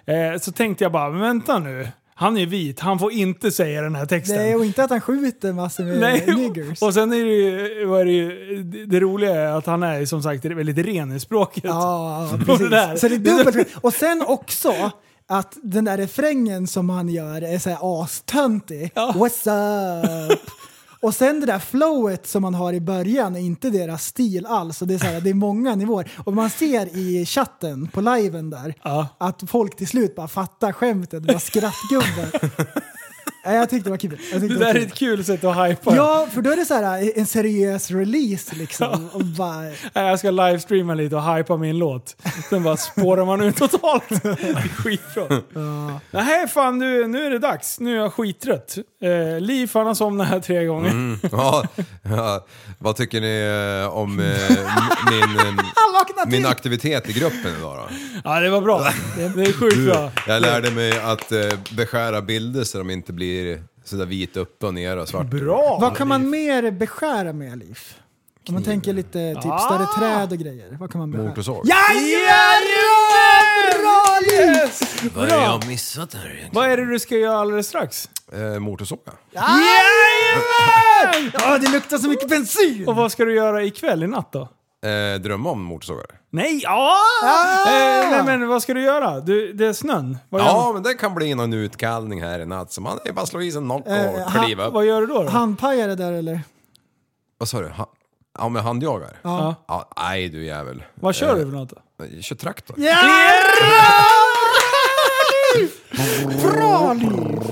Eh, så tänkte jag bara, men vänta nu. Han är vit, han får inte säga den här texten. Nej, och inte att han skjuter massor med Nej, niggers. och sen är det ju, vad är det, ju det, det roliga är att han är som sagt väldigt ren i språket. Ja, Och precis. det där. Så det är dubbelt skit. Och sen också att den där refrängen som han gör är så här astöntig. What's up? Och sen det där flowet som man har i början är inte deras stil alls. Och det, är så här, det är många nivåer. Och man ser i chatten på liven där att folk till slut bara fattar skämtet. Det var skrattgubbar. Ja, jag tyckte det var kul. Jag tyckte Det var där är kul. ett kul sätt att hypa Ja, för då är det så här en seriös release liksom. Och bara, Nej, Äh, Jag ska livestreama lite och hypa min låt. Sen bara spårar man ut totalt. Det är skitbra. Nej fan, nu, nu är det dags. Nu är jag skittrött. Eh, Liv han har somnat här tre gånger. Mm. Ja, ja. Vad tycker ni eh, om eh, m- min, eh, min aktivitet i gruppen idag då? Ja, det var bra. Det är sjukt bra. Jag lärde mig att eh, beskära bilder så de inte blir sådär vit uppe och ner och svart. Bra! Vad kan man mer beskära med liv? Om man tänker lite typ Ah! större träd och grejer. Vad kan man beskära? Motorsåg. Jajamän! Bra liv! Vad har jag missat här? Vad är det du ska göra alldeles strax? Eh, motorsåga. Jajamän! Ja, det luktar så mycket bensin! Och vad ska du göra ikväll, i natt då? eh, drömma om motorsågare. Nej! Ja! Eh, nej men vad ska du göra? Du, det är snön. Vad gör Ja, man? men det kan bli någon utkallning här i natt. Så man det är bara att slå i sig en knock Eh, och han- kliva upp. Vad gör du då? då? Handpajar det där eller? Vad sa du? Ha, ja, med handjagare? Ja. ja. Nej du jävel. Vad kör du för något? Jag kör traktor. Bra liv!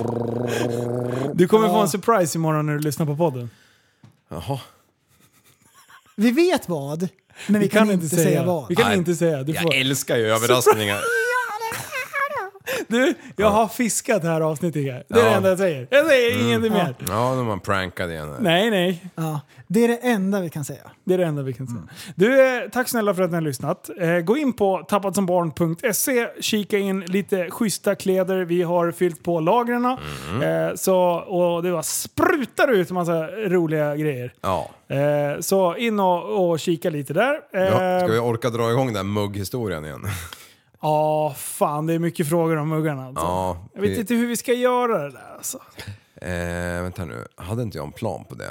Du kommer få en surprise imorgon när du lyssnar på podden. Jaha. Vi vet vad, men vi, kan, inte, säga, vad. Vi kan Nej. inte säga. Du får. Jag älskar ju överraskningar. Du, jag har fiskat det här avsnittet här. Det är Ja. det enda jag säger. Jag säger Mm. ingenting mer. Ja, nu är man prankad igen. här. Nej, nej. Ja, det är det enda vi kan säga. Det är det enda vi kan Mm. säga. Du, eh, tack snälla för att ni har lyssnat. Eh, gå in på tappatsombarn.se, kika in lite schyssta kläder. Vi har fyllt på lagren. Mm. Eh, så, och det bara sprutar ut massa roliga grejer. Ja. Eh, så in och, och kika lite där. Eh, ja. Ska vi orka dra igång den här mugghistorien igen? Ja, fan det är mycket frågor om muggarna alltså. Ja, Jag vet vi- inte hur vi ska göra det där alltså. Eh, vänta nu, hade inte jag en plan på det?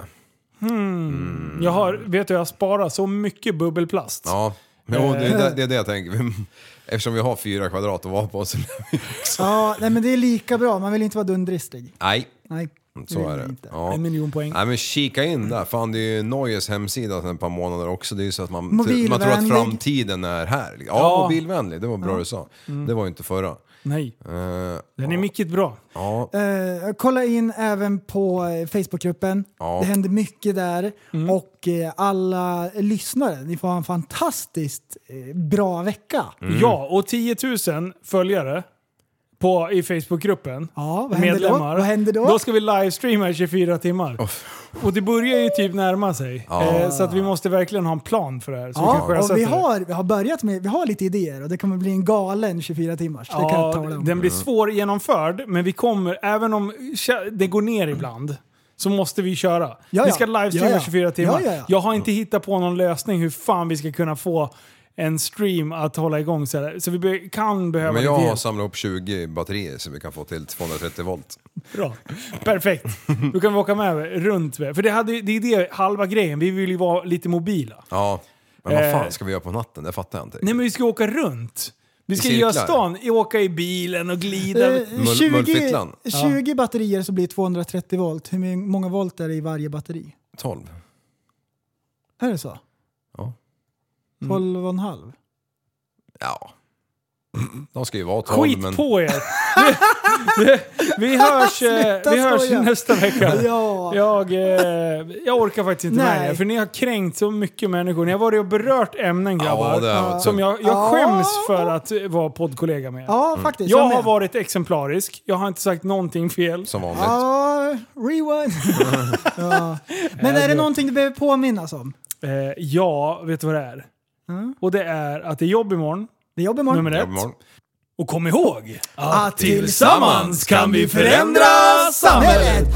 Hmm. Jag har, vet du, jag sparar så mycket bubbelplast. Mm. Ja, men Eh. jo, det, är det, det är det jag tänker. Eftersom vi har fyra kvadrat att vara på så... Ja, nej, men det är lika bra. Man vill inte vara dundristig. Nej, Nej. så är det. Ja. En miljon poäng. Nej men kika in där, fan det är ju Noyes hemsida sedan ett par månader också. Det är ju så att man, man tror att Mobilvänlig. framtiden är här. Ja, Ja. mobilvänlig, det var bra Ja. du sa. Mm. Det var ju inte förra. Nej. Eh, Den är mycket bra. ja. Eh, kolla in även på eh, Facebookgruppen. Ja. Det händer mycket där. Och eh, alla lyssnare, ni får ha en fantastiskt eh, bra vecka. Mm. Ja, och 10 000 följare på, i Facebookgruppen. Ja, vad händer då? Vad händer då? Då ska vi livestreama i 24 timmar. Och det börjar ju typ närma sig. Ja. Eh, så att vi måste verkligen ha en plan för det här. Så vi kan Ja, sjösätta och vi det. har, vi har börjat med, vi har lite idéer och det kommer bli en galen 24 timmars. det kan jag Ja, tala om. den blir svår genomförd, men vi kommer, även om kä- det går ner ibland, så måste vi köra. ja. Vi ska livestreama Ja, ja. 24 timmar. Ja, ja, ja. Jag har inte hittat på någon lösning hur fan vi ska kunna få en stream att hålla igång så, här. så vi be- kan behöva Men jag lite har hjälp. samlat upp 20 batterier så vi kan få till 230 volt. Bra. Perfekt. Då kan vi åka med runt. med. För det, hade, det är det halva grejen. Vi vill ju vara lite mobila. Ja, men vad Eh. fan ska vi göra på natten? Det fattar jag inte. Nej men vi ska åka runt. Vi I ska göra cirklar. stan, åka i bilen och glida. Eh, 20, Mullfittlan. 20 batterier så blir 230 volt. Hur många volt är det i varje batteri? 12. Är det så? Ja. 12,5? Ja. De ska ju vara 12 Skit men... på er! Vi, vi, vi hörs, eh, Sluta vi hörs skoja. nästa vecka. Ja. Jag, eh, jag orkar faktiskt inte med Nej. er, för ni har kränkt så mycket människor. Ni har varit och berört ämnen grabbar, det har varit som tungt. jag, Ja. jag skäms för att eh, vara poddkollega med. Ja, Mm. faktiskt, jag Jag har med. varit exemplarisk, jag har inte sagt någonting fel. Som vanligt. Ja, rewind. ja. Men är det någonting du behöver påminnas om? Eh, ja, vet du vad det är? Mm. Och det är att det är jobb imorgon. Det är jobb imorgon. Nummer ett. Och kom ihåg att, Att tillsammans kan vi förändra samhället!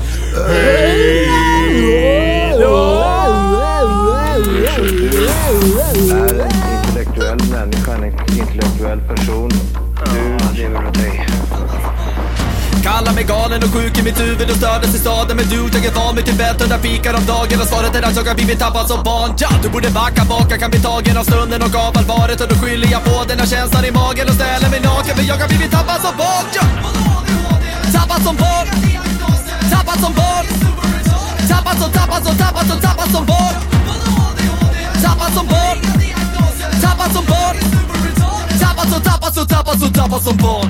Hej Du, så du är en intellektuell människa, en intellektuell person. Du lever av dig. Kallar mig galen och sjuk i mitt huvud och stördes i staden Men du, jag är van vid Tibet och där fikar om dagen Och svaret är att jag har blivit tappad som barn ja, Du borde backa bak, jag kan bli tagen av stunden och av allvaret Och då skyller jag på den här känslan i magen och ställer mig naken För jag har blivit tappad som barn ja. Tappad som barn Tappad som barn Tappad som, tappad som, tappad som, tappad som barn Tappad som barn Tappad som barn Tappad som, tappad som, tappad som, tappad som barn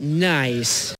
Nice.